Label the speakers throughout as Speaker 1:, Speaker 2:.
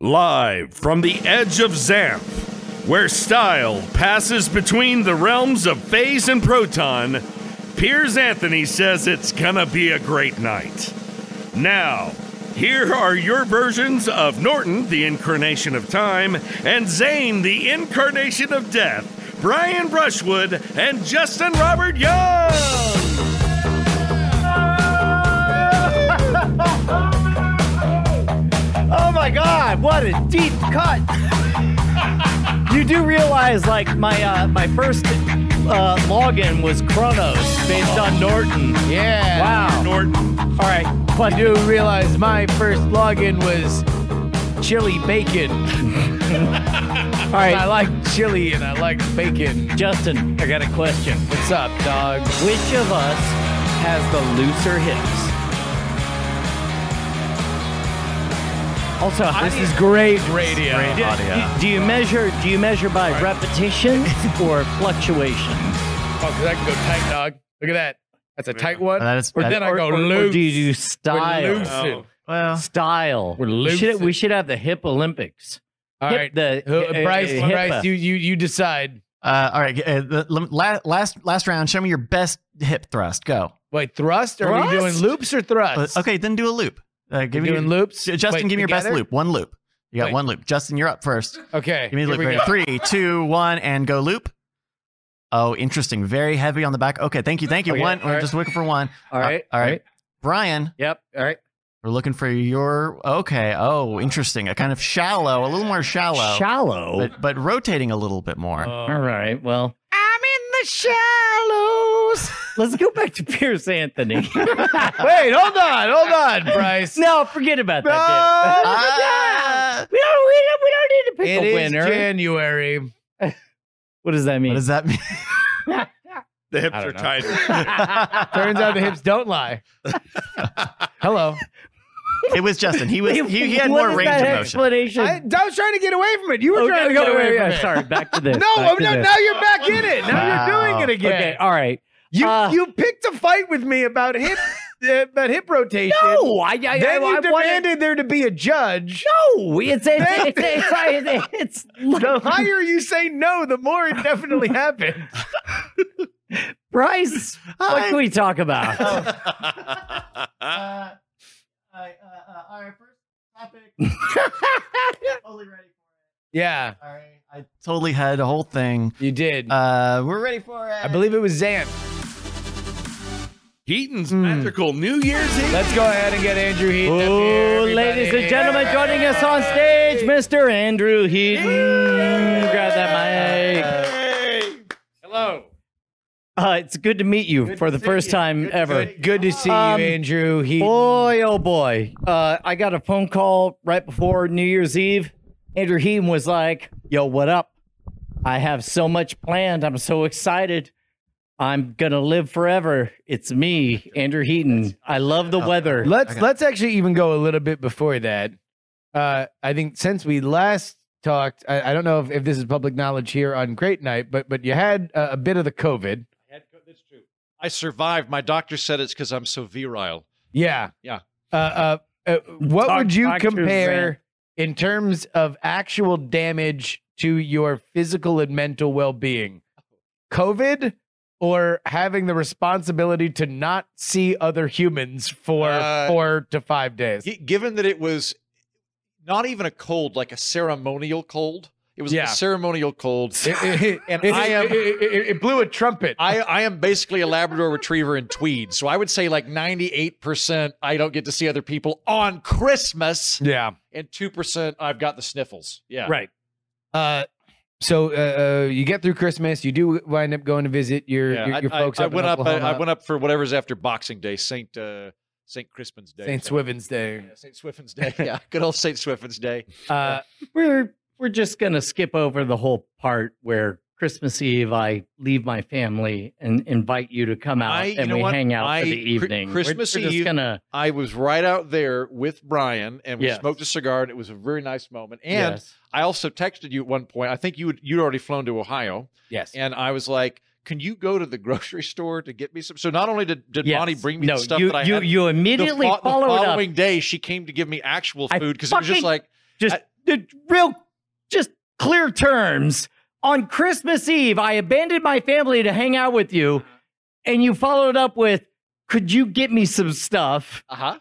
Speaker 1: Live from the edge of Zamp, where style passes between the realms of phase and proton, Piers Anthony says it's gonna be a great night. Now, here are your versions of Norton, the incarnation of time, and Zane, the incarnation of death, Brian Brushwood, and Justin Robert Young!
Speaker 2: Oh my god, what a deep cut! you do realize, like my uh, my first uh, login was Chronos, based on Norton.
Speaker 3: Yeah.
Speaker 2: Wow.
Speaker 1: Norton.
Speaker 2: All right,
Speaker 3: I do realize my first login was chili bacon.
Speaker 2: all
Speaker 3: I
Speaker 2: right,
Speaker 3: like chili and I like bacon.
Speaker 2: Justin, I got a question.
Speaker 3: What's up, dog?
Speaker 2: Which of us has the looser hips? Also, this is
Speaker 3: great radio.
Speaker 2: Do, do- do you measure? Do you measure by repetition or fluctuation?
Speaker 3: Oh, because I can go tight, dog. Look at that. That's a tight one.
Speaker 4: That is-
Speaker 3: or then I
Speaker 2: Or-
Speaker 3: go
Speaker 2: or- or
Speaker 3: loose.
Speaker 2: do you do
Speaker 3: We're
Speaker 2: style?
Speaker 3: loosing.
Speaker 4: Well,
Speaker 2: Style.
Speaker 3: We're
Speaker 2: we should,
Speaker 3: loosing.
Speaker 2: we should have the hip Olympics.
Speaker 3: All
Speaker 2: hip
Speaker 3: right.
Speaker 2: the-
Speaker 3: Who-
Speaker 2: uh, uh,
Speaker 3: Bryce,
Speaker 2: HIPAA.
Speaker 3: Bryce, you, you you decide.
Speaker 4: uh, all right. Uh, the, lem- la- last last round. Show me your best hip thrust. Go.
Speaker 3: Wait, thrust? Or are we doing
Speaker 4: Thrust?
Speaker 3: loops or thrust?
Speaker 4: Uh, okay, then do a loop. Uh, give me
Speaker 3: We're doing loops.
Speaker 4: J- Justin,
Speaker 3: Wait,
Speaker 4: give me your best
Speaker 3: together?
Speaker 4: loop. One loop. You got
Speaker 3: Wait.
Speaker 4: one loop. Justin, you're up first.
Speaker 3: Okay.
Speaker 4: Give me a
Speaker 3: here
Speaker 4: loop.
Speaker 3: we
Speaker 4: Ready?
Speaker 3: go.
Speaker 4: Three, two, one, and go loop. Oh, interesting. Very heavy on the back. Okay, thank you, thank you.
Speaker 3: Okay,
Speaker 4: one.
Speaker 3: all
Speaker 4: We're
Speaker 3: right.
Speaker 4: just looking for one.
Speaker 3: All right.
Speaker 4: all right. Brian,
Speaker 2: Yep. All right.
Speaker 4: we're looking for your. Okay. Oh, interesting. A kind of shallow, a little more shallow,
Speaker 2: Shallow.
Speaker 4: but but rotating a little bit more.
Speaker 3: Oh,
Speaker 2: all right. Well,
Speaker 3: I'm in the shallows.
Speaker 2: let's go back to Pierce Anthony.
Speaker 3: Wait, hold on, hold on, Bryce.
Speaker 2: no, forget about that.
Speaker 4: Ah,
Speaker 2: Bit. We don't. We don't. We don't need to
Speaker 3: It
Speaker 2: pick a
Speaker 3: is
Speaker 2: winner.
Speaker 3: January.
Speaker 2: what does that
Speaker 4: what
Speaker 2: mean?
Speaker 4: does that mean?
Speaker 1: The hips
Speaker 3: I
Speaker 1: are
Speaker 3: don't
Speaker 1: tight.
Speaker 3: Turns out the hips don't lie. Hello.
Speaker 4: It was Justin. He was he, he had
Speaker 2: What
Speaker 4: more
Speaker 2: is
Speaker 4: range
Speaker 2: that
Speaker 4: of motion.
Speaker 2: Explanation.
Speaker 3: I, I was trying to get away from it. You were
Speaker 2: Okay,
Speaker 3: trying to get
Speaker 2: okay,
Speaker 3: away
Speaker 2: wait,
Speaker 3: from
Speaker 2: wait,
Speaker 3: it.
Speaker 2: Sorry, back to this.
Speaker 3: No,
Speaker 2: back
Speaker 3: I'm
Speaker 2: to
Speaker 3: not,
Speaker 2: this.
Speaker 3: now you're back in it. Now you're
Speaker 4: Wow.
Speaker 3: doing it again.
Speaker 2: Okay, all right.
Speaker 3: You
Speaker 2: uh,
Speaker 3: you picked a fight with me about hip uh, about hip rotation.
Speaker 2: No, I, I, I,
Speaker 3: Then
Speaker 2: I
Speaker 3: you
Speaker 2: wanted-
Speaker 3: demanded there to be a judge.
Speaker 2: No, it's it's it's it's, it's, it's,
Speaker 3: The higher you say no, the more it definitely happened.
Speaker 2: Bryce. What
Speaker 4: Hi.
Speaker 2: can we talk about?
Speaker 3: Oh,
Speaker 4: uh, I, uh, uh, all right, first topic. totally ready for
Speaker 3: Yeah,
Speaker 4: it. All right, I totally had a whole thing.
Speaker 3: you did.
Speaker 4: Uh, we're ready for it.
Speaker 3: I believe it was Zan.
Speaker 1: Heaton's
Speaker 5: Hmm.
Speaker 1: magical New Year's Eve.
Speaker 3: Let's go ahead and get Andrew Heaton. up here,
Speaker 2: Oh,
Speaker 3: everybody.
Speaker 2: ladies and gentlemen, joining us on stage, Mr. Andrew Heaton. Grab that mic.
Speaker 3: Hello.
Speaker 2: Uh, it's good to meet you for the first time ever.
Speaker 3: Good, good to see
Speaker 2: Um,
Speaker 3: you, Andrew Heaton.
Speaker 2: Boy, oh boy. Uh, I got a phone call right before New Year's Eve. Andrew Heem was like, Yo, what up? I have so much planned. I'm so excited. I'm gonna live forever. It's me, Andrew Heaton. I love the weather.
Speaker 3: Let's
Speaker 4: Okay.
Speaker 3: let's actually even go a little bit before that. Uh, I think since we last talked, I, I don't know if, if this is public knowledge here on Great Night, but but you had uh, a bit of the COVID.
Speaker 5: That's true. I survived. My doctor said it's because I'm so virile.
Speaker 3: Yeah,
Speaker 5: Yeah.
Speaker 3: Uh, uh, uh, what
Speaker 2: Talk-
Speaker 3: would you
Speaker 2: talk to
Speaker 3: compare in terms of actual damage to your physical and mental well being? COVID or having the responsibility to not see other humans for
Speaker 5: Uh,
Speaker 3: four to five days?
Speaker 5: G- given that it was not even a cold, like a ceremonial cold, it was
Speaker 3: Yeah.
Speaker 5: a ceremonial cold.
Speaker 3: and
Speaker 5: I am-
Speaker 3: It, it- it blew a trumpet.
Speaker 5: I, I am basically a Labrador retriever in tweed. So I would say like 98% I don't get to see other people on Christmas,
Speaker 3: yeah.
Speaker 5: and 2% I've got the sniffles. Yeah.
Speaker 3: Right. Uh, so uh, uh, you get through Christmas. You do wind up going to visit your
Speaker 5: Yeah,
Speaker 3: your, your
Speaker 5: I, I-
Speaker 3: folks.
Speaker 5: I
Speaker 3: up in
Speaker 5: went up. I,
Speaker 3: Oklahoma.
Speaker 5: I went up for whatever's after Boxing Day, Saint uh, Saint Crispin's Day,
Speaker 3: Saint Swithin's Day.
Speaker 5: Yeah, Saint Swiffin's Day. Yeah, good old Saint Swiffin's Day.
Speaker 3: Uh,
Speaker 2: we're we're just gonna skip over the whole part where Christmas Eve I leave my family and invite you to come out
Speaker 5: I- you
Speaker 2: and
Speaker 5: know
Speaker 2: we
Speaker 5: what?
Speaker 2: hang out
Speaker 5: I-
Speaker 2: for the
Speaker 5: Chri-
Speaker 2: evening. We're-
Speaker 5: Christmas
Speaker 2: we're, just
Speaker 5: Eve-
Speaker 2: gonna
Speaker 5: I was right out there with Brian, and we
Speaker 2: Yes.
Speaker 5: smoked a cigar, and it was a very nice moment. And
Speaker 2: yes.
Speaker 5: I also texted you at one point. I think you would, you'd already flown to Ohio,
Speaker 3: yes.
Speaker 5: and I was like, "Can you go to the grocery store to get me some?" So not only did, did
Speaker 2: Yes.
Speaker 5: Bonnie bring me
Speaker 2: no,
Speaker 5: the stuff
Speaker 2: you,
Speaker 5: that I
Speaker 2: you,
Speaker 5: had,
Speaker 2: you immediately
Speaker 5: the, fo- the
Speaker 2: followed up.
Speaker 5: following day she came to give me actual
Speaker 2: I
Speaker 5: food because it was just
Speaker 2: fucking-
Speaker 5: like
Speaker 2: Just
Speaker 5: I-
Speaker 2: the real, just clear terms. On Christmas Eve, I abandoned my family to hang out with you, and you followed up with, "Could you get me some stuff?"
Speaker 5: Uh huh.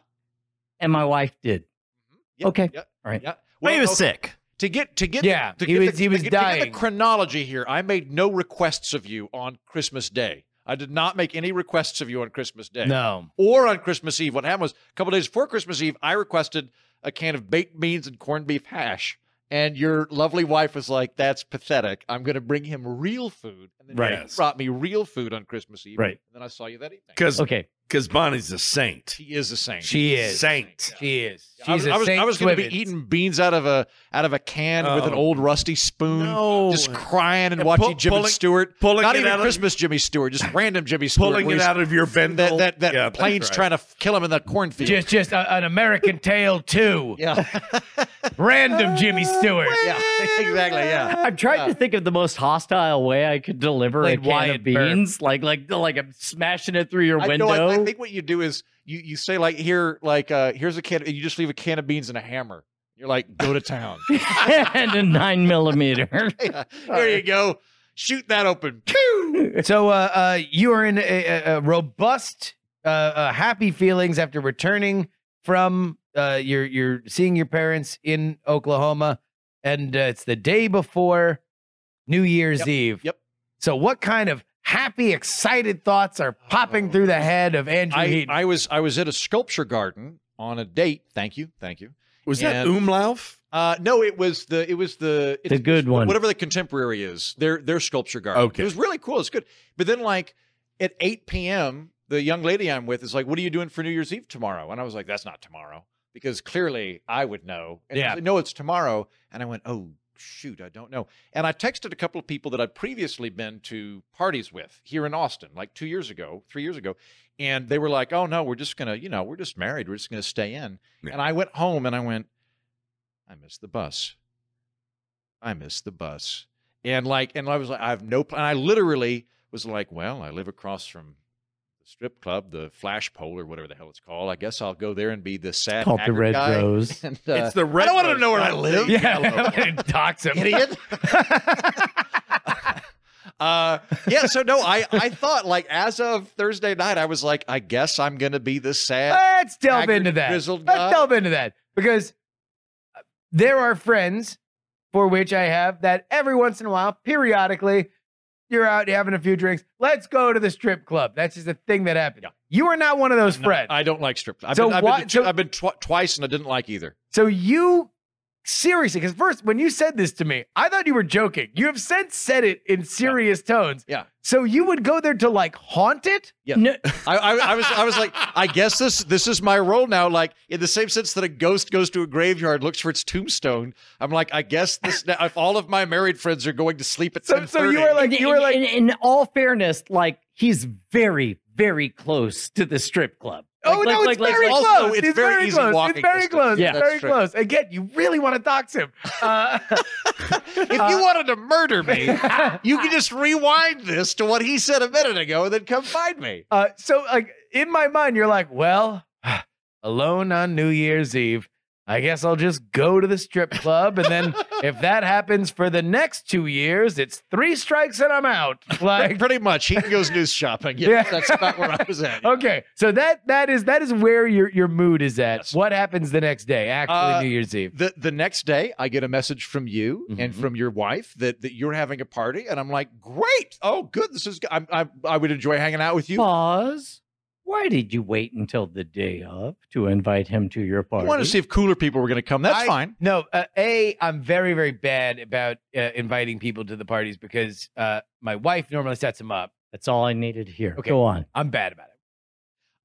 Speaker 2: And my wife did.
Speaker 5: Mm-hmm.
Speaker 2: Okay.
Speaker 5: Yeah.
Speaker 2: All right.
Speaker 5: Yeah.
Speaker 6: Well, he was
Speaker 5: okay.
Speaker 6: sick.
Speaker 5: To get to get
Speaker 3: Yeah,
Speaker 5: to
Speaker 3: he
Speaker 5: get
Speaker 3: was-
Speaker 5: the,
Speaker 3: he was
Speaker 5: to get- to get
Speaker 3: dying.
Speaker 5: the chronology here. I made no requests of you on Christmas Day. I did not make any requests of you on Christmas Day.
Speaker 3: No.
Speaker 5: Or on Christmas Eve. What happened was a couple days before Christmas Eve, I requested a can of baked beans and corned beef hash. And your lovely wife was like, "That's pathetic. I'm going to bring him real food." And then
Speaker 1: Right.
Speaker 5: you brought me real food on Christmas Eve.
Speaker 2: Right.
Speaker 5: And then I saw you that evening.
Speaker 1: Because
Speaker 2: Okay.
Speaker 1: Bonnie's a saint.
Speaker 5: She is a saint.
Speaker 3: She is.
Speaker 1: Saint.
Speaker 3: She is. She's
Speaker 5: I was,
Speaker 3: a
Speaker 5: I was,
Speaker 3: Saint
Speaker 5: I was going to
Speaker 3: Swivens.
Speaker 5: be eating beans out of a out of a can with an
Speaker 1: Oh.
Speaker 5: old rusty spoon,
Speaker 1: No.
Speaker 5: just crying and
Speaker 1: Yeah,
Speaker 5: watching
Speaker 1: pull-
Speaker 5: Jimmy
Speaker 1: pulling-
Speaker 5: Stewart.
Speaker 1: pulling
Speaker 5: Not
Speaker 1: it
Speaker 5: even
Speaker 1: out of-
Speaker 5: Christmas Jimmy Stewart, just random Jimmy Stewart.
Speaker 1: Pulling
Speaker 5: where
Speaker 1: it
Speaker 5: he's-
Speaker 1: out of your
Speaker 5: that
Speaker 1: ventil.
Speaker 5: that, that
Speaker 1: Yeah, that's
Speaker 5: plane's
Speaker 1: right.
Speaker 5: trying to f- kill him in the cornfield.
Speaker 3: Just, just a, an American Tale too.
Speaker 5: yeah,
Speaker 3: Random Jimmy Stewart.
Speaker 5: yeah, exactly. Yeah,
Speaker 2: I'm trying
Speaker 5: Yeah.
Speaker 2: to think of the most hostile way I could deliver
Speaker 3: Played
Speaker 2: a can
Speaker 3: Wyatt
Speaker 2: of
Speaker 3: Earp.
Speaker 2: beans, like like like I'm smashing it through your
Speaker 5: I
Speaker 2: window.
Speaker 5: know. I, I think what you do is you you say like here like uh here's a can. You just leave a can of beans and a hammer. You're like go to town.
Speaker 2: and a nine millimeter.
Speaker 5: Yeah. there you go. Shoot that open.
Speaker 3: So uh, uh, you are in a, a, a robust, uh, uh, happy feelings after returning from uh, your your seeing your parents in Oklahoma, and uh, it's the day before New Year's
Speaker 5: Yep,
Speaker 3: Eve.
Speaker 5: yep.
Speaker 3: So what kind of happy, excited thoughts are popping through the head of Andrew
Speaker 5: Oh. I,
Speaker 3: Heaton?
Speaker 5: I was I was at a sculpture garden on a date. Thank you, thank you.
Speaker 1: was that
Speaker 5: And-
Speaker 1: Umlauf?
Speaker 5: Uh, no, it was the it was the it's,
Speaker 2: The good
Speaker 5: it's
Speaker 2: one.
Speaker 5: whatever the contemporary is. Their their sculpture garden.
Speaker 1: Okay.
Speaker 5: it was really cool. It's good. But then like at eight p.m., the young lady I'm with is like, "What are you doing for New Year's Eve tomorrow?" And I was like, "That's not tomorrow because clearly I would know." And
Speaker 3: Yeah.
Speaker 5: she's like, no, it's tomorrow. And I went, "Oh shoot, I don't know." And I texted a couple of people that I'd previously been to parties with here in Austin, like two years ago, three years ago, and they were like, "Oh no, we're just gonna, you know, we're just married. We're just gonna stay in."
Speaker 1: Yeah.
Speaker 5: And I went home and I went, "I missed the bus. I missed the bus." And like, and I was like, "I have no plan." I literally was like, "Well, I live across from." the Strip club, the flash pole, or whatever the hell it's called. I guess I'll go there and be the sad
Speaker 2: Called the
Speaker 5: haggard
Speaker 2: Red
Speaker 5: guy.
Speaker 2: Rose.
Speaker 5: And, uh,
Speaker 1: it's the red.
Speaker 5: I don't want
Speaker 1: rose,
Speaker 5: to know where I
Speaker 1: not
Speaker 5: live.
Speaker 1: the yellow.
Speaker 3: yeah, dox him.
Speaker 5: idiot. uh, yeah, so no, I I thought like as of Thursday night, I was like, I guess I'm gonna be the sad.
Speaker 3: Let's delve
Speaker 5: Haggard,
Speaker 3: into that. Let's
Speaker 5: grizzled guy.
Speaker 3: delve into that because uh, there are friends for which I have that every once in a while, periodically, you're out having a few drinks. Let's go to the strip club. That's just a thing that happens.
Speaker 5: Yeah.
Speaker 3: You are not one of those
Speaker 5: No,
Speaker 3: friends.
Speaker 5: I don't like strip. I've
Speaker 3: So
Speaker 5: been, I've
Speaker 3: why-
Speaker 5: been, to two-
Speaker 3: so-
Speaker 5: I've been tw- twice and I didn't like either.
Speaker 3: so you seriously, because first when you said this to me, I thought you were joking. You have since said it in serious tones.
Speaker 5: Yeah.
Speaker 3: So you would go there to like haunt it?
Speaker 2: No,
Speaker 5: I, I, I was I was like, I guess this this is my role now. Like in the same sense that a ghost goes to a graveyard, looks for its tombstone. I'm like, I guess this. Now, if all of my married friends are going to sleep at
Speaker 3: So,
Speaker 5: some,
Speaker 3: so you were like,
Speaker 2: in,
Speaker 3: you were
Speaker 2: in-
Speaker 3: like,
Speaker 2: in, in all fairness, like he's very, very close to the strip club.
Speaker 3: Oh
Speaker 2: Like-
Speaker 3: no,
Speaker 2: like-
Speaker 3: it's
Speaker 2: like-
Speaker 3: very
Speaker 2: like-
Speaker 5: Also,
Speaker 3: close.
Speaker 5: it's very easy
Speaker 3: close.
Speaker 5: walking
Speaker 3: It's very
Speaker 5: distance.
Speaker 3: close.
Speaker 2: Yeah.
Speaker 3: it's very
Speaker 5: That's true.
Speaker 3: close. Again, you really want to dox him. Uh,
Speaker 5: if you wanted to murder me, you can just rewind this to what he said a minute ago, and then come find me.
Speaker 3: uh, so, like in my mind, you're like, well, alone on New Year's Eve. I guess I'll just go to the strip club, and then if that happens for the next two years, it's three strikes and I'm out. Like,
Speaker 5: Pretty much, he goes news shopping. Yeah,
Speaker 3: Yeah.
Speaker 5: that's about where I was at.
Speaker 3: okay, so that that is that is where your your mood is at.
Speaker 5: Yes.
Speaker 3: What happens the next day? Actually,
Speaker 5: Uh,
Speaker 3: New Year's Eve.
Speaker 5: The the next day, I get a message from you and
Speaker 2: Mhm.
Speaker 5: from your wife that, that you're having a party, and I'm like, great! Oh, good. This is. I, I I would enjoy hanging out with you.
Speaker 2: Pause. Why did you wait until the day of to invite him to your
Speaker 5: I
Speaker 2: party?
Speaker 5: wanted to see if cooler people were going to come. That's
Speaker 3: I-
Speaker 5: fine.
Speaker 3: No, uh, a I'm very very bad about uh, inviting people to the parties because uh, my wife normally sets them up.
Speaker 2: That's all I needed to hear.
Speaker 3: Okay.
Speaker 2: Go on.
Speaker 3: I'm bad about it.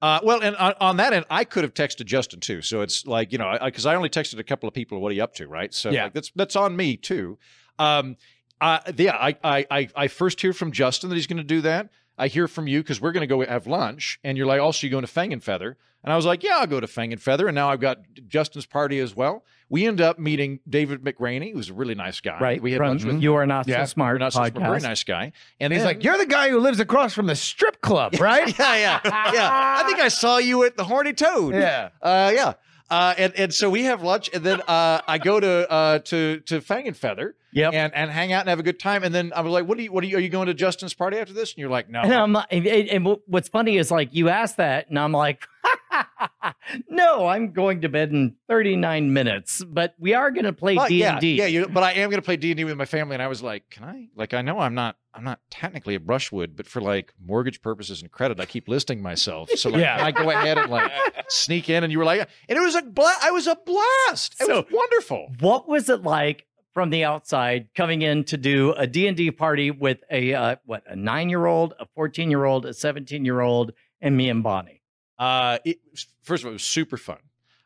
Speaker 5: Uh, well, and on, on that end, I could have texted Justin too. So it's like you know, because I, only texted a couple of people. What are you up to, right? So
Speaker 3: Yeah.
Speaker 5: like, that's that's on me too. Um, uh, yeah, I, I I I first hear from Justin that he's going to do that. I hear from you because we're going to go have lunch, and you're like, also you going to Fang and Feather, and I was like, yeah, I'll go to Fang and Feather, and now I've got Justin's party as well. We end up meeting David McRaney, who's a really nice guy.
Speaker 2: Right.
Speaker 5: we had
Speaker 2: from
Speaker 5: lunch with.
Speaker 2: You Are Not
Speaker 3: Yeah,
Speaker 2: So Smart
Speaker 5: We're not such a
Speaker 2: podcast.
Speaker 5: very nice guy, and
Speaker 3: And he's
Speaker 5: then-
Speaker 3: like, "You're the guy who lives across from the strip club, right?"
Speaker 5: yeah, yeah, yeah. I think I saw you at the Horny Toad.
Speaker 3: yeah.
Speaker 5: Uh, yeah. Uh, and and so we have lunch, and then uh, I go to uh, to to Fang and Feather,
Speaker 2: Yep.
Speaker 5: and and hang out and have a good time. And then I was like, "What are you? What are you? Are you going to Justin's party after this?" And you're like, "No."
Speaker 2: And I'm like, and, and wh- what's funny is like you asked that, and I'm like, no, I'm going to bed in 39 minutes, but we are going to play
Speaker 5: But
Speaker 2: D
Speaker 5: yeah,
Speaker 2: and
Speaker 5: yeah.
Speaker 2: D.
Speaker 5: You, but I am going to play D and D with my family, and I was like, "Can I?" Like, I know I'm not, I'm not technically a brushwood, but for like mortgage purposes and credit, I keep listing myself. So like,
Speaker 3: Yeah.
Speaker 5: can I go ahead and like sneak in, and you were like, and it was a bla- I was a blast. It
Speaker 2: So-
Speaker 5: was wonderful.
Speaker 2: What was it like from the outside coming in to do a D and D party with a uh, what a nine year old, a 14 year old, a 17 year old, and me and Bonnie?
Speaker 5: Uh, it, first of all, it was super fun.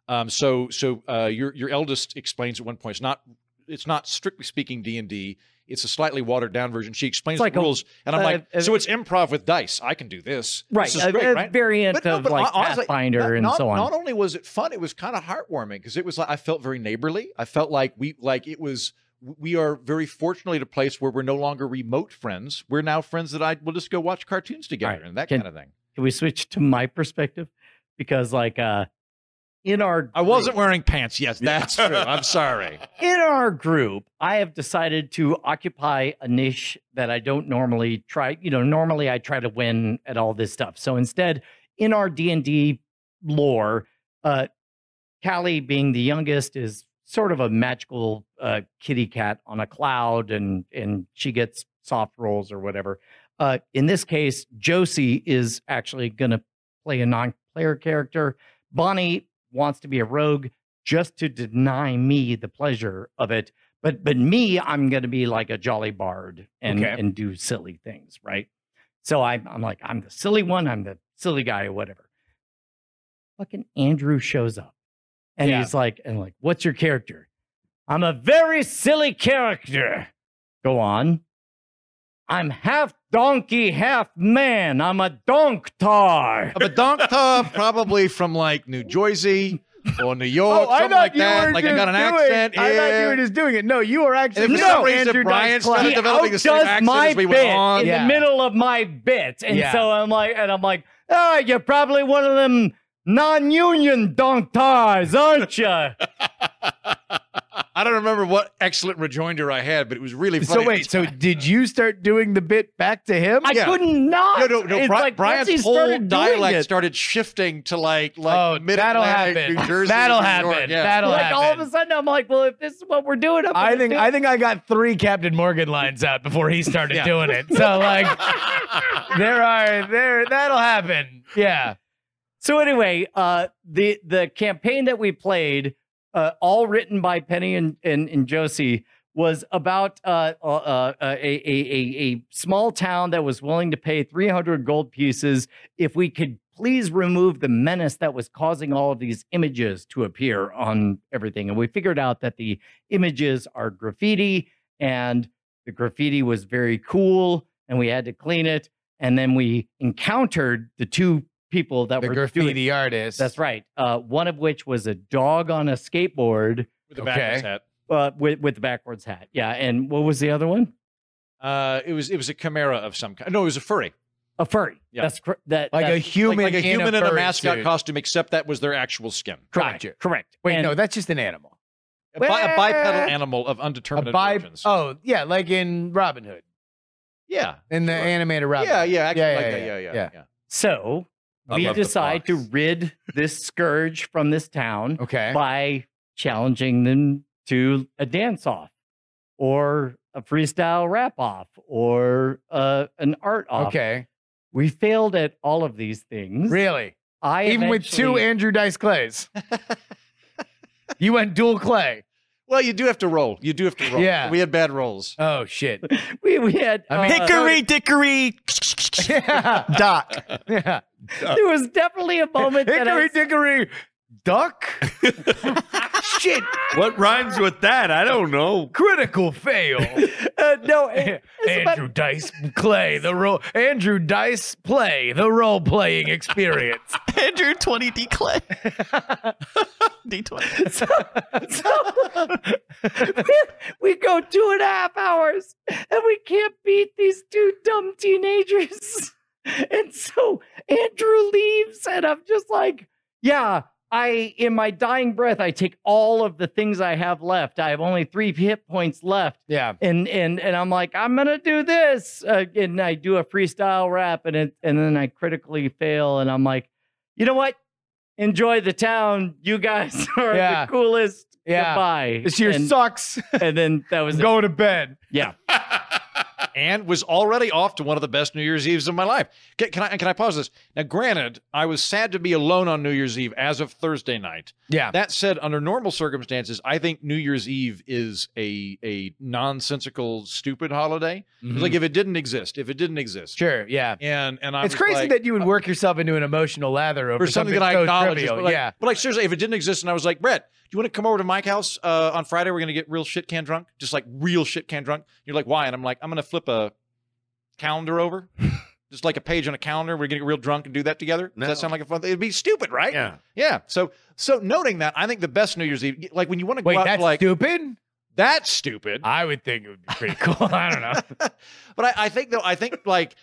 Speaker 5: Um, so so uh, your your eldest explains at one point it's not it's not strictly speaking D and D. It's a slightly watered down version. She explains
Speaker 2: like
Speaker 5: the
Speaker 2: a-
Speaker 5: rules, and I'm
Speaker 2: uh,
Speaker 5: like,
Speaker 2: uh,
Speaker 5: so it's improv with dice. I can do this.
Speaker 2: Right,
Speaker 5: this is
Speaker 2: a,
Speaker 5: great,
Speaker 2: a
Speaker 5: right?
Speaker 2: variant
Speaker 5: But no,
Speaker 2: of
Speaker 5: but
Speaker 2: like
Speaker 5: hon- honestly,
Speaker 2: Pathfinder
Speaker 5: not,
Speaker 2: and
Speaker 5: not-
Speaker 2: so on.
Speaker 5: Not only was it fun, it was kind of heartwarming because it was like I felt very neighborly. I felt like we like it was we are very fortunately at a place where we're no longer remote friends. We're now friends that I will just go watch cartoons together
Speaker 2: Right.
Speaker 5: and that
Speaker 2: Can-
Speaker 5: kind of thing.
Speaker 2: Can we switch to my perspective? Because like uh, in our
Speaker 5: I wasn't wearing pants. Yes, that's true. I'm sorry.
Speaker 2: in our group, I have decided to occupy a niche that I don't normally try. You know, normally I try to win at all this stuff. So instead, in our D and D lore, uh, Callie, being the youngest, is sort of a magical uh, kitty cat on a cloud, and and she gets soft rolls or whatever. Uh, in this case, Josie is actually going to play a non-player character. Bonnie wants to be a rogue just to deny me the pleasure of it. But but me, I'm gonna be like a jolly bard and
Speaker 3: Okay.
Speaker 2: and do silly things, right? So I'm I'm like, I'm the silly one, I'm the silly guy or whatever. Fucking Andrew shows up and
Speaker 3: Yeah.
Speaker 2: he's like, and like, what's your character? I'm a very silly character. Go on. I'm half donkey, half man. I'm a donktar.
Speaker 5: I'm a donkta, probably from like New Jersey or New York,
Speaker 3: Oh, I
Speaker 5: something
Speaker 3: thought
Speaker 5: like
Speaker 3: you
Speaker 5: that.
Speaker 3: were
Speaker 5: Like
Speaker 3: just
Speaker 5: I got an
Speaker 3: doing,
Speaker 5: accent.
Speaker 3: I thought you
Speaker 5: yeah.
Speaker 3: were just doing it. No, you were actually.
Speaker 5: And if for
Speaker 3: no,
Speaker 5: some reason
Speaker 3: Andrew
Speaker 5: Brian
Speaker 3: Dunn's class.
Speaker 5: started
Speaker 2: he
Speaker 5: developing the same
Speaker 2: outdoes
Speaker 5: accent
Speaker 2: my
Speaker 5: as we went
Speaker 2: bit
Speaker 5: on.
Speaker 2: in
Speaker 3: Yeah.
Speaker 2: the middle of my bit, and
Speaker 3: Yeah.
Speaker 2: so I'm like, and I'm like, oh, you're probably one of them non-union donktars, aren't you?
Speaker 5: I don't remember what excellent rejoinder I had, but it was really
Speaker 3: So
Speaker 5: funny.
Speaker 3: wait, so did you start doing the bit back to him?
Speaker 2: I
Speaker 5: Yeah.
Speaker 2: couldn't not.
Speaker 5: no, no, no.
Speaker 2: It's
Speaker 5: Bri-
Speaker 2: like, once he
Speaker 5: Brian's
Speaker 2: started
Speaker 5: whole
Speaker 2: doing
Speaker 5: dialect
Speaker 2: it,
Speaker 5: started shifting to like like
Speaker 3: Oh,
Speaker 5: mid
Speaker 3: that'll happen.
Speaker 5: New Jersey,
Speaker 3: That'll
Speaker 5: New York.
Speaker 3: happen.
Speaker 5: Yeah.
Speaker 3: That'll
Speaker 2: like all of
Speaker 3: happen.
Speaker 2: a sudden, I'm like, well, if this is what we're doing, I'm
Speaker 3: I
Speaker 2: gonna
Speaker 3: think
Speaker 2: do
Speaker 3: I think I got three Captain Morgan lines out before he started
Speaker 5: Yeah.
Speaker 3: doing it. So like, there are there that'll happen. Yeah.
Speaker 2: So anyway, uh, the the campaign that we played, uh, all written by Penny and and, and Josie, was about uh, uh, uh, a, a a a small town that was willing to pay three hundred gold pieces if we could please remove the menace that was causing all of these images to appear on everything. And we figured out that the images are graffiti, and the graffiti was very cool, and we had to clean it. And then we encountered the two people that
Speaker 3: The
Speaker 2: were
Speaker 3: graffiti
Speaker 2: doing
Speaker 3: artist.
Speaker 2: that's right. Uh, one of which was a dog on a skateboard
Speaker 5: With the back of his
Speaker 3: Okay.
Speaker 5: head.
Speaker 2: uh, with, with the backwards hat. Yeah. And what was the other one?
Speaker 5: Uh, it was it was a chimera of some kind. No, it was a furry,
Speaker 2: A furry.
Speaker 5: Yeah.
Speaker 2: That's cor- that.
Speaker 3: like a
Speaker 2: that's
Speaker 5: like,
Speaker 3: human,
Speaker 5: like a
Speaker 3: in
Speaker 5: human in a
Speaker 3: furry
Speaker 5: mascot
Speaker 3: suit.
Speaker 5: costume, except that was their actual skin.
Speaker 2: correct.
Speaker 3: gotcha.
Speaker 2: Correct.
Speaker 3: Wait,
Speaker 2: And-
Speaker 3: no, that's just an animal.
Speaker 5: A, bi- a
Speaker 3: Well,
Speaker 5: bipedal animal of
Speaker 3: A
Speaker 5: undetermined
Speaker 3: bi-
Speaker 5: origins.
Speaker 3: Oh yeah, like in Robin Hood,
Speaker 5: yeah,
Speaker 3: in the
Speaker 5: Sure.
Speaker 3: animated Robin.
Speaker 5: yeah,
Speaker 3: Hood.
Speaker 5: yeah, actually,
Speaker 3: yeah,
Speaker 5: like
Speaker 3: yeah,
Speaker 5: that.
Speaker 3: yeah,
Speaker 5: yeah, yeah,
Speaker 3: yeah.
Speaker 5: yeah.
Speaker 2: So we
Speaker 5: Above the
Speaker 2: decide to
Speaker 5: fox.
Speaker 2: rid this scourge from this town
Speaker 3: Okay.
Speaker 2: by challenging them to a dance off or a freestyle rap off or uh, an art off.
Speaker 3: Okay.
Speaker 2: We failed at all of these things.
Speaker 3: Really?
Speaker 2: I
Speaker 3: Even with two
Speaker 2: eventually-
Speaker 3: Andrew Dice Clays. you went dual clay.
Speaker 5: Well, you do have to roll. You do have to roll.
Speaker 3: Yeah.
Speaker 5: we had bad rolls.
Speaker 3: Oh shit.
Speaker 2: we, we had
Speaker 3: I mean-
Speaker 2: uh,
Speaker 6: dickory
Speaker 3: yeah.
Speaker 6: dock.
Speaker 3: yeah.
Speaker 2: there was definitely a moment that I
Speaker 3: Hickory
Speaker 2: was-
Speaker 3: dickory duck. shit.
Speaker 1: What rhymes with that? I don't know.
Speaker 3: Critical fail.
Speaker 2: uh, no, it- it's about-
Speaker 3: Andrew Dice Clay, the role Andrew Dice play, the role playing experience.
Speaker 6: Andrew 20D clay. D20.
Speaker 2: so, so- we go two and a half hours and we can't beat these two dumb teenagers. And so Andrew leaves, and I'm just like, yeah, I, in my dying breath, I take all of the things I have left. I have only three hit points left,
Speaker 3: Yeah.
Speaker 2: and and and I'm like, I'm gonna do this, uh, and I do a freestyle rap, and it, and then I critically fail, and I'm like, you know what? Enjoy the town. You guys are
Speaker 3: Yeah.
Speaker 2: the coolest.
Speaker 3: Yeah.
Speaker 2: Goodbye.
Speaker 3: This year
Speaker 2: and,
Speaker 3: sucks.
Speaker 2: and then that was it.
Speaker 3: Go to bed.
Speaker 2: Yeah.
Speaker 5: and was already off to one of the best New Year's Eves of my life. Can, can I can I pause this? Now, granted, I was sad to be alone on New Year's Eve as of Thursday night.
Speaker 3: Yeah.
Speaker 5: That said, under normal circumstances, I think New Year's Eve is a a nonsensical, stupid holiday. It's Like if it didn't exist, if it didn't exist,
Speaker 3: Mm-hmm. Sure. Yeah.
Speaker 5: and and I
Speaker 3: it's
Speaker 5: was
Speaker 3: crazy
Speaker 5: like-
Speaker 3: that you would work yourself into an emotional lather over
Speaker 5: or something, that I
Speaker 3: so
Speaker 5: acknowledge.
Speaker 3: trivial.
Speaker 5: But like,
Speaker 3: yeah.
Speaker 5: but like seriously, if it didn't exist, and I was like, Brett, do you want to come over to my house uh, on Friday? We're gonna get real shit can drunk, just like real shit can drunk. You're like, why? And I'm like, I'm gonna flip a calendar over, just like a page on a calendar. We're gonna get real drunk and do that together. Does
Speaker 1: No.
Speaker 5: that sound like a fun thing? It'd be stupid, right?
Speaker 1: Yeah.
Speaker 5: Yeah. So, so noting that, I think the best New Year's Eve, like when you want to go
Speaker 3: Wait,
Speaker 5: out,
Speaker 3: that's
Speaker 5: like
Speaker 3: stupid.
Speaker 5: that's stupid.
Speaker 3: I would think it would be pretty cool. I don't know.
Speaker 5: But I, I think though, I think like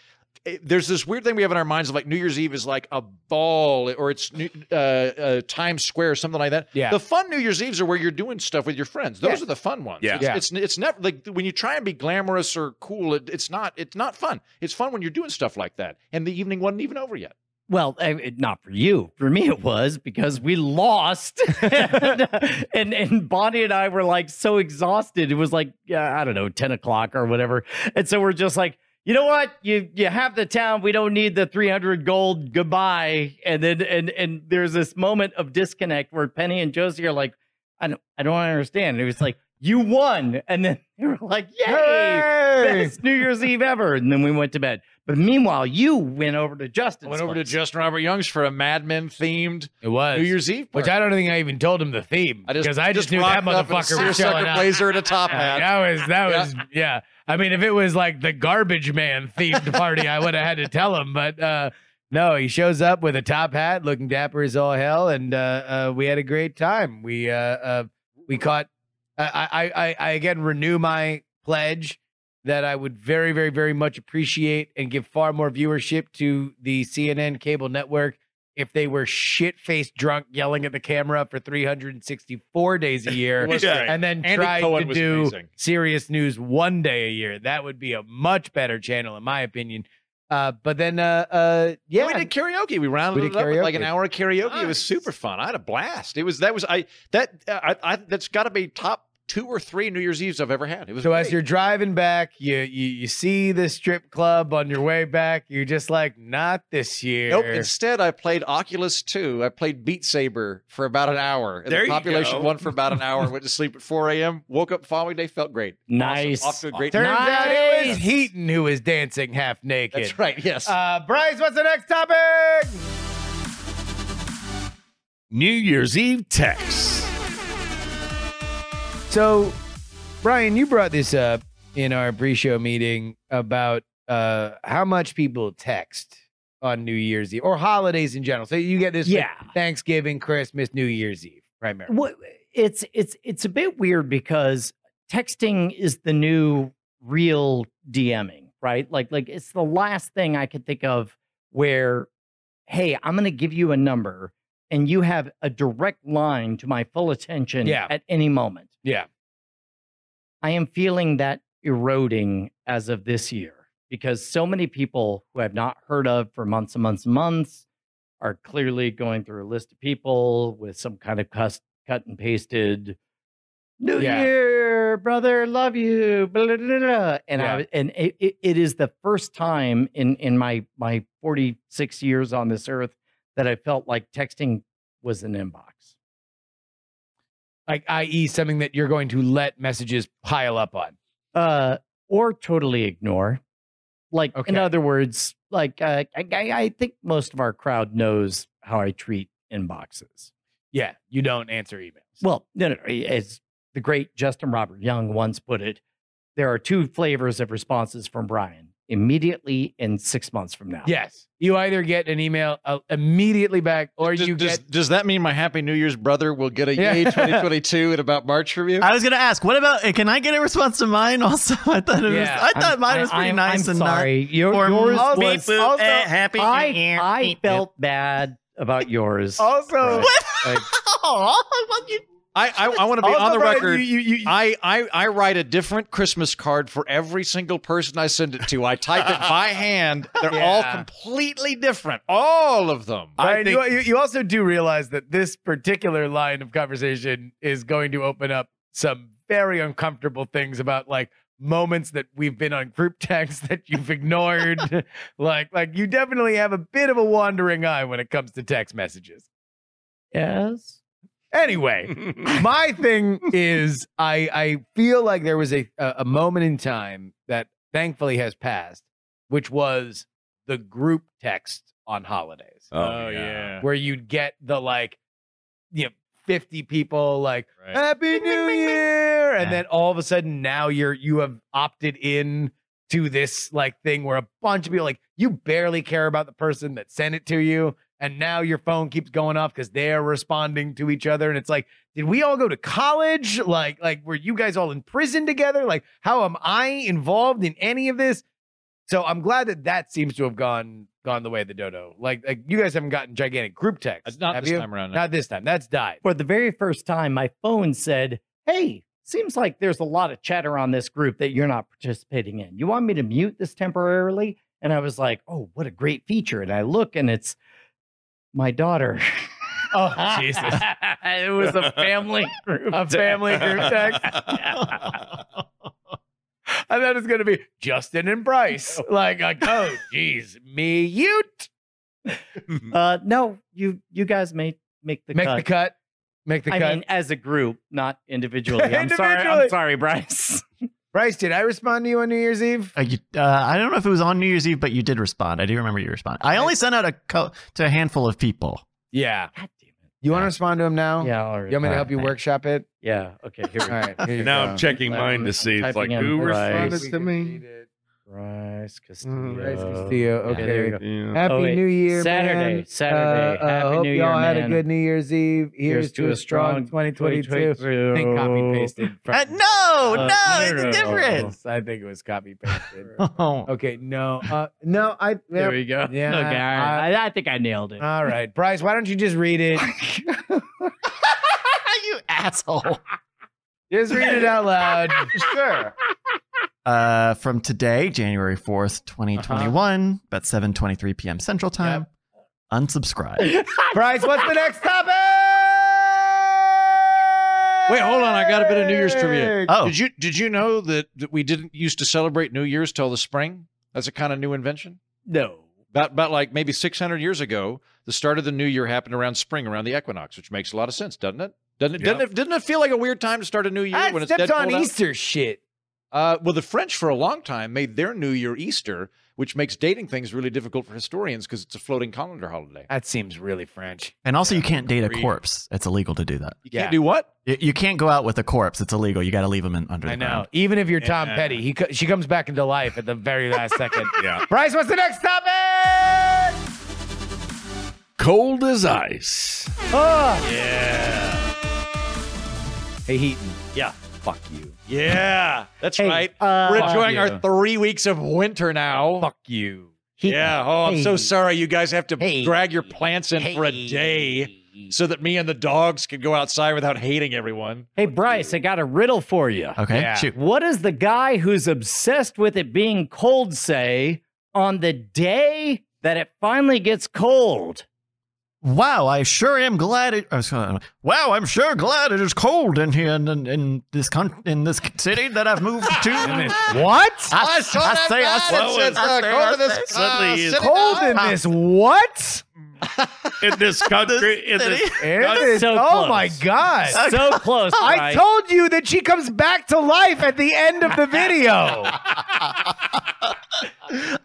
Speaker 5: it- there's this weird thing we have in our minds of like New Year's Eve is like a ball or it's new, uh, uh, Times Square or something like that.
Speaker 3: Yeah.
Speaker 5: The fun New Year's Eves are where you're doing stuff with your friends. Those are the fun ones.
Speaker 1: Yeah.
Speaker 5: It's, It's it's never like when you try and be glamorous or cool. It, it's not it's not fun. It's fun when you're doing stuff like that. And the evening wasn't even over yet.
Speaker 2: Well, I- it- not for you. For me, it was because we lost, and, and Bonnie and I were like so exhausted. It was like yeah, I don't know, ten o'clock or whatever, and so we're just like, you know what? You you have the town. We don't need the three hundred gold. Goodbye. And then and and there's this moment of disconnect where Penny and Josie are like, I don't I don't understand. And it was like you won, and then they were like, yay! Best New Year's Eve ever, and then we went to bed. But meanwhile, you went over to Justin's.
Speaker 5: Went over to
Speaker 2: place.
Speaker 5: Justin Robert Young's for a Mad Men themed
Speaker 3: It was.
Speaker 5: New Year's Eve
Speaker 3: which
Speaker 5: party.
Speaker 3: I don't think I even told him the theme
Speaker 5: I just-
Speaker 3: because I just,
Speaker 5: just
Speaker 3: knew that
Speaker 5: rocked up in a
Speaker 3: motherfucker was
Speaker 5: seersucker
Speaker 3: showing up.
Speaker 5: blazer and a top
Speaker 3: Yeah,
Speaker 5: hat.
Speaker 3: that was that
Speaker 5: Yeah.
Speaker 3: was yeah. I mean, if it was like the garbage man themed party, I would have had to tell him. But uh, no, he shows up with a top hat, looking dapper as all hell, and uh, uh, we had a great time. We uh, uh, we caught. I, I I I again renew my pledge that I would very very very much appreciate and give far more viewership to the CNN cable network. If they were shit faced drunk yelling at the camera for 364 days a year,
Speaker 5: It was
Speaker 1: Yeah.
Speaker 5: great.
Speaker 3: and then
Speaker 5: Andy
Speaker 3: try
Speaker 5: Cohen
Speaker 3: to
Speaker 5: was
Speaker 3: do
Speaker 5: amazing.
Speaker 3: serious news one day a year. That would be a much better channel, in my opinion. Uh, but then, uh, uh, yeah,
Speaker 5: we did karaoke. We rounded
Speaker 3: We did
Speaker 5: it up with like an
Speaker 3: karaoke.
Speaker 5: hour of karaoke. It was super fun. I had a blast. It was that was I that I, I that's got to be top two or three New Year's Eves I've ever had. It was
Speaker 3: so
Speaker 5: great.
Speaker 3: as you're driving back, you, you you see the strip club on your way back. You're just like, not this year.
Speaker 5: Nope. Instead, I played Oculus 2. I played Beat Saber for about an hour. And
Speaker 1: There
Speaker 5: the
Speaker 1: you
Speaker 5: population
Speaker 1: go.
Speaker 5: won for about an hour. Went to sleep at 4 a.m. Woke up the following day. Felt great. Awesome.
Speaker 2: Nice.
Speaker 5: Off to a great
Speaker 3: Turns
Speaker 5: start.
Speaker 3: out it
Speaker 2: Nice.
Speaker 3: was Heaton who was dancing half naked.
Speaker 5: That's right. Yes.
Speaker 3: Uh, Bryce, what's the next topic?
Speaker 1: New Year's Eve texts.
Speaker 3: So, Brian, you brought this up in our pre-show meeting about uh, how much people text on New Year's Eve or holidays in general. So you get this
Speaker 2: Yeah.
Speaker 3: with Thanksgiving, Christmas, New Year's Eve, primarily.
Speaker 2: What it's it's it's a bit weird because texting is the new real DMing, right? Like like it's the last thing I could think of where hey, I'm going to give you a number and you have a direct line to my full attention
Speaker 3: Yeah.
Speaker 2: at any moment.
Speaker 3: Yeah.
Speaker 2: I am feeling that eroding as of this year because so many people who I've not heard of for months and months and months are clearly going through a list of people with some kind of cus- cut and pasted New
Speaker 3: Yeah.
Speaker 2: Year, brother, love you, blah, blah, blah, blah. and I and it, it, it is the first time in in my my forty six years on this earth that I felt like texting was an inbox.
Speaker 3: Like, i.e., something that you're going to let messages pile up on.
Speaker 2: uh, or totally ignore. Like, in
Speaker 3: Okay.
Speaker 2: other words, like uh, I, I I think most of our crowd knows how I treat inboxes.
Speaker 3: Yeah, you don't answer emails.
Speaker 2: Well, no, no, no, as the great Justin Robert Young once put it, there are two flavors of responses from Brian: immediately and six months from now.
Speaker 3: yes, you either get an email uh, immediately back, or
Speaker 5: does,
Speaker 3: you
Speaker 5: does,
Speaker 3: get
Speaker 5: does that mean my Happy New Year's brother will get a
Speaker 3: Yeah.
Speaker 5: yay 2022 in about March from you?
Speaker 6: I was gonna ask, what about? Can I get a response to mine also? I thought it
Speaker 3: Yeah,
Speaker 6: was. I thought
Speaker 2: I'm-
Speaker 6: mine
Speaker 2: I-
Speaker 6: was pretty
Speaker 2: I'm-
Speaker 6: nice
Speaker 2: I'm
Speaker 6: and not-
Speaker 2: sorry. Your,
Speaker 6: or
Speaker 2: yours
Speaker 6: most
Speaker 2: was
Speaker 6: people, eh, happy. New
Speaker 2: I,
Speaker 6: Year,
Speaker 2: I
Speaker 6: beep, boop.
Speaker 2: felt bad about yours.
Speaker 3: Also,
Speaker 6: Oh, what you-
Speaker 5: I I, I want to be
Speaker 3: also,
Speaker 5: on the
Speaker 3: Brian,
Speaker 5: record.
Speaker 3: you- you- you-
Speaker 5: I, I I write a different Christmas card for every single person I send it to. I type it by hand. They're all
Speaker 3: Yeah.
Speaker 5: completely different. All of them.
Speaker 3: Brian, you- you, you also do realize that this particular line of conversation is going to open up some very uncomfortable things about like moments that we've been on group texts that you've ignored. like, like you definitely have a bit of a wandering eye when it comes to text messages.
Speaker 2: yes.
Speaker 1: Oh,
Speaker 3: Anyway, my thing is I I feel like there was a a a moment in time that thankfully has passed, which was the group text on holidays
Speaker 5: Oh,
Speaker 3: where you'd get the like, you know, 50 people like
Speaker 5: Right.
Speaker 3: Happy New Year, and
Speaker 6: Yeah.
Speaker 3: then all of a sudden now you're you have opted in to this like thing where a bunch of people like you barely care about the person that sent it to you, and now your phone keeps going off because they're responding to each other, and it's like, did we all go to college? Like, like were you guys all in prison together? Like, how am I involved in any of this? So I'm glad that that seems to have gone gone the way of the dodo. Like, like you guys haven't gotten gigantic group texts,
Speaker 5: It's not
Speaker 3: have
Speaker 5: this
Speaker 3: you?
Speaker 5: time around.
Speaker 3: Uh, Not this time. That's died.
Speaker 2: For the very first time, my phone said, Hey, seems like there's a lot of chatter on this group that you're not participating in. You want me to mute this temporarily? And I was like, Oh, what a great feature. And I look and it's my daughter.
Speaker 3: Oh
Speaker 2: it was a family group.
Speaker 3: A family group text. I thought it was gonna be Justin and Bryce. Like, like oh geez, me mute.
Speaker 2: Uh, no, you you guys make make the
Speaker 3: Make
Speaker 2: cut.
Speaker 3: the cut. Make the
Speaker 2: I
Speaker 3: cut.
Speaker 2: mean, as a group, not individually. I'm sorry. I'm
Speaker 3: Individually.
Speaker 2: sorry, Bryce.
Speaker 3: Bryce, did I respond to you on New Year's Eve?
Speaker 6: Uh, you, uh, I don't know if it was on New Year's Eve, but you did respond. I do remember you responded. I only sent out a co- to a handful of people.
Speaker 3: Yeah.
Speaker 2: God damn
Speaker 3: You want
Speaker 6: Yeah.
Speaker 3: to respond to him now?
Speaker 2: it. Yeah. All right.
Speaker 3: You want me to
Speaker 6: All
Speaker 3: help you
Speaker 6: right.
Speaker 3: workshop it?
Speaker 2: Yeah. Okay. Here we
Speaker 3: All
Speaker 2: go.
Speaker 3: right. here you
Speaker 1: now
Speaker 3: go.
Speaker 1: I'm checking mine to see. It's like
Speaker 2: Typing in
Speaker 1: who
Speaker 2: Bryce.
Speaker 1: responded to me?
Speaker 2: Bryce Castillo.
Speaker 1: Mm,
Speaker 3: Bryce Castillo. Okay.
Speaker 2: Uh, Yeah, there you go.
Speaker 1: Yeah.
Speaker 3: Happy
Speaker 2: Oh, wait.
Speaker 3: New Year,
Speaker 2: Saturday.
Speaker 3: man.
Speaker 2: Saturday.
Speaker 3: Uh, uh,
Speaker 2: Happy
Speaker 3: hope
Speaker 2: New Year,
Speaker 3: y'all had a
Speaker 2: man.
Speaker 3: good New Year's Eve. Here's, to, a strong 2022. I think copy pasted. from-
Speaker 6: Uh, no,
Speaker 2: Uh,
Speaker 6: no,
Speaker 2: no,
Speaker 6: it's
Speaker 2: no, no,
Speaker 6: different.
Speaker 3: I think it was copy pasted.
Speaker 6: Oh.
Speaker 3: okay, no, uh, no, I.
Speaker 2: There we go.
Speaker 3: Yeah,
Speaker 2: Okay. all
Speaker 3: I-
Speaker 2: right. I, I think I nailed it.
Speaker 3: all right, Bryce, why don't you just read it?
Speaker 6: you asshole.
Speaker 3: Just read it out loud.
Speaker 5: sure.
Speaker 6: Uh, from today, January 4th, 2021,
Speaker 3: Uh-huh.
Speaker 6: about 7.23 p.m. Central Time, unsubscribe.
Speaker 3: Bryce, what's the next topic?
Speaker 5: Wait, hold on. I got a bit of New Year's trivia.
Speaker 6: Oh.
Speaker 5: Did you did you know that, that we didn't used to celebrate New Year's till the spring? That's a kind of new invention.
Speaker 2: No.
Speaker 5: About about like maybe 600 years ago, the start of the new year happened around spring, around the equinox, which makes a lot of sense, doesn't it? Doesn't it? Doesn't it, doesn't it feel like a weird time to start a new year
Speaker 3: I
Speaker 5: when it's
Speaker 3: stepped
Speaker 5: dead
Speaker 3: on
Speaker 5: cold out?
Speaker 3: Easter shit.
Speaker 5: Uh, well, the French for a long time made their New Year Easter, which makes dating things really difficult for historians because it's a floating calendar holiday.
Speaker 3: That seems really French.
Speaker 6: And also, you can't date a
Speaker 5: Agreed.
Speaker 6: corpse. It's illegal to do that.
Speaker 5: You
Speaker 3: Yeah.
Speaker 5: can't do what?
Speaker 6: You, you can't go out with a corpse. It's illegal. You got to leave them in, under the
Speaker 3: I know.
Speaker 6: ground.
Speaker 3: Even if you're Tom Petty, he co- she comes back into life at the very last second.
Speaker 1: Yeah.
Speaker 3: Bryce, what's the next topic?
Speaker 1: Cold as ice.
Speaker 3: Oh. Yeah. Hey, Heaton.
Speaker 5: Yeah.
Speaker 3: Fuck you.
Speaker 5: Yeah, that's
Speaker 2: Hey,
Speaker 5: right.
Speaker 2: uh,
Speaker 5: We're
Speaker 3: fuck
Speaker 5: enjoying
Speaker 3: you.
Speaker 5: our three weeks of winter now.
Speaker 3: Fuck you.
Speaker 2: He-
Speaker 5: Yeah. Oh, I'm so
Speaker 2: Hey.
Speaker 5: sorry you guys have to
Speaker 2: Hey.
Speaker 5: drag your plants in for a day so that me and the dogs can go outside without hating everyone.
Speaker 2: Hey, Bryce, I got a riddle for you.
Speaker 6: Okay,
Speaker 3: Yeah.
Speaker 6: shoot.
Speaker 2: What does the guy who's obsessed with it being cold say on the day that it finally gets cold?
Speaker 6: Wow, I sure am glad it. I was gonna, wow, I'm sure glad it is cold in here in, in, in this con- in this city that I've moved to.
Speaker 3: What?
Speaker 6: I, I uh, say, I say, I say, I say. uh,
Speaker 1: Suddenly, it's
Speaker 3: Cold in this what?
Speaker 1: in this country. in this,
Speaker 3: In
Speaker 1: That's
Speaker 3: this-
Speaker 2: so
Speaker 3: oh
Speaker 2: close.
Speaker 3: my god.
Speaker 2: So close.
Speaker 3: I
Speaker 2: Bryce.
Speaker 3: told you that she comes back to life at the end of the video.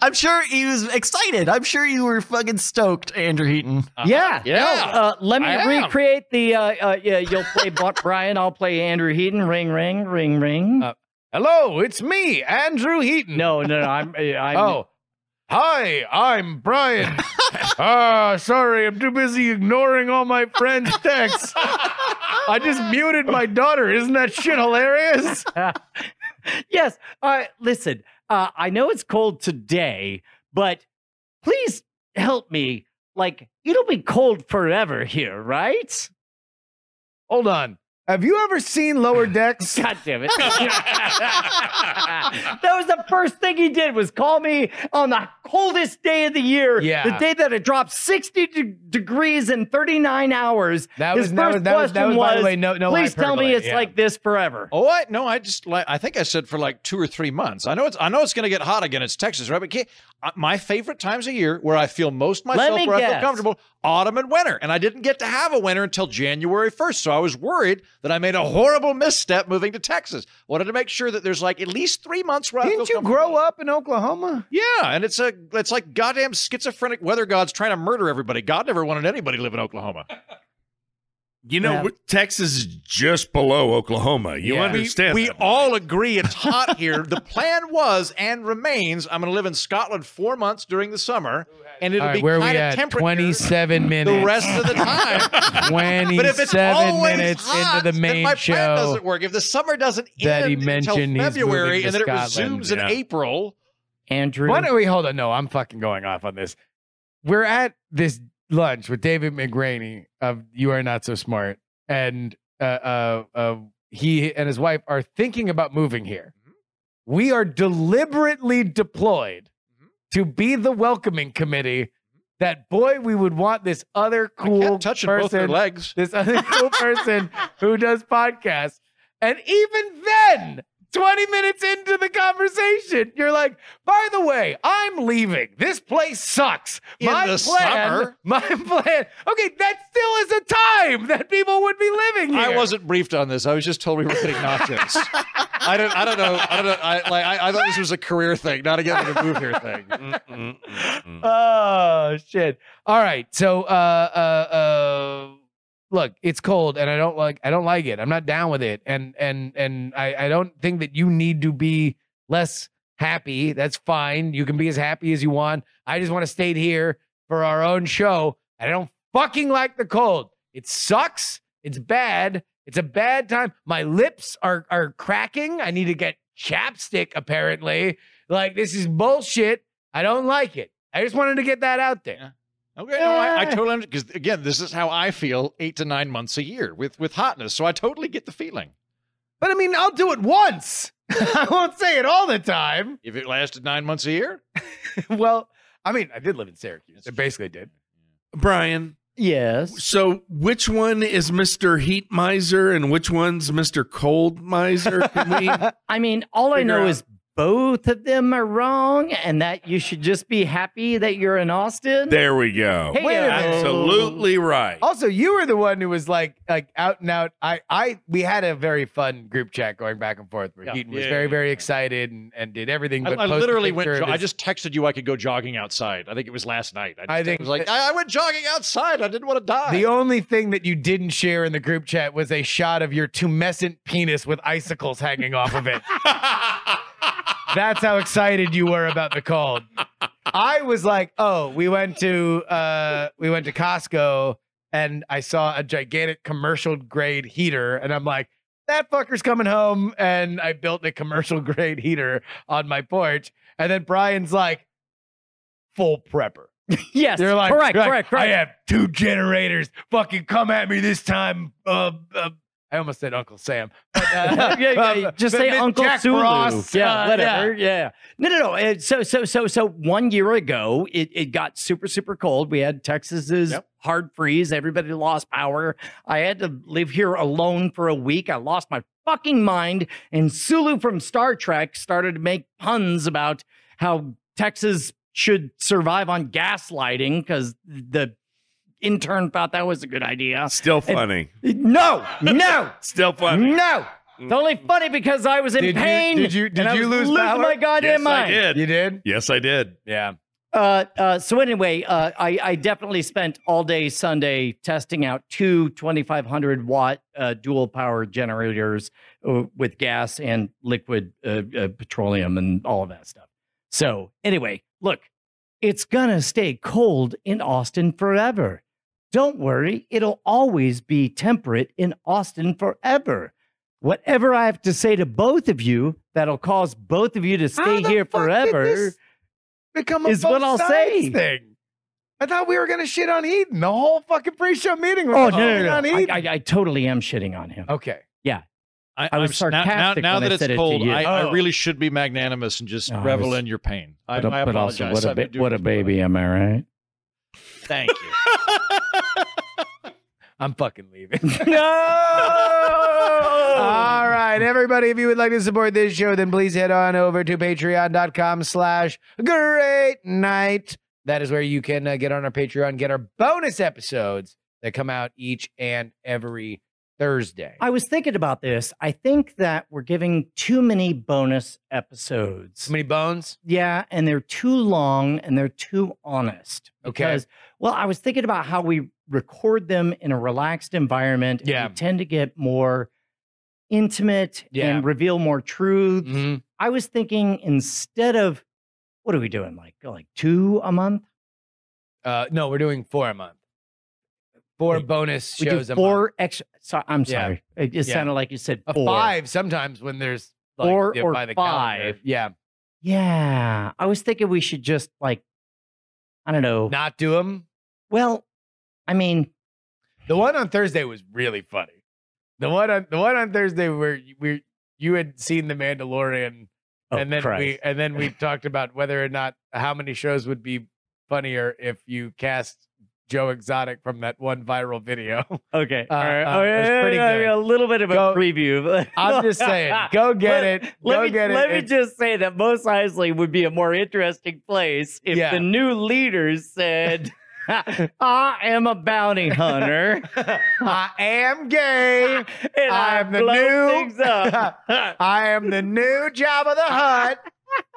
Speaker 6: I'm sure he was excited. I'm sure you were fucking stoked, Andrew Heaton.
Speaker 3: Uh,
Speaker 2: Yeah.
Speaker 5: Yeah.
Speaker 2: No, uh, let me
Speaker 5: I am.
Speaker 2: recreate the. Uh, uh, yeah, you'll play Bart Brian. I'll play Andrew Heaton. Ring, ring, ring, ring.
Speaker 3: Uh, Hello, it's me, Andrew Heaton.
Speaker 2: no, no, no. I'm. uh, I'm
Speaker 3: Oh. Hi, I'm Brian. Ah, sorry, I'm too busy ignoring all my friends' texts. I just muted my daughter. Isn't that shit hilarious?
Speaker 2: Yes. Uh, listen, uh, I know it's cold today, but please help me like it'll be cold forever here, right?
Speaker 3: Hold on. Have you ever seen Lower Decks?
Speaker 2: God damn it. that was the first thing he did was call me on the coldest day of the year.
Speaker 3: Yeah.
Speaker 2: The day that it dropped 60 de- degrees in 39 hours.
Speaker 3: That
Speaker 2: His
Speaker 3: was that was,
Speaker 2: first
Speaker 3: that was, that
Speaker 2: question
Speaker 3: was, by the
Speaker 2: was,
Speaker 3: way, no, no.
Speaker 2: Please tell me
Speaker 3: hyperbole,
Speaker 2: it's
Speaker 3: yeah.
Speaker 2: like this forever.
Speaker 5: Oh, I no, I just like I think I said for like two or three months. I know it's I know it's going to get hot again. It's Texas, right? But can't, uh, my favorite times of year where I feel most myself,
Speaker 2: me
Speaker 5: where I feel
Speaker 2: guess.
Speaker 5: comfortable, autumn and winter. And I didn't get to have a winter until January first, so I was worried that I made a horrible misstep moving to Texas. Wanted to make sure that there's like at least three months where I
Speaker 3: Didn't
Speaker 5: feel
Speaker 3: you grow up in Oklahoma?
Speaker 5: Yeah, and it's a it's like goddamn schizophrenic weather gods trying to murder everybody. God never wanted anybody to live in Oklahoma.
Speaker 1: You know,
Speaker 2: Yeah.
Speaker 1: w- Texas is just below Oklahoma. You
Speaker 3: Yeah. We-
Speaker 1: understand?
Speaker 5: we
Speaker 1: that,
Speaker 5: all agree it's hot here. The plan was and remains I'm going to live in Scotland four months during the summer, and it'll
Speaker 3: All right,
Speaker 5: be
Speaker 3: where are we
Speaker 5: kind of
Speaker 3: at?
Speaker 5: temperate
Speaker 3: Twenty-seven minutes.
Speaker 5: the rest of the time.
Speaker 3: Twenty-seven
Speaker 5: but if it's always
Speaker 3: minutes
Speaker 5: hot,
Speaker 3: into the
Speaker 5: then
Speaker 3: main
Speaker 5: my plan
Speaker 3: show,
Speaker 5: doesn't work. If the summer doesn't
Speaker 3: that
Speaker 5: end
Speaker 3: he
Speaker 5: until
Speaker 3: mentioned he's moving
Speaker 5: February
Speaker 3: to
Speaker 5: and then it
Speaker 3: Scotland.
Speaker 5: resumes in
Speaker 1: Yeah.
Speaker 5: April,
Speaker 2: Andrew.
Speaker 3: Why don't we hold on? No, I'm fucking going off on this. We're at this lunch with David McGraney of You Are Not So Smart, and uh, uh, uh, he and his wife are thinking about moving here.
Speaker 5: Mm-hmm.
Speaker 3: We are deliberately deployed
Speaker 5: Mm-hmm.
Speaker 3: to be the welcoming committee. That boy, we would want this other cool
Speaker 5: can't touch
Speaker 3: person,
Speaker 5: both their legs.
Speaker 3: this other cool person who does podcasts, and even then. 20 minutes into the conversation, you're like, by the way, I'm leaving. This place sucks.
Speaker 5: In
Speaker 3: my
Speaker 5: the
Speaker 3: plan,
Speaker 5: summer.
Speaker 3: my plan. Okay, that still is a time that people would be living here.
Speaker 5: I wasn't briefed on this. I was just told we were getting nachos. I don't. I don't know. I don't know. I like. I, I thought this was a career thing, not a get to move here thing.
Speaker 1: Mm,
Speaker 3: Oh shit. All right. So uh uh uh look, it's cold and I don't like I don't like it. I'm not down with it. And and and I, I don't think that you need to be less happy. That's fine. You can be as happy as you want. I just want to stay here for our own show. I don't fucking like the cold. It sucks. It's bad. It's a bad time. My lips are are cracking. I need to get chapstick apparently. Like this is bullshit. I don't like it. I just wanted to get that out there.
Speaker 5: Okay, no, I,
Speaker 2: Eh.
Speaker 5: I totally understand because again, this is how I feel eight to nine months a year with with hotness. So I totally get the feeling.
Speaker 3: But I mean, I'll do it once. I won't say it all the time.
Speaker 5: If it lasted nine months a year,
Speaker 3: well, I mean, I did live in Syracuse. I basically did.
Speaker 1: Brian.
Speaker 2: yes.
Speaker 1: So, which one is Mister Heat Miser and which one's Mister Cold Miser? Can we?
Speaker 2: I mean, all I
Speaker 1: Figure
Speaker 2: know
Speaker 1: out.
Speaker 2: is both of them are wrong and that you should just be happy that you're in Austin.
Speaker 1: there we go.
Speaker 2: Hey,
Speaker 3: Wait a
Speaker 2: uh,
Speaker 3: minute.
Speaker 1: Absolutely right.
Speaker 3: Also, you were the one who was like, like out and out. I, I, we had a very fun group chat going back and forth. Where
Speaker 5: Yeah.
Speaker 3: Heaton was
Speaker 5: Yeah,
Speaker 3: very,
Speaker 5: yeah,
Speaker 3: very
Speaker 5: yeah.
Speaker 3: excited and, and did everything.
Speaker 5: I,
Speaker 3: But
Speaker 5: I
Speaker 3: post a
Speaker 5: literally went.
Speaker 3: picture of
Speaker 5: Jo- I
Speaker 3: his-
Speaker 5: just texted you I could go jogging outside. I think it was last night. I,
Speaker 3: I
Speaker 5: just-
Speaker 3: think
Speaker 5: was like
Speaker 3: that-
Speaker 5: I, I went jogging outside. I didn't want to die.
Speaker 3: The only thing that you didn't share in the group chat was a shot of your tumescent penis with icicles hanging off of it. That's how excited you were about the cold. I was like, oh, we went to uh, we went to Costco and I saw a gigantic commercial grade heater, and I'm like, that fucker's coming home. And I built a commercial grade heater on my porch. And then Brian's like, full prepper.
Speaker 2: yes.
Speaker 3: They're like,
Speaker 2: correct,
Speaker 3: they're like,
Speaker 2: correct, correct.
Speaker 3: I have two generators. Fucking come at me this time. Uh, uh, I almost said Uncle Sam. But, uh,
Speaker 2: yeah, yeah, yeah,
Speaker 3: um,
Speaker 2: just
Speaker 3: but
Speaker 2: say
Speaker 3: then
Speaker 2: Uncle
Speaker 3: Jack
Speaker 2: Sulu.
Speaker 3: Frost,
Speaker 2: yeah,
Speaker 3: uh,
Speaker 2: whatever. Yeah. No, no, no. Uh, So, so, so, so one year ago, it, it got super, super cold. We had Texas's
Speaker 5: Yep.
Speaker 2: hard freeze. Everybody lost power. I had to live here alone for a week. I lost my fucking mind. And Sulu from Star Trek started to make puns about how Texas should survive on gaslighting because the intern thought that was a good idea.
Speaker 1: Still funny.
Speaker 2: No, no.
Speaker 1: Still funny.
Speaker 2: No, it's only funny because I was in
Speaker 3: Did you-
Speaker 2: pain.
Speaker 3: did you-
Speaker 2: and
Speaker 3: did
Speaker 2: I
Speaker 3: you
Speaker 2: was
Speaker 3: lose
Speaker 2: losing
Speaker 3: power?
Speaker 2: my goddamn
Speaker 1: Yes, I
Speaker 2: mind?
Speaker 1: did.
Speaker 3: You did?
Speaker 1: Yes, I did.
Speaker 3: Yeah.
Speaker 2: Uh, uh, so anyway, uh, I, I definitely spent all day Sunday testing out two 2,500 watt uh, dual power generators uh, with gas and liquid uh, uh, petroleum and all of that stuff. So anyway, look, it's gonna stay cold in Austin forever. Don't worry, it'll always be temperate in Austin forever. Whatever I have to say to both of you that'll cause both of you to
Speaker 3: How
Speaker 2: stay
Speaker 3: the
Speaker 2: here
Speaker 3: fuck did
Speaker 2: forever.
Speaker 3: this Become a
Speaker 2: Is what
Speaker 3: both
Speaker 2: I'll
Speaker 3: sides
Speaker 2: say.
Speaker 3: Thing. I thought we were gonna shit on Eden. The whole fucking pre-show meeting was
Speaker 2: Oh, no,
Speaker 3: shit
Speaker 2: no,
Speaker 3: on
Speaker 2: no. I,
Speaker 3: Eden.
Speaker 2: I, I totally am shitting on him.
Speaker 3: okay.
Speaker 2: I was
Speaker 5: I'm- now-
Speaker 2: sarcastic
Speaker 5: Now, now,
Speaker 2: when I
Speaker 5: that
Speaker 2: said it
Speaker 5: it's
Speaker 2: to
Speaker 5: cold,
Speaker 2: you.
Speaker 5: I, I
Speaker 3: Oh.
Speaker 5: really should be magnanimous and just
Speaker 2: No, I
Speaker 5: revel
Speaker 2: was-
Speaker 5: in your pain. I,
Speaker 2: But,
Speaker 5: I
Speaker 2: but also, what
Speaker 5: apologize.
Speaker 2: a,
Speaker 5: I've been
Speaker 2: ba-
Speaker 5: doing
Speaker 2: what a
Speaker 5: this for while.
Speaker 2: baby, am I right?
Speaker 5: Thank you.
Speaker 3: I'm fucking leaving.
Speaker 2: No!
Speaker 3: All right, everybody, if you would like to support this show, then please head on over to patreon.com slash great night. That is where you can uh, get on our Patreon, get our bonus episodes that come out each and every Thursday.
Speaker 2: I was thinking about this. I think that we're giving too many bonus episodes.
Speaker 3: So many bones?
Speaker 2: Yeah, and they're too long and they're too honest.
Speaker 3: Okay.
Speaker 2: Because, well, I was thinking about how we record them in a relaxed environment. and
Speaker 3: Yeah.
Speaker 2: We tend to get more intimate
Speaker 3: Yeah.
Speaker 2: and reveal more truth.
Speaker 3: Mhm.
Speaker 2: I was thinking instead of what are we doing? Like like two a month?
Speaker 3: Uh, no, we're doing four a month. Four bonus
Speaker 2: We
Speaker 3: shows
Speaker 2: do
Speaker 3: a month.
Speaker 2: four extra. So, I'm
Speaker 3: Yeah.
Speaker 2: sorry. It, it
Speaker 3: Yeah.
Speaker 2: sounded like you said
Speaker 3: A
Speaker 2: four.
Speaker 3: five sometimes when there's like,
Speaker 2: Four
Speaker 3: the-
Speaker 2: or
Speaker 3: by the calendar.
Speaker 2: five.
Speaker 3: Yeah.
Speaker 2: Yeah. I was thinking we should just like, I don't know.
Speaker 3: Not do them.
Speaker 2: well, I mean,
Speaker 3: The one on Thursday was really funny. The one on the one on Thursday where y- we you had seen The Mandalorian,
Speaker 2: oh,
Speaker 3: and then we
Speaker 2: Christ.
Speaker 3: and then we talked about whether or not how many shows would be funnier if you cast Joe Exotic from that one viral video.
Speaker 2: Okay.
Speaker 3: Uh,
Speaker 2: all right.
Speaker 3: uh,
Speaker 2: oh,
Speaker 3: it
Speaker 2: yeah,
Speaker 3: was
Speaker 2: yeah,
Speaker 3: pretty
Speaker 2: yeah,
Speaker 3: good.
Speaker 2: yeah, A little bit of a
Speaker 3: Go-
Speaker 2: preview.
Speaker 3: I'm just saying, go get
Speaker 2: Let-
Speaker 3: it,
Speaker 2: Let
Speaker 3: go
Speaker 2: me
Speaker 3: get it.
Speaker 2: let me
Speaker 3: It's-
Speaker 2: just say that Mos Eisley would be a more interesting place if
Speaker 3: Yeah.
Speaker 2: the new leaders said, "I am a bounty hunter,
Speaker 3: I am gay.
Speaker 2: and I,
Speaker 3: I'm the
Speaker 2: blow
Speaker 3: new-
Speaker 2: things up." uh,
Speaker 3: I am the new Job of the Hutt.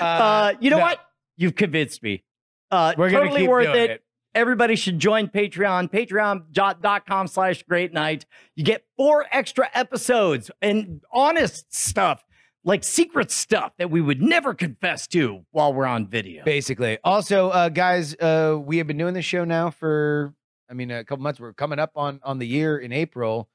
Speaker 3: Uh,
Speaker 2: you know
Speaker 3: no.
Speaker 2: what? You've convinced me. Uh,
Speaker 3: We're gonna
Speaker 2: totally
Speaker 3: keep
Speaker 2: worth
Speaker 3: doing
Speaker 2: it.
Speaker 3: it.
Speaker 2: Everybody should join Patreon, patreon.com slash great night. You get four extra episodes and honest stuff, like secret stuff that we would never confess to while we're on video.
Speaker 3: Basically. Also, uh, guys, uh, we have been doing this show now for, I mean, a couple months. We're coming up on on the year in April.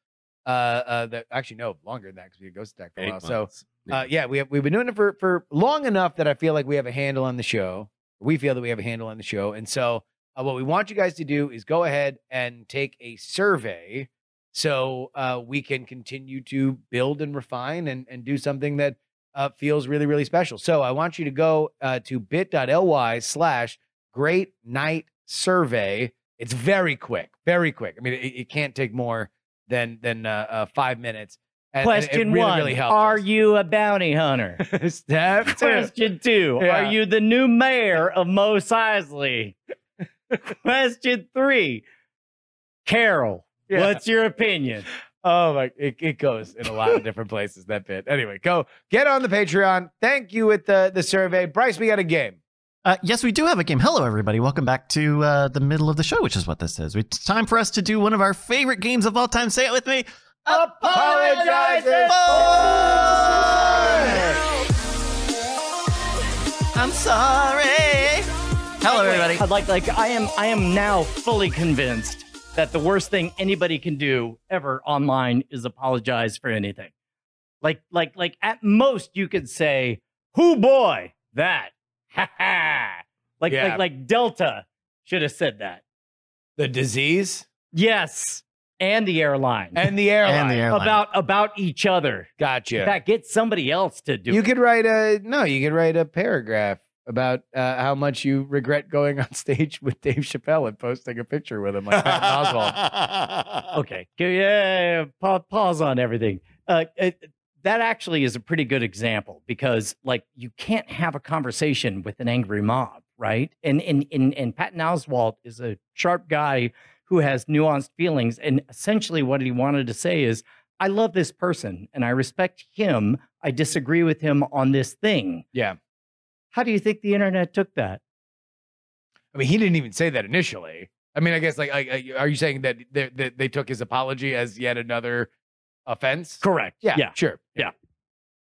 Speaker 3: Uh, uh, that actually no longer than that because we had Ghost Attack for a while. So, uh, yeah, we have we've been doing it for for long enough that I feel like we have a handle on the show. We feel that we have a handle on the show, and so uh, what we want you guys to do is go ahead and take a survey, so uh, we can continue to build and refine and and do something that uh, feels really really special. So I want you to go uh, to bit.ly slash Great Night Survey. It's very quick, very quick. I mean, it, it can't take more than than uh, uh, five minutes. And- and it
Speaker 2: Question
Speaker 3: really,
Speaker 2: one
Speaker 3: really helps
Speaker 2: Are
Speaker 3: us.
Speaker 2: you a bounty hunter?
Speaker 3: Step two.
Speaker 2: Question two
Speaker 3: Yeah.
Speaker 2: Are you the new mayor of Mos Eisley? Question three Carol,
Speaker 3: Yeah.
Speaker 2: what's your opinion?
Speaker 3: Oh my! It, it goes in a lot of different places. That bit. Anyway, go get on the Patreon. Thank you with the the survey, Bryce. We got a game.
Speaker 6: Uh, yes, we do have a game. Hello, everybody. Welcome back to uh, the middle of the show, which is what this is. It's time for us to do one of our favorite games of all time. Say it with me.
Speaker 3: Apologizes
Speaker 6: for- I'm sorry. Hello, everybody.
Speaker 2: I'd like like I am I am now fully convinced that the worst thing anybody can do ever online is apologize for anything. Like like like at most you could say, "Who boy that?" Ha ha. Like
Speaker 3: Yeah.
Speaker 2: like like Delta should have said that.
Speaker 3: The disease
Speaker 2: Yes, and the airline,
Speaker 3: and the airline.
Speaker 6: And the airline.
Speaker 2: about about each other. In
Speaker 3: Gotcha.
Speaker 2: fact, get somebody else to do
Speaker 3: You
Speaker 2: it.
Speaker 3: could write a no. You could write a paragraph about uh, how much you regret going on stage with Dave Chappelle and posting a picture with him like Patton Oswald.
Speaker 2: okay. Go- Yeah, pa- pause on everything. Uh, it, that actually is a pretty good example because, like, you can't have a conversation with an angry mob, right? And and and, and Patton Oswalt is a sharp guy who has nuanced feelings, and essentially what he wanted to say is, "I love this person and I respect him. I disagree with him on this thing."
Speaker 3: Yeah.
Speaker 2: How do you think the internet took that?
Speaker 3: I mean, he didn't even say that initially. I mean, I guess like, like uh, are you saying that they, that they took his apology as yet another offense?
Speaker 2: Correct.
Speaker 3: Yeah,
Speaker 2: Yeah.
Speaker 3: sure.
Speaker 2: Yeah.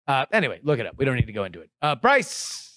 Speaker 3: Uh, anyway, look it up. We don't need to go into it. Uh, Bryce,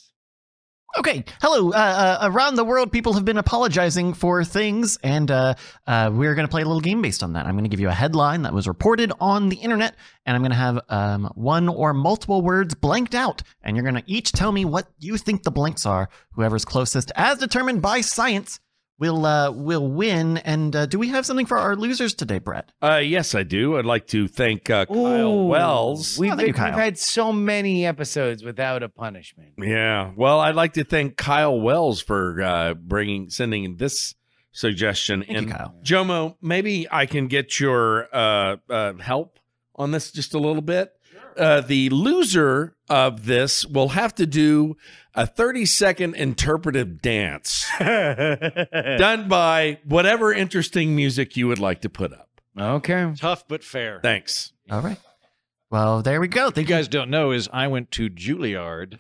Speaker 6: Okay, hello. Uh, uh, around the world, people have been apologizing for things, and uh, uh, we're going to play a little game based on that. I'm going to give you a headline that was reported on the internet, and I'm going to have um, one or multiple words blanked out, and you're going to each tell me what you think the blanks are. Whoever's closest, as determined by science, we'll uh, we'll win. And uh, do we have something for our losers today, Brett?
Speaker 1: Uh, yes, I do. I'd like to thank uh, Kyle
Speaker 3: Ooh.
Speaker 1: Wells.
Speaker 3: We've,
Speaker 6: thank
Speaker 3: been-
Speaker 6: you, Kyle.
Speaker 3: we've had so many episodes without a punishment.
Speaker 1: Yeah. Well, I'd like to thank Kyle Wells for uh, bringing sending this suggestion
Speaker 6: Thank
Speaker 1: in.
Speaker 6: you, Kyle.
Speaker 1: Jomo, maybe I can get your uh, uh, help on this just a little bit. Uh, the loser of this will have to do a 30 second interpretive dance
Speaker 2: Oh,
Speaker 1: done by whatever interesting music you would like to put up.
Speaker 3: Okay.
Speaker 5: Tough but fair.
Speaker 1: Thanks.
Speaker 6: All right. Well, there we go.
Speaker 5: you
Speaker 6: Thank you.
Speaker 5: guys don't know is I went to Juilliard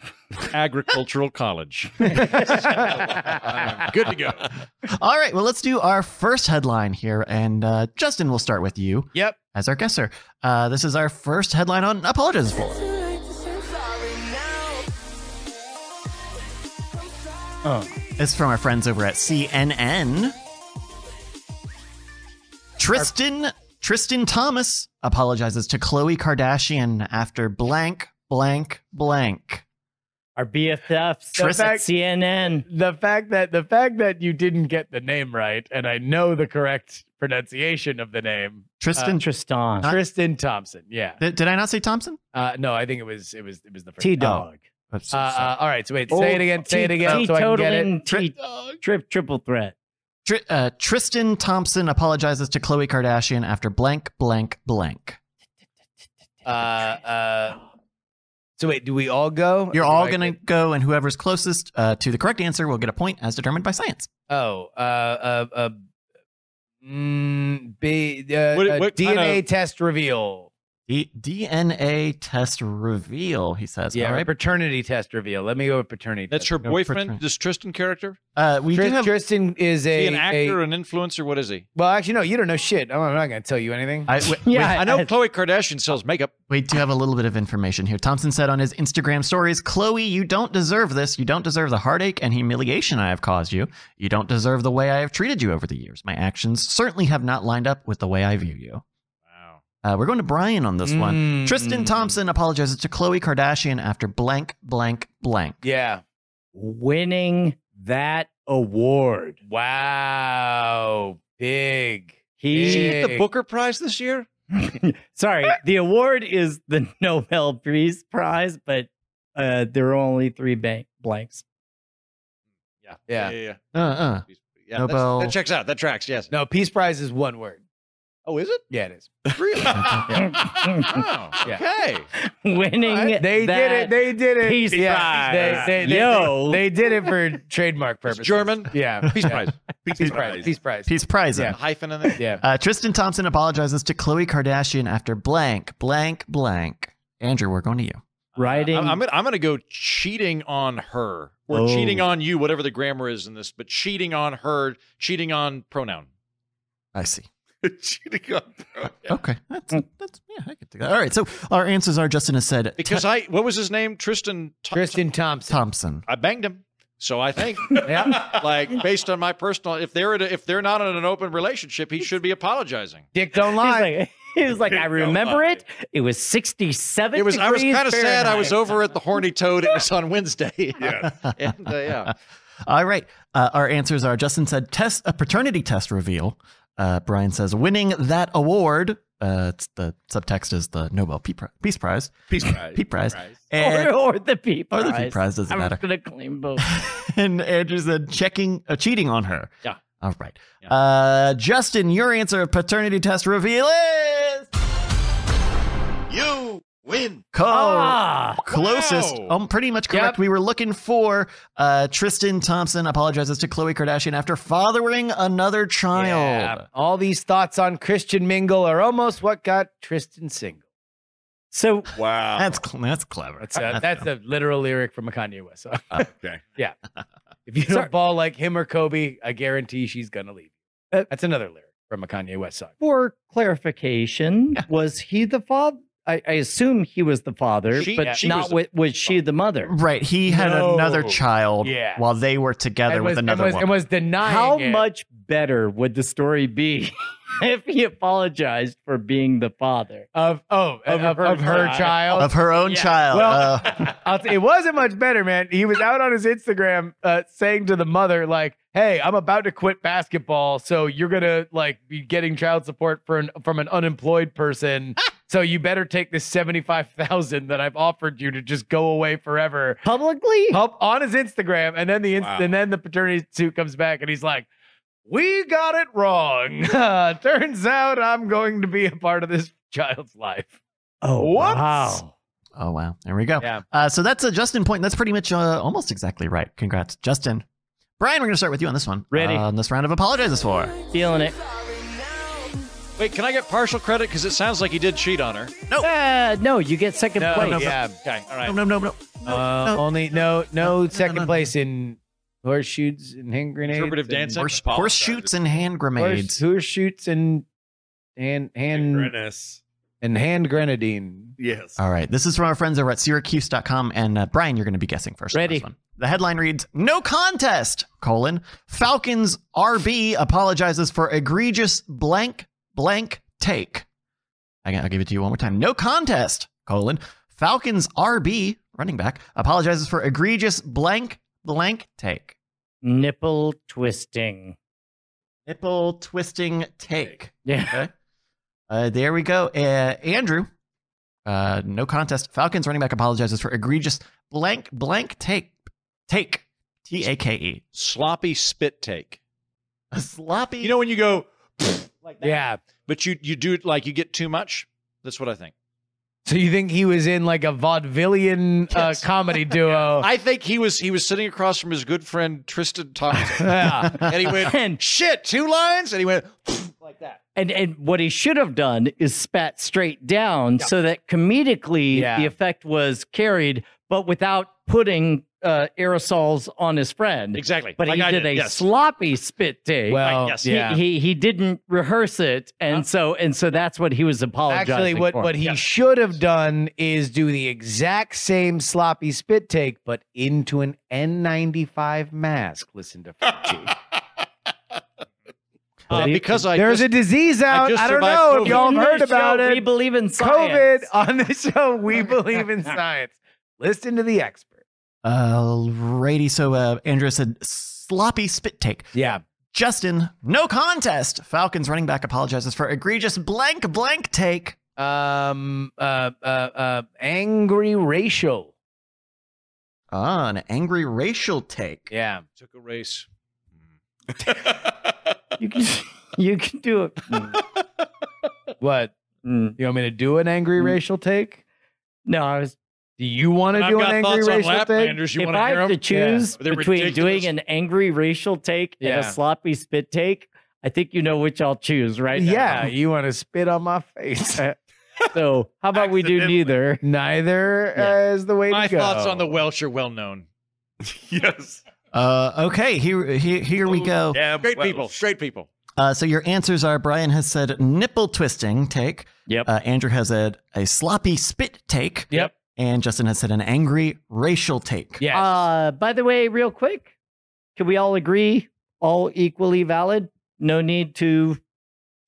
Speaker 5: Agricultural College. I'm good to go.
Speaker 6: All right. Well, let's do our first headline here, and uh, Justin, we'll start with you.
Speaker 3: Yep.
Speaker 6: As our guesser, uh, this is our first headline on apologize for. It's from our friends over at CNN. Tristan Tristan Thomas apologizes to Khloe Kardashian after blank blank blank.
Speaker 2: Our BFFs
Speaker 6: Tris-
Speaker 2: at CNN.
Speaker 3: The fact that the fact that you didn't get the name right, and I know the correct pronunciation of the name,
Speaker 6: Tristan,
Speaker 2: Tristan.
Speaker 6: Huh?
Speaker 3: Tristan Thompson. Yeah.
Speaker 6: did, did I not say Thompson?
Speaker 3: Uh, no, I think it was it was it was the first.
Speaker 2: T Dog.
Speaker 6: I'm so
Speaker 3: Uh,
Speaker 6: sorry.
Speaker 3: uh, all right. So wait. Say it again. Say it again. So I can get it.
Speaker 2: Teetotaling T trip triple threat.
Speaker 6: Tri- uh, Tristan Thompson apologizes to Khloe Kardashian after blank blank blank.
Speaker 3: Uh, uh, so wait. Do we all go?
Speaker 6: You're
Speaker 3: Or do
Speaker 6: all
Speaker 3: I
Speaker 6: gonna
Speaker 3: get-
Speaker 6: go, and whoever's closest uh, to the correct answer will get a point, as determined by science.
Speaker 3: Oh. Uh. Uh. uh mm, B, uh,
Speaker 5: What-
Speaker 3: uh,
Speaker 5: what
Speaker 3: DNA
Speaker 5: kind
Speaker 3: test reveal.
Speaker 6: D- DNA test reveal. He says.
Speaker 3: Yeah,
Speaker 6: all right.
Speaker 3: paternity test reveal. Let me go with paternity.
Speaker 5: That's
Speaker 3: test.
Speaker 5: her
Speaker 6: No,
Speaker 5: boyfriend,
Speaker 6: Tristan.
Speaker 5: this Tristan character.
Speaker 6: Uh, we
Speaker 3: Tris-
Speaker 6: do have.
Speaker 3: Tristan is
Speaker 5: Is
Speaker 3: a,
Speaker 5: he an actor,
Speaker 3: a-
Speaker 5: an influencer? What is he?
Speaker 3: well, actually, no, you don't know shit. I'm, I'm not going to tell you anything.
Speaker 6: I, we,
Speaker 2: Yeah,
Speaker 5: I know
Speaker 2: I-
Speaker 5: Khloe Kardashian sells makeup.
Speaker 6: we do have a little bit of information here. Thompson said on his Instagram stories, "Chloe, you don't deserve this. You don't deserve the heartache and humiliation I have caused you. You don't deserve the way I have treated you over the years. My actions certainly have not lined up with the way I view you."
Speaker 5: Wow.
Speaker 6: Uh, we're going to Brian on this one.
Speaker 3: Mm,
Speaker 6: Tristan
Speaker 3: mm.
Speaker 6: Thompson apologizes to Khloe Kardashian after blank, blank, blank.
Speaker 3: Yeah.
Speaker 2: Winning that award.
Speaker 3: Wow. Big.
Speaker 2: He
Speaker 5: Did she get the
Speaker 3: Big.
Speaker 5: Booker Prize this year?
Speaker 2: Sorry, the award is the Nobel Peace Prize, but uh, there are only three bank blanks.
Speaker 5: Yeah.
Speaker 3: Yeah.
Speaker 5: Yeah. yeah.
Speaker 6: Uh, uh.
Speaker 5: Yeah, that's-
Speaker 6: Nobel.
Speaker 5: That checks out. That tracks. Yes.
Speaker 3: No, Peace Prize is one word.
Speaker 5: Oh, is it?
Speaker 3: Yeah, it is.
Speaker 5: Really? oh,
Speaker 3: Yeah.
Speaker 5: okay.
Speaker 2: Winning
Speaker 3: All right, They did
Speaker 2: that
Speaker 3: it. They did it.
Speaker 2: Peace
Speaker 3: Yeah.
Speaker 2: Prize.
Speaker 3: They, they, they,
Speaker 2: Yo.
Speaker 3: They, did it for trademark
Speaker 5: It's
Speaker 3: purposes.
Speaker 5: German.
Speaker 3: Yeah.
Speaker 5: Peace
Speaker 3: yeah.
Speaker 5: Prize.
Speaker 3: Peace Prize. Peace Prize.
Speaker 6: Peace prize.
Speaker 5: A
Speaker 3: Yeah.
Speaker 5: hyphen in there.
Speaker 3: Yeah.
Speaker 6: Uh, Tristan Thompson apologizes to Khloe Kardashian after blank, blank, blank. Andrew, we're going to you.
Speaker 2: writing.
Speaker 5: I'm, I'm gonna, I'm gonna go cheating on her or
Speaker 2: Oh.
Speaker 5: cheating on you, whatever the grammar is in this, but cheating on her, cheating on pronoun.
Speaker 6: I see.
Speaker 5: cheating on pronoun.
Speaker 6: Okay. That's, that's, yeah, I get to go. All right. So our answers are Justin has said
Speaker 5: Because I, what was his name? Tristan. Thompson.
Speaker 3: Tristan Thompson.
Speaker 6: Thompson.
Speaker 5: I banged him. So I think,
Speaker 3: yeah.
Speaker 5: like, based on my personal, if they're in a, if they're not in an open relationship, he should be apologizing.
Speaker 3: Dick don't
Speaker 2: He's
Speaker 3: lie.
Speaker 2: like, he was like, I remember it. It was 67.
Speaker 5: It was. I was
Speaker 2: degrees
Speaker 5: kind of sad. I
Speaker 2: Fahrenheit."
Speaker 5: was over at the Horny Toad. It was on Wednesday.
Speaker 1: Yeah.
Speaker 5: and, uh, yeah.
Speaker 6: All right. Uh, our answers are Justin said test a paternity test reveal. Uh, Brian says winning that award. Uh, it's the subtext is the Nobel Pe- Pri- Peace Prize.
Speaker 1: Peace prize.
Speaker 6: Peace Prize.
Speaker 2: Or,
Speaker 6: And,
Speaker 2: or the Peace
Speaker 6: or
Speaker 2: Prize.
Speaker 6: the Peace Prize doesn't
Speaker 2: I'm
Speaker 6: matter.
Speaker 2: just going to claim both.
Speaker 6: and Andrew said checking, uh, cheating on her.
Speaker 5: Yeah.
Speaker 6: All right.
Speaker 5: Yeah.
Speaker 6: Uh, Justin, your answer of paternity test reveal is
Speaker 5: You win.
Speaker 6: co-
Speaker 2: ah,
Speaker 3: Oh,
Speaker 6: closest.
Speaker 5: wow.
Speaker 6: Um, pretty much correct. We were looking for uh, Tristan Thompson apologizes to Khloe Kardashian after fathering another child.
Speaker 3: Yeah. All these thoughts on Christian Mingle are almost what got Tristan single.
Speaker 2: so
Speaker 1: Wow.
Speaker 6: That's cl- that's clever.
Speaker 3: That's a, that's a literal lyric from a Kanye West song.
Speaker 1: okay.
Speaker 3: Yeah. If you don't ball like him or Kobe, I guarantee she's gonna leave.
Speaker 2: Uh,
Speaker 3: That's another lyric from a Kanye West song.
Speaker 2: for clarification, was he the father? I, I assume he was the father,
Speaker 5: She-
Speaker 2: but
Speaker 5: yeah, she was
Speaker 2: not
Speaker 5: the
Speaker 2: was, was she the mother?
Speaker 6: right. He had
Speaker 3: No.
Speaker 6: another child
Speaker 3: Yeah.
Speaker 6: while they were together
Speaker 3: And
Speaker 6: with
Speaker 3: was,
Speaker 6: another
Speaker 3: and was,
Speaker 6: one.
Speaker 3: and was denying
Speaker 2: How
Speaker 3: it.
Speaker 2: much better would the story be if he apologized for being the father.
Speaker 3: of oh
Speaker 2: Of
Speaker 3: of, of,
Speaker 2: her child.
Speaker 3: her child.
Speaker 6: of her own
Speaker 2: Yeah.
Speaker 6: child.
Speaker 3: Well-
Speaker 6: Uh,
Speaker 3: I'll t- it wasn't much better, man. He was out on his Instagram uh, saying to the mother, like, "Hey, I'm about to quit basketball, so you're gonna like be getting child support for an, from an unemployed person. so you better take this seventy five thousand that I've offered you to just go away forever."
Speaker 2: Publicly?
Speaker 3: Up on his Instagram, and then the inst-
Speaker 7: Wow.
Speaker 3: and then the paternity suit comes back, and he's like. We got it wrong. Turns out I'm going to be a part of this child's life.
Speaker 2: Oh,
Speaker 3: Whoops.
Speaker 2: wow.
Speaker 6: oh wow, there we go.
Speaker 3: Yeah.
Speaker 6: Uh, so that's a Justin point. That's pretty much uh, almost exactly right. Congrats, Justin. Brian, we're gonna start with you on this one. Uh,
Speaker 2: Ready.
Speaker 6: on this round of apologizes for.
Speaker 2: Feeling it.
Speaker 5: Wait, can I get partial credit? Because it sounds like he did cheat on her.
Speaker 2: Uh, no, you get second place.
Speaker 3: yeah.
Speaker 5: Okay, all
Speaker 6: No,
Speaker 5: right.
Speaker 6: no, no, no.
Speaker 3: Uh,
Speaker 6: no,
Speaker 3: only no, no,
Speaker 6: no,
Speaker 3: second
Speaker 6: no.
Speaker 3: place in horseshoes and hand grenades.
Speaker 5: Interpretive dancing.
Speaker 6: Horse,
Speaker 5: Apologize.
Speaker 6: horse shoots and hand
Speaker 3: Horse,
Speaker 6: grenades.
Speaker 3: horseshoes and hand hand
Speaker 7: Grimace.
Speaker 3: and hand grenadine.
Speaker 1: Yes.
Speaker 6: All right, this is from our friends over at Syracuse.com, and uh, Brian, you're gonna be guessing first. on
Speaker 2: Ready.
Speaker 6: this one. The headline reads: No contest: colon Falcons RB apologizes for egregious blank blank take. Again, I'll give it to you one more time. No contest: colon Falcons RB running back apologizes for egregious blank blank take.
Speaker 2: Nipple twisting.
Speaker 6: Nipple twisting take.
Speaker 2: Yeah.
Speaker 6: Okay. Uh, there we go. Uh, Andrew, uh, no contest. Falcons running back apologizes for egregious blank blank take take t a k e
Speaker 5: Sloppy spit take.
Speaker 6: a sloppy.
Speaker 5: You know when you go,
Speaker 3: Yeah.
Speaker 5: but you you do it like you get too much. That's what I think.
Speaker 3: So you think he was in like a vaudevillian
Speaker 5: Yes.
Speaker 3: uh, comedy
Speaker 2: Oh.
Speaker 3: duo?
Speaker 5: I think he was he was sitting across from his good friend Tristan Thompson,
Speaker 3: yeah.
Speaker 5: and he went
Speaker 2: And,
Speaker 5: shit two lines, and he went
Speaker 2: and and what he should have done is spat straight down so that comedically
Speaker 3: Yeah.
Speaker 2: the effect was carried, but without putting uh, aerosols on his friend.
Speaker 5: exactly.
Speaker 2: But
Speaker 5: like
Speaker 2: he
Speaker 5: I
Speaker 2: did, a
Speaker 5: yes.
Speaker 2: sloppy spit take.
Speaker 3: Well,
Speaker 5: yes.
Speaker 3: yeah.
Speaker 2: he, he he didn't rehearse it, and so and so that's what he was apologizing
Speaker 3: Actually, what,
Speaker 2: for.
Speaker 3: what he
Speaker 5: Yes.
Speaker 3: should have done is do the exact same sloppy spit take, but into an N95 mask. Listen to Fauci.
Speaker 5: Uh, because I
Speaker 3: There's
Speaker 5: just,
Speaker 3: a disease out.
Speaker 5: just
Speaker 3: I, don't
Speaker 5: survived
Speaker 3: know
Speaker 5: COVID.
Speaker 3: if y'all
Speaker 2: On
Speaker 3: have heard
Speaker 2: this
Speaker 3: about
Speaker 2: show,
Speaker 3: it.
Speaker 2: We believe in
Speaker 3: COVID
Speaker 2: science.
Speaker 3: on the show. We believe in science. Listen to the expert.
Speaker 6: Alrighty, so uh, Andrew said sloppy spit take.
Speaker 3: Yeah.
Speaker 6: Justin, no contest. Falcons running back apologizes for egregious blank blank take.
Speaker 3: Um. Uh. Uh. uh angry racial.
Speaker 6: Ah, an angry racial take.
Speaker 3: Yeah.
Speaker 5: took a race.
Speaker 3: uh,
Speaker 2: You can you can do it.
Speaker 3: What?
Speaker 2: Mm.
Speaker 3: You want me to do an angry
Speaker 2: Mm.
Speaker 3: racial take?
Speaker 2: No, I was
Speaker 3: Do you want to
Speaker 5: I've
Speaker 3: do an
Speaker 5: got
Speaker 3: angry
Speaker 5: thoughts on
Speaker 3: racial take?
Speaker 5: Laplanders. You
Speaker 2: if
Speaker 5: want to
Speaker 2: I
Speaker 5: hear
Speaker 2: have to
Speaker 5: 'em?
Speaker 2: choose
Speaker 5: They're
Speaker 2: between
Speaker 5: ridiculous.
Speaker 2: doing an angry racial take
Speaker 3: Yeah.
Speaker 2: and a sloppy spit take, I think you know which I'll choose right now. Uh,
Speaker 3: Yeah. You want to spit on my face?
Speaker 2: So how about we do
Speaker 1: Accidentally.
Speaker 2: neither?
Speaker 3: Neither
Speaker 2: Yeah.
Speaker 3: uh, is the way
Speaker 5: My
Speaker 3: to go.
Speaker 5: thoughts on the Welsh are well known.
Speaker 1: yes.
Speaker 6: Uh, okay, here here here we go.
Speaker 1: Damn
Speaker 5: Great
Speaker 1: well.
Speaker 5: people. Great people.
Speaker 6: Uh, so your answers are Brian has said nipple twisting take.
Speaker 2: Yep.
Speaker 6: Uh, Andrew has said a sloppy spit take.
Speaker 3: Yep.
Speaker 6: And Justin has said an angry racial take.
Speaker 3: Yes.
Speaker 2: Uh, by the way, real quick, can we all agree all equally valid? No need to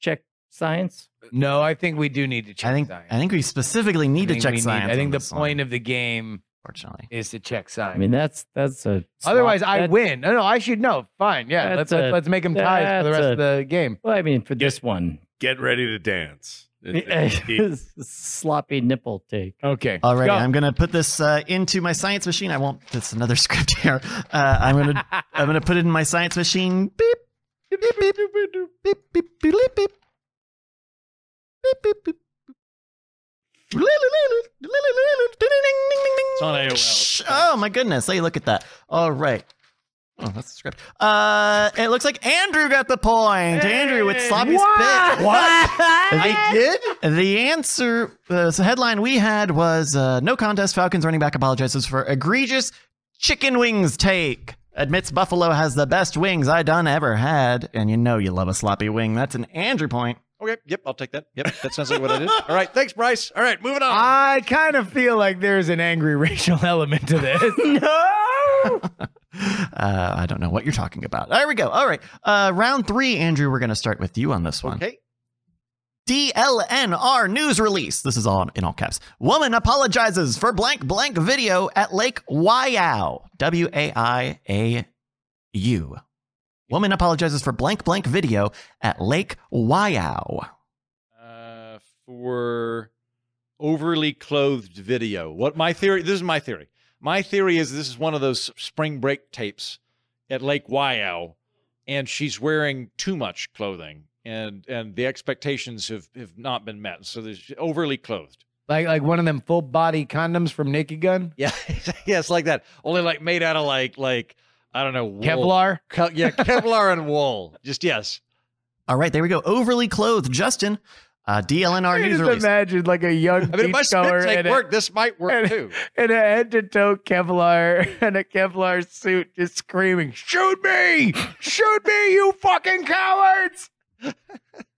Speaker 2: check science.
Speaker 3: no, I think we do need to check
Speaker 6: I think
Speaker 3: science.
Speaker 6: I think we specifically need
Speaker 3: I
Speaker 6: to
Speaker 3: think
Speaker 6: check
Speaker 3: we need-
Speaker 6: science.
Speaker 3: I
Speaker 6: on
Speaker 3: think the
Speaker 6: this
Speaker 3: point
Speaker 6: one,
Speaker 3: of the game
Speaker 6: unfortunately.
Speaker 3: is to check science.
Speaker 2: I mean, that's that's a. slop-
Speaker 3: Otherwise, I
Speaker 2: that-
Speaker 3: win. No, no, I should know. Fine, yeah. Let's
Speaker 2: That's
Speaker 3: let's,
Speaker 2: a-
Speaker 3: let's make them ties for
Speaker 2: that's
Speaker 3: the rest
Speaker 2: a-
Speaker 3: of the game.
Speaker 2: Well, I mean, for this one,
Speaker 1: Get ready to dance.
Speaker 2: sloppy nipple take.
Speaker 3: Okay.
Speaker 6: All right,
Speaker 3: Go.
Speaker 6: I'm gonna put this uh, into my science machine. I won't. It's another script here. Uh, I'm gonna I'm gonna put it in my science machine. Beep beep beep beep beep beep beep beep beep beep beep beep. It's
Speaker 5: on AOL. It's fine.
Speaker 6: Oh my goodness! Hey, look at that. All right. Oh, that's the script. Uh, it looks like Andrew got the point. Andrew with sloppy spit.
Speaker 2: What?
Speaker 6: did? The answer, uh, so headline we had was uh, no contest. Falcons running back apologizes for egregious chicken wings take. Admits Buffalo has the best wings I done ever had. And you know you love a sloppy wing. That's an Andrew point.
Speaker 5: Okay. Yep. I'll take that. Yep. That sounds like what I did. All right. Thanks, Bryce. All right. Moving
Speaker 2: Ah,
Speaker 5: on.
Speaker 3: I kind of feel like there's an angry racial element to this. no.
Speaker 6: Uh, I don't know what you're talking about. There we go. All right. Uh, round three, Andrew, we're going to start with you on this one.
Speaker 5: Okay.
Speaker 6: DLNR news release. This is all in all caps. Woman apologizes for blank blank video at Lake Waiau. W A I A U. Woman apologizes for blank blank video at Lake Waiau.
Speaker 5: uh, for overly clothed video. What my theory? This is my theory. My theory is this is one of those spring break tapes at Lake Waiau, and she's wearing too much clothing, and and the expectations have have not been met. So there's overly clothed.
Speaker 3: Like like one of them full body condoms from Naked Gun.
Speaker 5: Yeah, yeah, it's like that. Only like made out of like like I don't know wool.
Speaker 3: Kevlar.
Speaker 5: Ke- yeah, Kevlar and wool. Just yes.
Speaker 6: All right, there we go. Overly clothed, Justin. Uh, DLNR
Speaker 3: I
Speaker 6: news
Speaker 3: just
Speaker 6: release.
Speaker 3: imagine like a young
Speaker 5: I mean, it must
Speaker 3: color
Speaker 5: take
Speaker 3: and a,
Speaker 5: work. This might work
Speaker 3: and-
Speaker 5: too.
Speaker 3: and a head to toe Kevlar and a Kevlar suit, just screaming, "Shoot me! Shoot me! You fucking cowards!"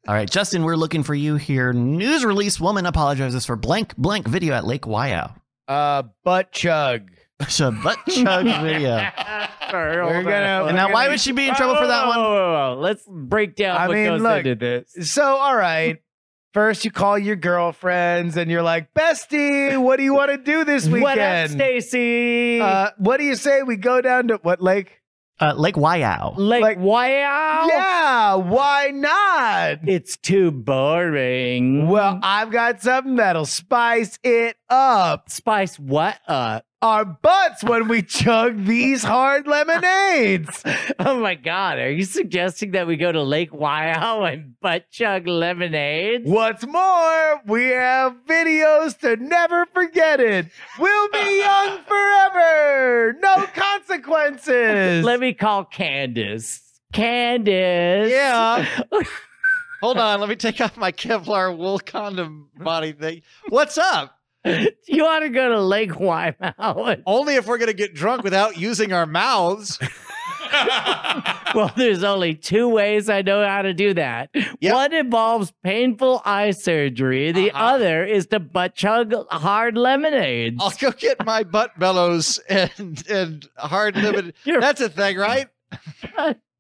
Speaker 6: All right, Justin, we're looking for you here. News release: Woman apologizes for blank blank video at Lake Waiau.
Speaker 3: Uh, butt chug.
Speaker 6: It's a butt chug video.
Speaker 3: We're
Speaker 2: Oh,
Speaker 3: gonna-
Speaker 6: And now, why would she be in trouble for that
Speaker 2: Whoa,
Speaker 6: one?
Speaker 2: whoa, whoa, whoa. Oh, Let's break down
Speaker 3: I
Speaker 2: what
Speaker 3: mean,
Speaker 2: goes
Speaker 3: look.
Speaker 2: into this.
Speaker 3: So, all right. First, you call your girlfriends and you're like, "Bestie, what do you want to do this weekend?"
Speaker 2: What up, Stacy?
Speaker 3: Uh, what do you say we go down to what lake?
Speaker 6: Uh, Lake Waiau.
Speaker 2: like,
Speaker 3: like-
Speaker 2: wow.
Speaker 3: Yeah, why not?
Speaker 2: It's too boring.
Speaker 3: Well, I've got something that'll spice it up.
Speaker 2: spice what up?
Speaker 3: Our butts when we chug these hard lemonades.
Speaker 2: Oh my God. Are you suggesting that we go to Lake Waiau and butt chug lemonade?
Speaker 3: What's more, we have videos to never forget it. We'll be young forever. No consequences.
Speaker 2: Let me call Candace. Candace.
Speaker 5: Yeah. Hold on, let me take off my Kevlar wool condom body thing. What's up?
Speaker 2: You want to go to Lake Waiau? and-
Speaker 5: Only if we're gonna get drunk without using our mouths.
Speaker 2: Well, there's only two ways I know how to do that.
Speaker 5: Yep.
Speaker 2: One involves painful eye surgery. The
Speaker 5: Uh-huh.
Speaker 2: other is to butt chug hard lemonade.
Speaker 3: Oh,
Speaker 5: I'll go get my butt bellows and and hard limited.
Speaker 2: Your
Speaker 5: That's a thing, right?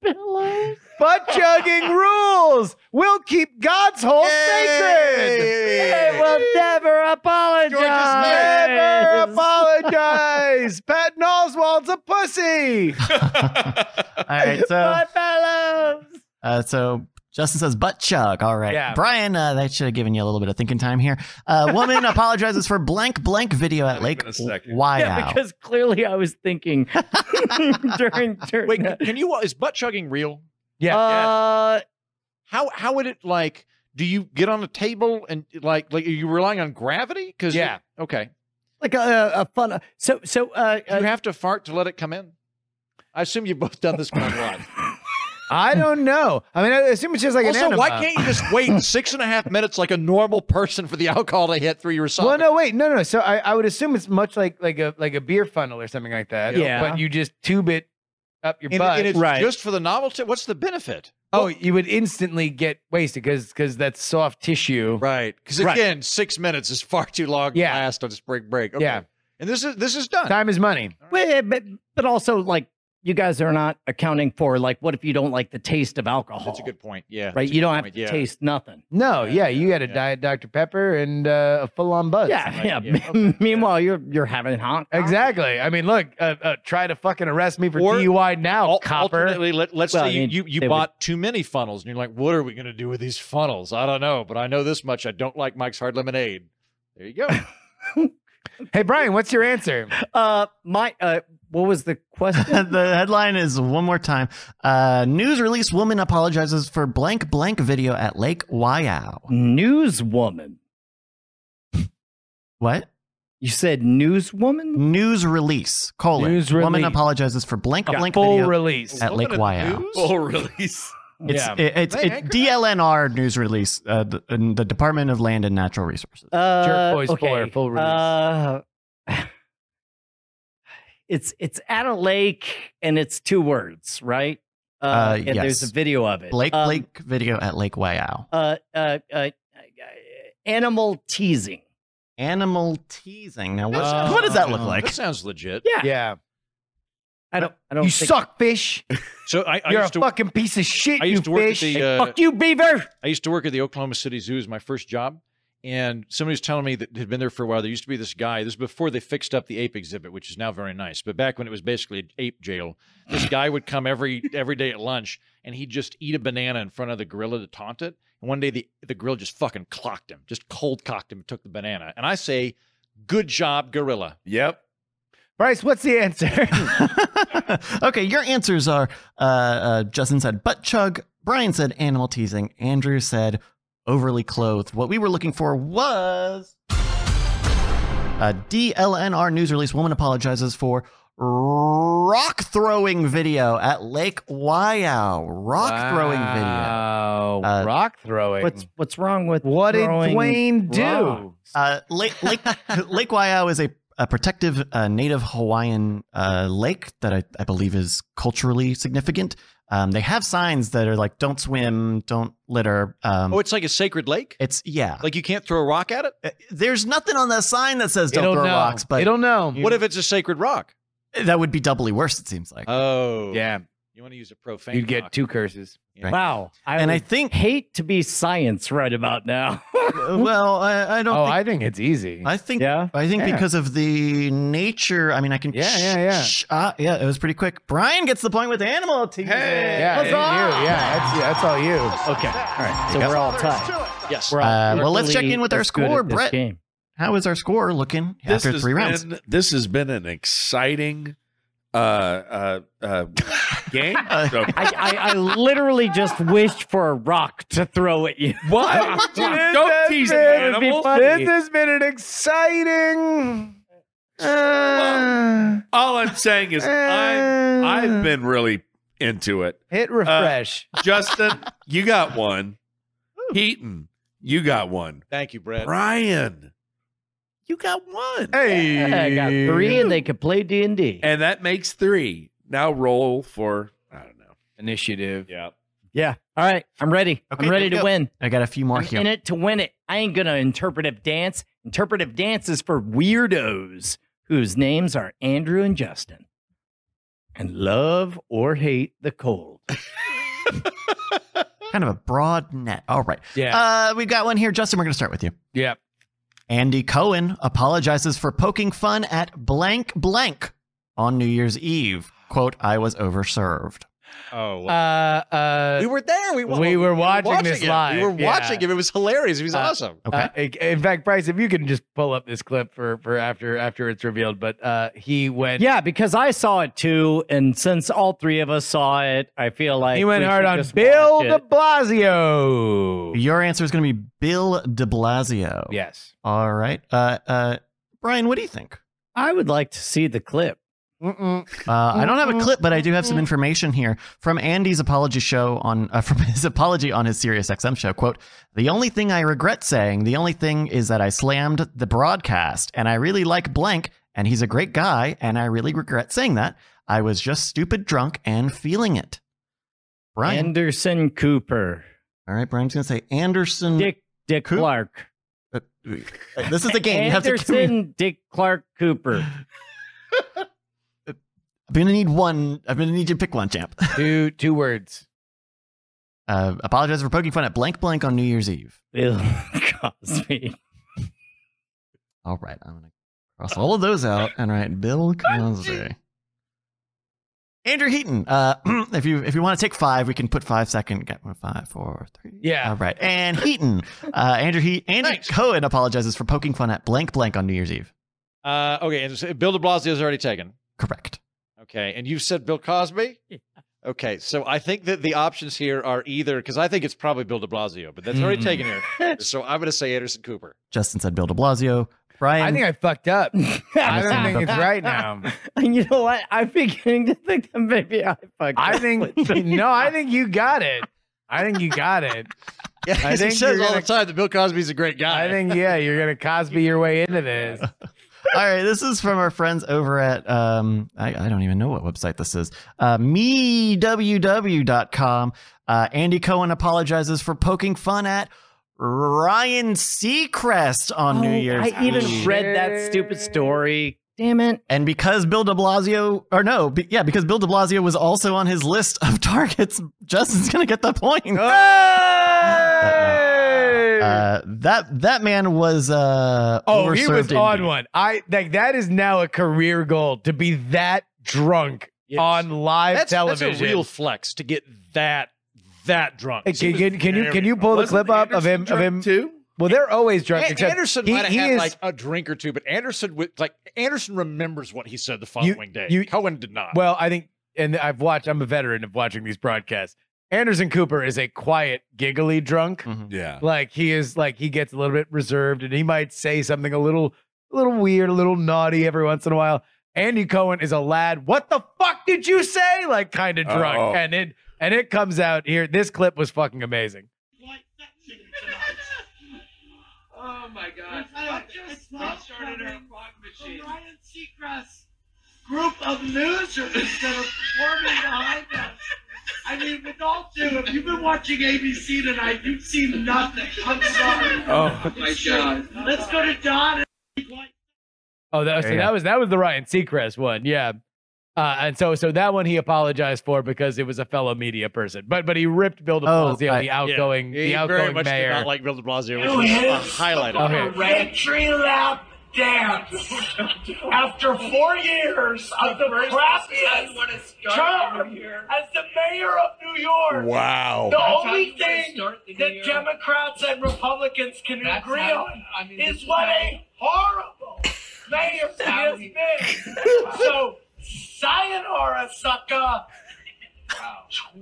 Speaker 2: pillows.
Speaker 3: Butt chugging rules. We'll keep God's whole sacred.
Speaker 5: Hey!
Speaker 2: They will never
Speaker 3: Never
Speaker 2: apologize.
Speaker 3: apologize. Patton Oswald's a pussy.
Speaker 6: All right, so
Speaker 2: My fellows.
Speaker 6: uh, so Justin says butt chug. All right,
Speaker 3: Yeah.
Speaker 6: Brian, uh, that should have given you a little bit of thinking time here. Uh, woman apologizes for blank blank video at Lake
Speaker 1: Not even a second.
Speaker 6: Waiau.
Speaker 2: Yeah, because clearly I was thinking during during
Speaker 5: Wait,
Speaker 2: that.
Speaker 5: can you? Is butt chugging real?
Speaker 2: uh,
Speaker 5: How how would it like? Do you get on a table and like like are you relying on gravity? Because
Speaker 3: Yeah.
Speaker 5: okay.
Speaker 2: like a, a fun. So so uh,
Speaker 5: Do you have to fart to let it come in? I assume you've both done this quite a lot.
Speaker 3: I don't know. I mean, I assume it's just like an
Speaker 5: also,
Speaker 3: enema.
Speaker 5: why can't you just wait six and a half minutes like a normal person for the alcohol to hit through your socket?
Speaker 3: Well, no, wait, no, no. So I, I would assume it's much like like a like a beer funnel or something like that.
Speaker 2: Yeah.
Speaker 3: But you just tube it up your
Speaker 5: and,
Speaker 3: butt.
Speaker 5: and it's
Speaker 2: Right.
Speaker 5: just for the novelty. What's the benefit?
Speaker 3: oh, you would instantly get wasted because because that's soft tissue.
Speaker 5: Right, because
Speaker 2: Right.
Speaker 5: again, six minutes is far too long
Speaker 3: Yeah.
Speaker 5: to last on spring break. Okay.
Speaker 3: Yeah.
Speaker 5: and this is this is done.
Speaker 3: Time is money.
Speaker 2: Well, but but also like you guys are not accounting for like what if you don't like the taste of alcohol?
Speaker 5: That's a good point. Yeah,
Speaker 2: right. You don't have
Speaker 5: point,
Speaker 2: to
Speaker 5: yeah.
Speaker 2: taste nothing.
Speaker 3: No,
Speaker 5: Yeah,
Speaker 3: yeah, you had a
Speaker 5: yeah.
Speaker 3: diet Dr Pepper and uh, a full on buzz.
Speaker 2: yeah,
Speaker 5: like-
Speaker 2: yeah.
Speaker 5: yeah, okay,
Speaker 2: Meanwhile, you're you're having hot.
Speaker 3: Exactly. I mean, look, uh, uh, try to fucking arrest me for
Speaker 5: Or-
Speaker 3: DUI now,
Speaker 5: Al-
Speaker 3: copper.
Speaker 5: Ultimately, let, us
Speaker 2: Well,
Speaker 5: say
Speaker 2: I
Speaker 5: you-
Speaker 2: mean,
Speaker 5: you, you
Speaker 2: they would-
Speaker 5: bought too many funnels, and you're like, "What are we going to do with these funnels? I don't know, but I know this much: I don't like Mike's Hard Lemonade." There you go.
Speaker 3: Hey, Brian, what's your answer?
Speaker 2: Uh, my uh, what was the question?
Speaker 6: the headline is one more time. Uh, news release: Woman apologizes for blank blank video at Lake Waiau.
Speaker 2: newswoman.
Speaker 6: What?
Speaker 2: You said newswoman.
Speaker 6: News release: colon.
Speaker 3: News
Speaker 6: Woman
Speaker 3: release.
Speaker 6: apologizes for blank
Speaker 2: Yeah,
Speaker 6: blank
Speaker 3: Full
Speaker 6: video
Speaker 3: release.
Speaker 6: at Lake Waiau.
Speaker 5: News?
Speaker 1: Full release.
Speaker 6: It's
Speaker 3: Yeah.
Speaker 6: it, it's
Speaker 5: They
Speaker 6: it,
Speaker 5: anchor that?
Speaker 6: DLNR news release. Uh, the, in the Department of Land and Natural Resources.
Speaker 2: Uh,
Speaker 3: Boys
Speaker 2: okay.
Speaker 3: Fuller, full release.
Speaker 2: Uh, it's it's at a lake and it's two words, right? Uh,
Speaker 6: Uh,
Speaker 2: and there's
Speaker 6: yes.
Speaker 2: a video of it.
Speaker 6: Lake
Speaker 2: Um,
Speaker 6: Lake video at Lake Waiau.
Speaker 2: uh, uh, uh, animal teasing.
Speaker 6: Animal teasing. Now what
Speaker 3: Uh,
Speaker 6: Oh. what does that look
Speaker 3: no.
Speaker 6: like?
Speaker 5: That sounds legit.
Speaker 2: Yeah.
Speaker 3: yeah.
Speaker 2: I don't. I don't.
Speaker 3: You
Speaker 2: think-
Speaker 3: suck, fish.
Speaker 5: So I, I
Speaker 3: You're a
Speaker 5: used to
Speaker 3: fucking piece of shit.
Speaker 5: I
Speaker 3: you
Speaker 5: used to work at
Speaker 3: fish.
Speaker 5: the, uh,
Speaker 3: Fuck you, beaver.
Speaker 5: I used to work at the Oklahoma City Zoo as my first job. And somebody was telling me that had been there for a while. There used to be this guy. This is before they fixed up the ape exhibit, which is now very nice. But back when it was basically an ape jail, this guy would come every every day at lunch and he'd just eat a banana in front of the gorilla to taunt it. And one day the, the gorilla just fucking clocked him, just cold cocked him and took the banana. And I say, Good job, gorilla.
Speaker 1: Yep.
Speaker 3: Bryce, what's the answer?
Speaker 6: okay, your answers are uh, uh, Justin said butt chug, Brian said animal teasing, Andrew said overly clothed. What we were looking for was uh, a DLNR news release woman apologizes for rock throwing video at Lake Waiau. Rock throwing video.
Speaker 3: Wow.
Speaker 6: Uh,
Speaker 3: rock throwing.
Speaker 2: What's What's wrong with
Speaker 3: what did
Speaker 2: throwing
Speaker 3: Dwayne do?
Speaker 2: rocks?
Speaker 6: Uh, Lake Lake Lake Waiau is a, a protective uh, native Hawaiian uh, lake that I, I believe is culturally significant. Um, they have signs that are like "Don't swim," "Don't litter." Um,
Speaker 5: Oh, it's like a sacred lake?
Speaker 6: it's yeah.
Speaker 5: Like you can't throw a rock at it?
Speaker 6: Uh, There's nothing on that sign that says "Don't
Speaker 3: It'll
Speaker 6: throw
Speaker 3: know.
Speaker 6: rocks," but
Speaker 3: It'll know.
Speaker 5: What if it's a sacred rock?
Speaker 6: that would be doubly worse. It seems like.
Speaker 5: Oh.
Speaker 3: Yeah,
Speaker 5: You want to use a profane
Speaker 3: you'd get
Speaker 5: rock.
Speaker 3: two curses.
Speaker 5: Right.
Speaker 2: Wow. I
Speaker 6: and I
Speaker 2: would
Speaker 6: think,
Speaker 2: hate to be science right about now.
Speaker 6: well, I, I don't.
Speaker 3: Oh,
Speaker 6: think,
Speaker 3: I think it's easy.
Speaker 6: I, think.
Speaker 2: yeah.
Speaker 6: I think
Speaker 3: Yeah.
Speaker 6: because of the nature, I mean, I can.
Speaker 3: Yeah, yeah, yeah.
Speaker 6: ah, yeah, it was pretty quick. Brian gets the point with the animal team.
Speaker 1: Hey!
Speaker 3: yeah,
Speaker 2: Huzzah!
Speaker 3: you, yeah, that's yeah, that's all you.
Speaker 2: Okay. All right. So
Speaker 6: Yep.
Speaker 2: we're all tied.
Speaker 5: Yes.
Speaker 2: We're all
Speaker 6: Uh, well, let's
Speaker 2: equally
Speaker 6: check in with our
Speaker 2: as good at
Speaker 6: score,
Speaker 2: this
Speaker 6: Brett.
Speaker 2: game.
Speaker 6: How is our score looking after
Speaker 1: has
Speaker 6: three rounds?
Speaker 1: been- this has been an exciting uh, uh, uh, game.
Speaker 6: Uh,
Speaker 1: So-
Speaker 2: I, I, I literally just wished for a rock to throw at you.
Speaker 1: what? Don't
Speaker 3: This
Speaker 1: tease the
Speaker 3: has been-
Speaker 1: animal.
Speaker 3: This has been an exciting. Uh,
Speaker 1: All I'm saying is I'm, I've been really into it.
Speaker 3: hit refresh.
Speaker 1: Justin, you got one. Heaton, you got one.
Speaker 5: Thank you, Brett.
Speaker 1: Brian, you got one.
Speaker 3: hey,
Speaker 2: I got three, and they could play D and D.
Speaker 1: And that makes three. Now roll for, I don't know.
Speaker 3: initiative.
Speaker 1: Yeah.
Speaker 2: Yeah. All right. I'm ready.
Speaker 6: Okay,
Speaker 2: I'm ready
Speaker 6: here
Speaker 2: to
Speaker 6: we go.
Speaker 2: win.
Speaker 6: I got a few more
Speaker 2: I'm
Speaker 6: here.
Speaker 2: in it to win it. I ain't gonna interpretive dance. Interpretive dance is for weirdos whose names are Andrew and Justin. And love or hate the cold.
Speaker 6: Kind of a broad net. All right.
Speaker 3: Yeah,
Speaker 6: Uh, we've got one here. Justin, we're going to start with you.
Speaker 3: yeah.
Speaker 6: Andy Cohen apologizes for poking fun at blank blank on New Year's Eve. Quote, I was overserved.
Speaker 5: Oh,
Speaker 3: Uh, uh,
Speaker 5: we were there. We,
Speaker 3: we were watching this
Speaker 5: it.
Speaker 3: live,
Speaker 5: We were
Speaker 3: yeah.
Speaker 5: watching him. It was hilarious. He was
Speaker 3: Uh,
Speaker 5: awesome.
Speaker 6: Okay.
Speaker 3: Uh, in- in fact, Bryce, if you can just pull up this clip for for after after it's revealed, but uh, he went.
Speaker 2: Yeah, because I saw it too, and since all three of us saw it, I feel like
Speaker 3: he went
Speaker 2: we
Speaker 3: hard
Speaker 2: should
Speaker 3: on
Speaker 2: just
Speaker 3: Bill
Speaker 2: watch
Speaker 3: De
Speaker 2: it.
Speaker 3: Blasio.
Speaker 6: Your answer is going to be Bill de Blasio.
Speaker 3: Yes.
Speaker 6: All right. Uh, uh, Brian, what do you think?
Speaker 2: I would like to see the clip.
Speaker 3: Mm-mm.
Speaker 6: Uh, I don't have a clip, but I do have some information here from Andy's apology show on uh, from his apology on his Sirius XM show. Quote: The only thing I regret saying, the only thing is that I slammed the broadcast, and I really like blank, and he's a great guy, and I really regret saying that. I was just stupid drunk and feeling it. Brian,
Speaker 2: Anderson Cooper.
Speaker 6: all right, Brian's gonna say Anderson.
Speaker 2: Dick Dick
Speaker 6: Coop?
Speaker 2: Clark.
Speaker 6: Uh, this is the game. You have to.
Speaker 2: Anderson Dick Clark Cooper.
Speaker 6: I'm gonna need one. I'm gonna need you to pick one, champ.
Speaker 3: two two words.
Speaker 6: Uh, apologize for poking fun at blank blank on New Year's Eve.
Speaker 2: Bill Cosby.
Speaker 6: All right, I'm gonna cross all of those out and write Bill Cosby. Andrew Heaton. Uh, if you if you want to take five, we can put five second. Get one, five, four, three.
Speaker 3: Yeah.
Speaker 6: All right, and Heaton. Uh, Andrew he Andy
Speaker 5: Thanks.
Speaker 6: Cohen apologizes for poking fun at blank blank on New Year's Eve.
Speaker 5: Uh, okay. And so Bill de Blasio is already taken.
Speaker 6: Correct.
Speaker 5: Okay. And you said Bill Cosby? Okay. So I think that the options here are either, because I think it's probably Bill de Blasio, but that's already
Speaker 3: Mm.
Speaker 5: taken here. So I'm going to say Anderson Cooper.
Speaker 6: Justin said Bill De Blasio. Brian.
Speaker 3: I think I fucked up. I don't think it's right now.
Speaker 2: And you know what? I'm beginning to think that maybe I fucked
Speaker 3: I
Speaker 2: up
Speaker 3: think
Speaker 2: with it.
Speaker 3: no. I think you got it. I think you got it.
Speaker 5: Yeah.
Speaker 3: I
Speaker 5: he
Speaker 3: think
Speaker 5: says
Speaker 3: you're
Speaker 5: all
Speaker 3: gonna-
Speaker 5: the time that Bill Cosby's a great guy.
Speaker 3: I think yeah. You're gonna Cosby your way into this.
Speaker 6: All right, this is from our friends over at um I, I don't even know what website this is. Uh meww.com. Uh Andy Cohen apologizes for poking fun at Ryan Seacrest on
Speaker 2: Oh,
Speaker 6: New Year's
Speaker 3: Oh,
Speaker 2: I even
Speaker 6: Eve.
Speaker 2: read that stupid story. Damn it.
Speaker 6: And because Bill de Blasio, or no, be, yeah, because Bill de Blasio was also on his list of targets, Justin's going to get the point.
Speaker 3: Oh,
Speaker 6: Uh, that that man was uh
Speaker 3: Oh, he was
Speaker 6: overserved
Speaker 3: on
Speaker 6: indeed.
Speaker 3: one. I like that is now a career goal to be that drunk
Speaker 5: Yes.
Speaker 3: on live
Speaker 5: that's,
Speaker 3: television.
Speaker 5: That's a real flex to get that that drunk.
Speaker 3: Hey, can,
Speaker 5: He was-
Speaker 3: can, can you can you pull the
Speaker 1: Wasn't
Speaker 3: clip up of him
Speaker 1: Anderson
Speaker 3: of him?
Speaker 1: drunk too?
Speaker 3: Well, they're always drunk.
Speaker 5: An-
Speaker 3: except
Speaker 5: Anderson
Speaker 3: he,
Speaker 5: might have
Speaker 3: he
Speaker 5: had
Speaker 3: is,
Speaker 5: like a drink or two, but Anderson would like Anderson remembers what he said the
Speaker 3: You-
Speaker 5: following day.
Speaker 3: you-
Speaker 5: Cohen did not.
Speaker 3: Well, I think, and I've watched. I'm a veteran of watching these broadcasts. Anderson Cooper is a quiet, giggly drunk.
Speaker 1: Yeah.
Speaker 3: Like he is, like he gets a little bit reserved, and he might say something a little, a little weird, a little naughty every once in a while. Andy Cohen is a lad. What the fuck did you say? Like kind of drunk,
Speaker 1: Oh.
Speaker 3: and it and it comes out here. This clip was fucking amazing.
Speaker 7: white section tonight. oh my god. It's not- I it's just not started her coming fog The machine. Ryan Seacrest group of losers that are forming behind us. I mean, with all due, if you've been watching ABC tonight, you've seen nothing. I'm sorry.
Speaker 1: Oh.
Speaker 7: my god. Let's go to Don.
Speaker 3: Oh, that, so
Speaker 2: Yeah.
Speaker 3: that was that was the Ryan Seacrest one, yeah. Uh, and so so that one he apologized for because it was a fellow media person, but but he ripped Bill De
Speaker 6: Oh,
Speaker 3: Blasio,
Speaker 6: I-
Speaker 3: the outgoing
Speaker 5: he
Speaker 3: the
Speaker 5: very
Speaker 3: outgoing
Speaker 5: much did
Speaker 3: mayor.
Speaker 5: not like Bill De Blasio, which was
Speaker 7: Who
Speaker 5: a
Speaker 7: is?
Speaker 5: highlight. of it.
Speaker 3: Okay.
Speaker 7: Country lap dance. After four years of the crappiest term as the mayor of New
Speaker 1: Oh.
Speaker 7: York.
Speaker 1: Wow.
Speaker 7: The only thing that Democrats and Republicans can agree on is what a horrible mayor he has been. so, sayonara, sucker.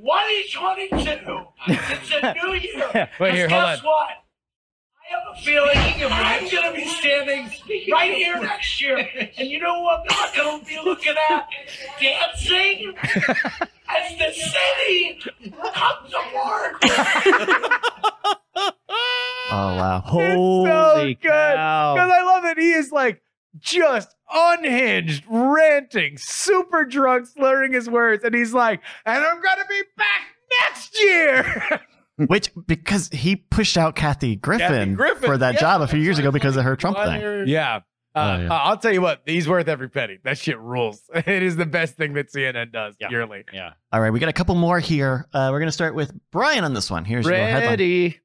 Speaker 7: 2022. It's a new year.
Speaker 3: Wait here, hold
Speaker 7: Because guess
Speaker 3: on.
Speaker 7: what? I have a feeling I'm going to be standing right here next year. And you know what I'm going to be looking at? Dancing as the city comes apart.
Speaker 6: Oh wow.
Speaker 2: Holy
Speaker 3: good. Because
Speaker 2: cow.
Speaker 3: I love it. He is like just unhinged, ranting, super drunk, slurring his words, and he's like, "And I'm gonna be back next year."
Speaker 6: Which because he pushed out Kathy Griffin,
Speaker 1: Kathy Griffin,
Speaker 6: for that
Speaker 1: yeah,
Speaker 6: job a few
Speaker 1: that's
Speaker 6: years
Speaker 1: why
Speaker 6: ago
Speaker 1: I'm
Speaker 6: because of her
Speaker 1: like,
Speaker 6: Trump
Speaker 1: why
Speaker 6: thing.
Speaker 1: are-
Speaker 3: yeah. Uh,
Speaker 6: Oh, yeah.
Speaker 3: uh, I'll tell you what, he's worth every penny. That shit rules. It is the best thing that CNN does
Speaker 5: Yeah.
Speaker 3: yearly.
Speaker 5: Yeah.
Speaker 6: All right, we got a couple more here. Uh, we're gonna start with Brian on this one. Here's your headline.
Speaker 2: Ready.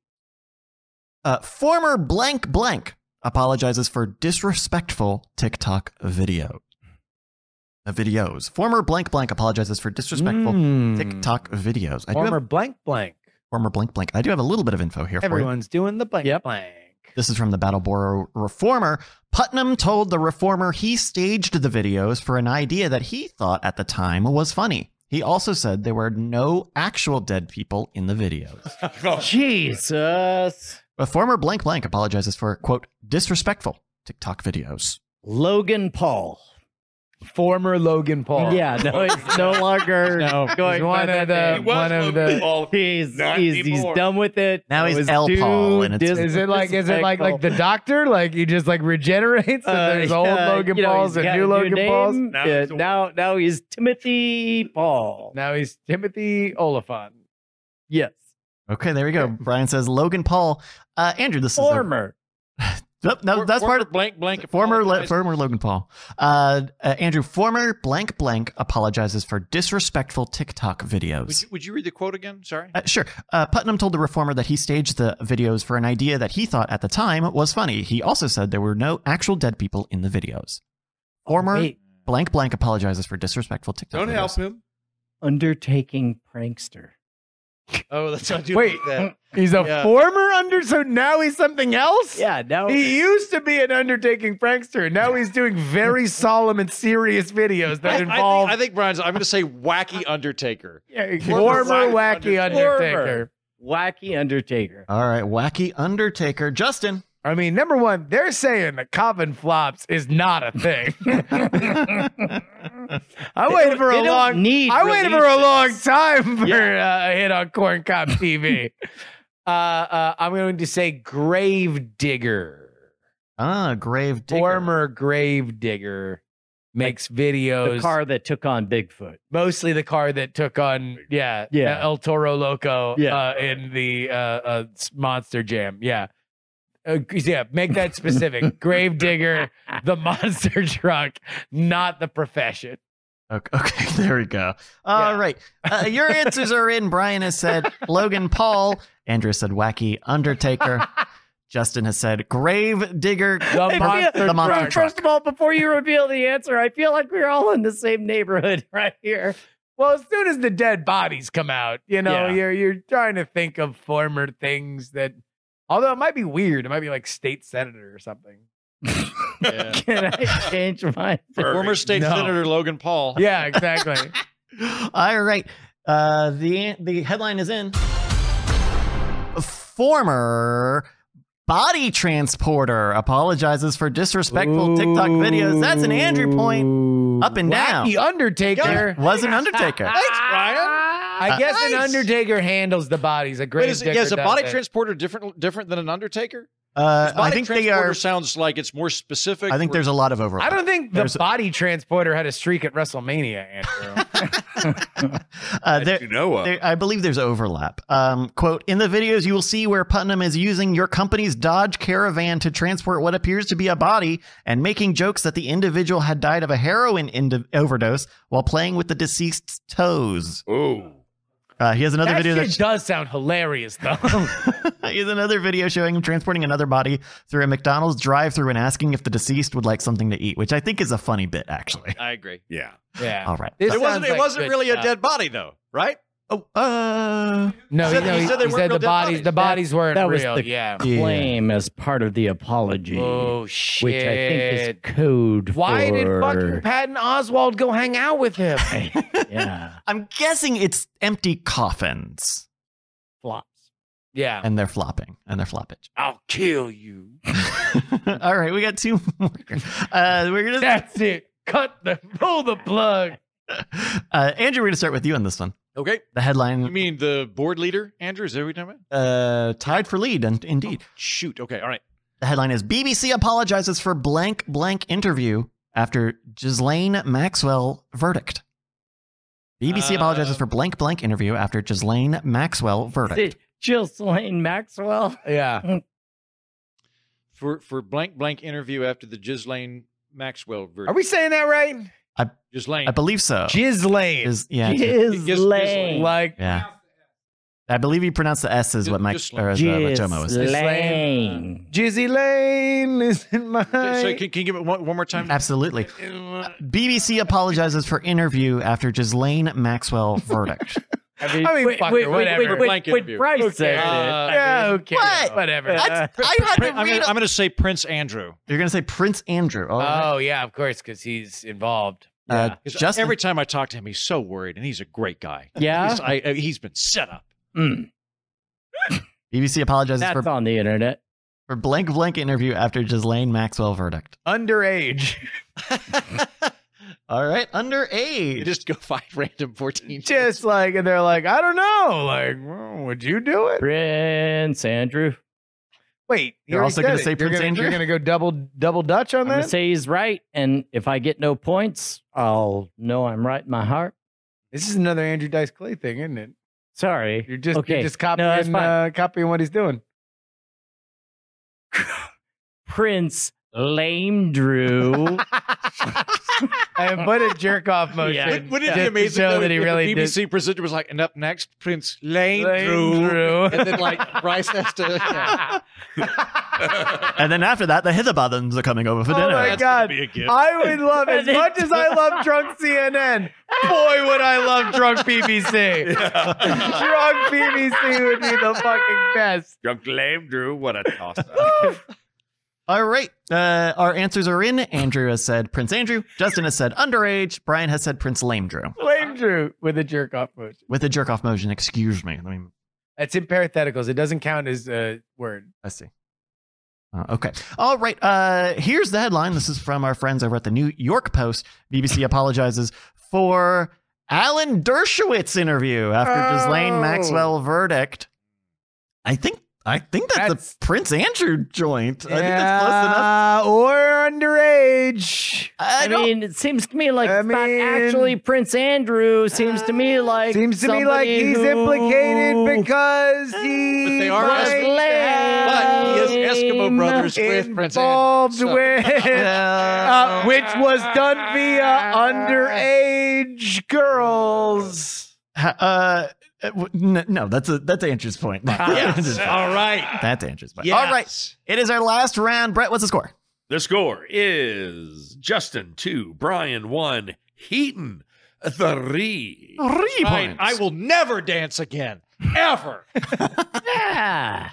Speaker 6: Uh, former blank blank apologizes for disrespectful TikTok video. Uh, videos. Former blank blank apologizes for disrespectful
Speaker 3: Hmm.
Speaker 1: Hmm.
Speaker 6: TikTok videos. I do have
Speaker 3: blank blank.
Speaker 6: former blank blank. I do have a little bit of info here for you.
Speaker 3: doing the blank
Speaker 2: Yep.
Speaker 3: blank.
Speaker 6: This is from the Battleboro Reformer. Putnam told the Reformer he staged the videos for an idea that he thought at the time was funny. He also said there were no actual dead people in the videos.
Speaker 3: Oh.
Speaker 2: Jesus.
Speaker 6: A former blank blank apologizes for, quote, disrespectful TikTok videos.
Speaker 2: Logan Paul.
Speaker 3: Former Logan Paul.
Speaker 2: Yeah, no, he's no longer
Speaker 3: No,
Speaker 2: going
Speaker 3: he's
Speaker 2: by
Speaker 3: one
Speaker 2: that
Speaker 3: of the-
Speaker 2: name.
Speaker 3: What? one of the-
Speaker 2: He's,
Speaker 1: Not
Speaker 2: he's, he's
Speaker 1: anymore.
Speaker 2: done with it.
Speaker 6: Now
Speaker 2: It
Speaker 6: he's
Speaker 2: was
Speaker 6: L
Speaker 2: too
Speaker 6: Paul, and it's-
Speaker 3: Is it like is it like like the
Speaker 2: disrespectful.
Speaker 3: doctor? Like he just like regenerates and
Speaker 2: Uh,
Speaker 3: there's old
Speaker 2: yeah,
Speaker 3: Logan
Speaker 2: you know,
Speaker 3: Pauls
Speaker 2: he's
Speaker 3: and
Speaker 2: got a
Speaker 3: new Logan
Speaker 2: name.
Speaker 3: Pauls.
Speaker 1: Now
Speaker 2: Yeah,
Speaker 1: he's the-
Speaker 2: now, now he's Timothy Paul.
Speaker 3: Now he's Timothy Oliphant.
Speaker 2: Yes.
Speaker 6: Okay, there we go. Brian says Logan Paul. Uh, Andrew, this
Speaker 2: Former.
Speaker 6: is. A, Nope, no,
Speaker 5: For-
Speaker 6: that's part
Speaker 5: former
Speaker 6: of
Speaker 5: blank blank
Speaker 6: Former, le-
Speaker 5: apologized.
Speaker 6: former Logan Paul. Uh, uh, Andrew, former blank blank apologizes for disrespectful TikTok
Speaker 5: Would
Speaker 6: videos.
Speaker 5: you, would you read the quote again? Sorry.
Speaker 6: Uh, sure. Uh, Putnam told the reformer that he staged the videos for an idea that he thought at the time was funny. He also said there were no actual dead people in the videos. Former
Speaker 2: Wait.
Speaker 6: blank blank apologizes for disrespectful TikTok.
Speaker 1: Don't
Speaker 6: videos.
Speaker 1: help him.
Speaker 2: Undertaking prankster.
Speaker 5: Oh, that's not
Speaker 3: Wait.
Speaker 5: that.
Speaker 3: He's a
Speaker 5: Yeah.
Speaker 3: former under so now he's something else?
Speaker 2: Yeah, now
Speaker 3: He used to be an undertaking prankster, and now he's doing very solemn and serious videos
Speaker 5: I, I
Speaker 3: that
Speaker 5: think,
Speaker 3: involve
Speaker 5: I think Brian's. I'm going to say wacky Undertaker.
Speaker 3: former
Speaker 5: Former
Speaker 3: wacky undertaker.
Speaker 5: Undertaker.
Speaker 2: wacky Undertaker.
Speaker 6: All right, wacky Undertaker. Justin.
Speaker 3: I mean, number one, they're saying that coffin flops is not a thing. I waited for a
Speaker 2: They don't
Speaker 3: long
Speaker 2: need
Speaker 3: I waited for a long
Speaker 2: releases.
Speaker 3: time for uh, a hit on Corn Cop TV. uh, uh, I'm going to say Grave Digger.
Speaker 6: Ah, grave digger.
Speaker 3: Former Grave Digger makes videos.
Speaker 2: The car that took on Bigfoot.
Speaker 3: mostly the car that took on, yeah,
Speaker 2: Yeah.
Speaker 3: El Toro Loco
Speaker 2: Yeah.
Speaker 3: uh, in the uh, uh, Monster Jam. Yeah. Uh, yeah, make that specific. Gravedigger, the monster truck, not the profession.
Speaker 6: Okay, okay, there we go. All
Speaker 3: Yeah.
Speaker 6: right, Uh, your answers are in. Brian has said Logan Paul. Andrew said wacky Undertaker. Justin has said grave digger.
Speaker 3: The
Speaker 6: Per-
Speaker 3: monster
Speaker 6: the monster
Speaker 3: truck.
Speaker 6: truck.
Speaker 2: First of all, before you reveal the answer, I feel like we're all in the same neighborhood right here.
Speaker 3: Well, as soon as the dead bodies come out, you know,
Speaker 2: Yeah.
Speaker 3: you're you're trying to think of former things that although it might be weird, it might be like state senator or something.
Speaker 5: Yeah.
Speaker 2: Can I change my
Speaker 5: Former state
Speaker 3: No.
Speaker 5: senator Logan Paul.
Speaker 3: Yeah, exactly.
Speaker 6: All right, uh, the the headline is in. Former body transporter apologizes for disrespectful TikTok videos. That's an Andrew point. Up and down.
Speaker 3: The Undertaker.
Speaker 6: There was an Undertaker.
Speaker 5: Thanks, Brian.
Speaker 3: I guess an
Speaker 5: Nice.
Speaker 3: Undertaker handles the bodies. A
Speaker 5: Wait,
Speaker 3: great
Speaker 5: is, yeah, is a body transporter different different than an undertaker?
Speaker 6: Uh,
Speaker 5: Body
Speaker 6: I think they
Speaker 5: transporter
Speaker 6: are.
Speaker 5: sounds like it's more specific.
Speaker 6: I think
Speaker 5: We're-
Speaker 6: there's a lot of overlap.
Speaker 3: I don't think the
Speaker 6: There's a-
Speaker 3: body transporter had a streak at WrestleMania, Andrew.
Speaker 6: uh, there,
Speaker 1: you know of.
Speaker 6: There, I believe there's overlap. Um, quote In the videos, you will see where Putnam is using your company's Dodge Caravan to transport what appears to be a body and making jokes that the individual had died of a heroin ind- overdose while playing with the deceased's toes.
Speaker 1: Ooh.
Speaker 6: Uh, he has another
Speaker 3: that
Speaker 6: video
Speaker 3: shit
Speaker 6: that.
Speaker 3: does sound hilarious, though.
Speaker 6: he has another video showing him transporting another body through a McDonald's drive through and asking if the deceased would like something to eat, which I think is a funny bit, actually.
Speaker 5: I agree.
Speaker 1: Yeah.
Speaker 3: yeah.
Speaker 6: All right.
Speaker 3: This
Speaker 5: It wasn't.
Speaker 3: sounds
Speaker 5: It
Speaker 3: like
Speaker 5: wasn't
Speaker 3: good
Speaker 5: really a
Speaker 3: stuff.
Speaker 5: dead body though, right?
Speaker 6: Oh, uh.
Speaker 3: No,
Speaker 5: He
Speaker 3: he,
Speaker 5: said-
Speaker 3: no,
Speaker 5: he
Speaker 3: he,
Speaker 5: said
Speaker 3: he
Speaker 5: they weren't
Speaker 3: said
Speaker 5: real
Speaker 3: the bodies,
Speaker 5: dead bodies.
Speaker 3: the bodies weren't
Speaker 2: that was
Speaker 3: real.
Speaker 2: the
Speaker 3: yeah.
Speaker 2: Claim as part of the apology,
Speaker 3: Oh shit!
Speaker 2: which I think is code
Speaker 3: Why
Speaker 2: for.
Speaker 3: did fucking Patton Oswald go hang out with him?
Speaker 2: yeah
Speaker 6: I'm guessing it's empty coffins
Speaker 2: flops?
Speaker 3: yeah,
Speaker 6: and they're flopping and they're floppage.
Speaker 3: I'll kill you.
Speaker 6: All right, we got two more. Uh, we're gonna
Speaker 3: That's it. Cut the pull the plug.
Speaker 6: uh, Andrew. We're gonna start with you on this one.
Speaker 5: Okay.
Speaker 6: The
Speaker 5: You
Speaker 6: headline
Speaker 5: mean the board leader, Andrew? Is that what you're talking about?
Speaker 6: uh, tied for lead, and indeed,
Speaker 5: Shoot. Okay. All right.
Speaker 6: the headline is BBC apologizes for blank blank interview after Ghislaine Maxwell verdict. BBC apologizes for blank blank interview after Ghislaine Maxwell
Speaker 2: Is
Speaker 6: verdict.
Speaker 2: it Ghislaine Maxwell?
Speaker 3: Yeah,
Speaker 5: For for blank blank interview after the Ghislaine Maxwell verdict.
Speaker 3: are we saying that right?
Speaker 5: Ghislaine?
Speaker 6: I believe so.
Speaker 3: Ghislaine.
Speaker 6: Is- yeah,
Speaker 2: Ghislaine.
Speaker 3: Like
Speaker 6: yeah. I believe you pronounced the S is what Mike
Speaker 5: Ghislaine.
Speaker 6: or as, uh, what Jomo was.
Speaker 2: Ghislaine.
Speaker 3: Jizzy Lane is in my.
Speaker 5: So can, can you give it one, one more time?
Speaker 6: Absolutely. BBC apologizes for interview after Ghislaine Maxwell verdict.
Speaker 3: I mean, fuck her, whatever.
Speaker 5: wait. Blank
Speaker 2: when
Speaker 5: interview.
Speaker 2: Bryce
Speaker 3: Okay.
Speaker 2: said
Speaker 5: Uh,
Speaker 3: yeah, okay.
Speaker 6: What?
Speaker 3: Whatever.
Speaker 6: That's- I had to
Speaker 5: Prin- I'm
Speaker 6: read
Speaker 5: gonna,
Speaker 6: a-
Speaker 5: I'm gonna say Prince Andrew.
Speaker 6: You're going to say Prince Andrew. All right.
Speaker 3: oh yeah, of course, because he's involved.
Speaker 6: Uh,
Speaker 5: 'Cause
Speaker 6: Justin,
Speaker 5: Oh, every time I talk to him, he's so worried, and he's a great guy.
Speaker 2: it. Yeah,
Speaker 5: He's, I, uh, he's been set up.
Speaker 2: Mm,
Speaker 6: BBC apologizes
Speaker 2: that's
Speaker 6: for,
Speaker 2: on the internet.
Speaker 6: for blank blank interview after Ghislaine Maxwell verdict.
Speaker 3: Underage.
Speaker 6: All right. Underage.
Speaker 5: You just go find random 14.
Speaker 3: just like and they're like, I don't know, like, well, would you do it?
Speaker 2: Prince Andrew.
Speaker 3: Wait,
Speaker 6: You're
Speaker 3: already
Speaker 6: also gonna
Speaker 3: said it.
Speaker 6: say
Speaker 3: You're
Speaker 6: Prince
Speaker 3: gonna-
Speaker 6: Andrew?
Speaker 3: You're gonna go double double Dutch on
Speaker 2: I'm gonna
Speaker 3: that?
Speaker 2: say he's right, and if I get no points, I'll know I'm right in my heart.
Speaker 3: this is another Andrew Dice Clay thing, isn't it?
Speaker 2: Sorry.
Speaker 3: You're just
Speaker 2: Okay.
Speaker 3: you're just
Speaker 2: No, that's
Speaker 3: copying uh, copying what he's doing.
Speaker 2: Prince Lame Drew.
Speaker 3: I put a jerk off motion.
Speaker 2: Yeah.
Speaker 5: Wouldn't wouldn't it
Speaker 3: just
Speaker 5: be
Speaker 3: to
Speaker 5: amazing
Speaker 3: show
Speaker 5: though,
Speaker 3: that he
Speaker 5: if
Speaker 3: really
Speaker 5: the
Speaker 3: did-
Speaker 5: BBC presenter was like, and up next, Prince Lane,
Speaker 3: Lane Drew.
Speaker 5: and then like Bryce has to. yeah.
Speaker 6: and then after that, the Hitherbothams are coming over for
Speaker 3: Oh
Speaker 6: dinner.
Speaker 3: my
Speaker 5: That's gonna
Speaker 3: God.
Speaker 5: be a gift.
Speaker 3: I would love as
Speaker 2: They
Speaker 3: much as I love drunk CNN. Boy, would I love drunk BBC. drunk BBC would be the fucking best.
Speaker 1: Drunk Lame Drew, what a toss up.
Speaker 6: All right. Uh, our answers are in. Andrew has said Prince Andrew. Justin has said underage. Brian has said Prince Lame Drew.
Speaker 3: Lame Drew with a jerk off motion.
Speaker 6: With a jerk off motion. Excuse me. Let me
Speaker 3: That's in parentheticals. It doesn't count as a word.
Speaker 6: I see. Uh, okay. All right. Uh, here's the headline. This is from our friends over at the New York Post. BBC apologizes for Alan Dershowitz interview after
Speaker 3: Oh.
Speaker 6: Ghislaine Maxwell verdict. I think I think that's,
Speaker 3: That's-
Speaker 6: the Prince Andrew joint. I think that's close enough.
Speaker 3: Yeah, Or underage.
Speaker 6: I,
Speaker 2: I,
Speaker 6: don't.
Speaker 2: mean, it seems to me like
Speaker 3: I
Speaker 2: it's not
Speaker 3: mean-
Speaker 2: actually Prince Andrew. Seems to me like
Speaker 3: Seems to me like
Speaker 2: somebody
Speaker 3: he's
Speaker 2: who-
Speaker 3: implicated because he
Speaker 5: But they are
Speaker 3: might
Speaker 5: Eskimo-
Speaker 2: But
Speaker 5: he is Eskimo brothers with Prince Andrew.
Speaker 3: involved
Speaker 5: So-
Speaker 3: with,
Speaker 6: Yeah.
Speaker 3: uh, which was done via underage girls.
Speaker 6: Uh, w- n- no, that's a that's Andrew's point.
Speaker 1: Yes. All right.
Speaker 6: that's Andrew's point.
Speaker 1: Yes.
Speaker 6: All right, it is our last round. Brett, what's the score?
Speaker 1: The score is Justin 2, Brian 1, Heaton 3.
Speaker 6: Three
Speaker 5: Ryan, I will never dance again. Ever.
Speaker 2: Yeah.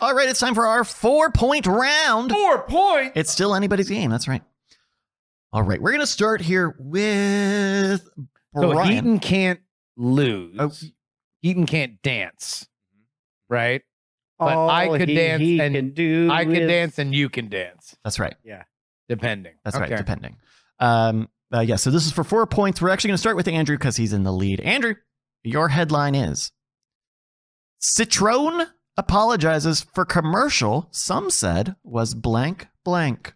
Speaker 6: All right, it's time for our four point round.
Speaker 5: Four points.
Speaker 6: It's still anybody's game. That's right. All right, we're gonna start here with
Speaker 3: So
Speaker 6: Brian.
Speaker 3: Heaton can't lose.
Speaker 6: Oh.
Speaker 3: Heaton can't dance, right? But
Speaker 2: All
Speaker 3: I could
Speaker 2: he-
Speaker 3: dance
Speaker 2: he
Speaker 3: and-
Speaker 2: can do
Speaker 3: I can
Speaker 2: is-
Speaker 3: dance and you can dance,
Speaker 6: That's right.
Speaker 3: depending.
Speaker 6: That's right.
Speaker 3: Okay.
Speaker 6: Depending. Um. uh, yeah. So this is for four points. We're actually gonna start with Andrew because he's in the lead. Andrew, your headline is Citroen apologizes for commercial. Some said was blank blank.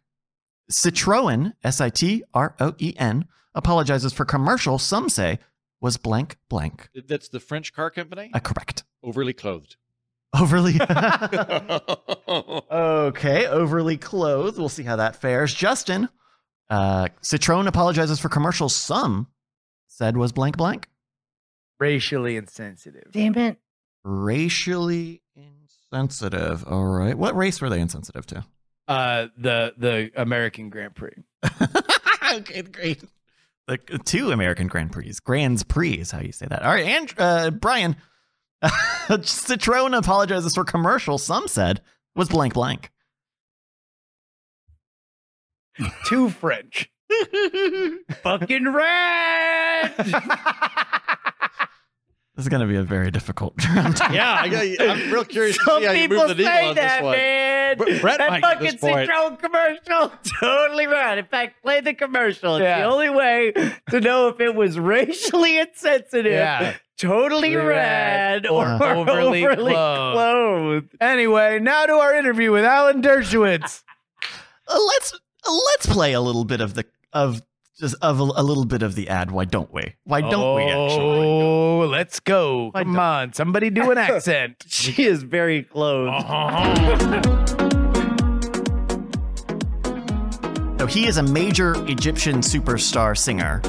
Speaker 6: Citroen, S I T R O E N, apologizes for commercial. Some say was blank blank.
Speaker 5: That's the French car company.
Speaker 6: Uh, correct.
Speaker 5: Overly clothed.
Speaker 6: Overly.
Speaker 1: All
Speaker 6: okay, overly clothed. We'll see how that fares. Justin, uh, Citroen apologizes for commercials. Some said was blank blank.
Speaker 3: Racially insensitive.
Speaker 2: Damn it.
Speaker 6: Racially insensitive. All right. What race were they insensitive to?
Speaker 3: Uh, the the American Grand Prix.
Speaker 6: okay, great. The two American Grand Prix. Grand Prix is how you say that. All right, and uh, Brian, Citroen apologizes for commercial. Some said was blank blank.
Speaker 3: Too French.
Speaker 2: Fucking red.
Speaker 6: This is going to be a very difficult round.
Speaker 5: Yeah, I, am real curious
Speaker 2: Some
Speaker 5: to see how you
Speaker 2: people
Speaker 5: move the
Speaker 2: say
Speaker 5: needle on this
Speaker 2: that,
Speaker 5: one.
Speaker 2: man.
Speaker 5: Br- Brett
Speaker 2: that
Speaker 5: might get
Speaker 2: fucking
Speaker 5: this point.
Speaker 2: Citroen commercial, totally right. In fact, play the commercial. It's the
Speaker 3: Yeah.
Speaker 2: only way to know if it was racially insensitive,
Speaker 3: Yeah.
Speaker 2: totally
Speaker 3: Red,
Speaker 2: red, or
Speaker 6: or
Speaker 2: overly,
Speaker 3: overly
Speaker 2: clothed.
Speaker 3: clothed. Anyway, now to our interview with Alan Dershowitz.
Speaker 6: Uh, let's let's play a little bit of the of just of a, a little bit of the ad. Why don't we? Why Oh, don't we actually?
Speaker 3: Oh, let's go.
Speaker 6: I
Speaker 3: Come on, somebody do an accent.
Speaker 2: She is very clothed.
Speaker 6: Uh-huh. So he is a major Egyptian superstar singer,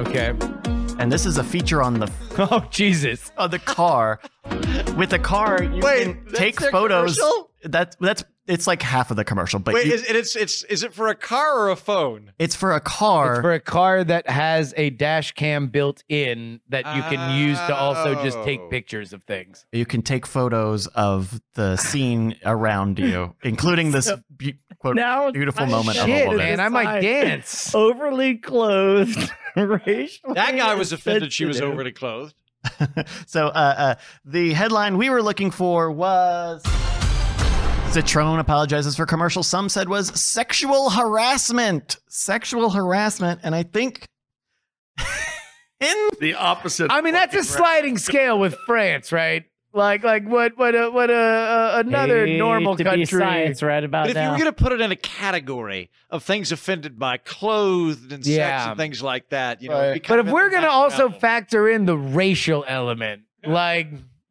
Speaker 3: Okay.
Speaker 6: and this is a feature on the
Speaker 3: Oh, Jesus.
Speaker 6: on the car. With a car, you
Speaker 5: Wait,
Speaker 6: can
Speaker 5: that's
Speaker 6: take
Speaker 5: their
Speaker 6: photos.
Speaker 5: commercial?
Speaker 6: That's that's it's like half of the commercial, but
Speaker 5: Wait,
Speaker 6: you-
Speaker 5: is, it- it's it's is it for a car or a phone?
Speaker 6: it's for a car.
Speaker 3: It's for a car that has a dash cam built in that you can use to also just
Speaker 5: Oh.
Speaker 3: take pictures of things.
Speaker 6: you can take photos of the scene around you, including this be- quote,
Speaker 2: Now,
Speaker 6: beautiful
Speaker 2: I
Speaker 6: moment of a
Speaker 2: shit,
Speaker 3: Shit,
Speaker 6: woman.
Speaker 3: man, I might
Speaker 2: Decide. Oh,
Speaker 3: dance.
Speaker 2: overly clothed, racially.
Speaker 5: That guy was offended she was
Speaker 2: insensitive.
Speaker 5: overly clothed.
Speaker 6: so uh, uh, the headline we were looking for was Citroen apologizes for commercial. Some said was sexual harassment. Sexual harassment, and I think in
Speaker 1: the opposite.
Speaker 3: I mean, that's a sliding scale with France, right? Like, like what, what, a, what, a, a, another
Speaker 2: Hate
Speaker 3: normal
Speaker 2: to be
Speaker 3: country.
Speaker 2: science right about
Speaker 5: But if you
Speaker 2: now.
Speaker 5: were going to put it in a category of things offended by clothed and sex
Speaker 3: Yeah.
Speaker 5: and things like that, you know, it'd be
Speaker 3: But
Speaker 5: kind
Speaker 3: if
Speaker 5: of
Speaker 3: we're
Speaker 5: in the
Speaker 3: going to also
Speaker 5: national-
Speaker 3: factor in the racial element, like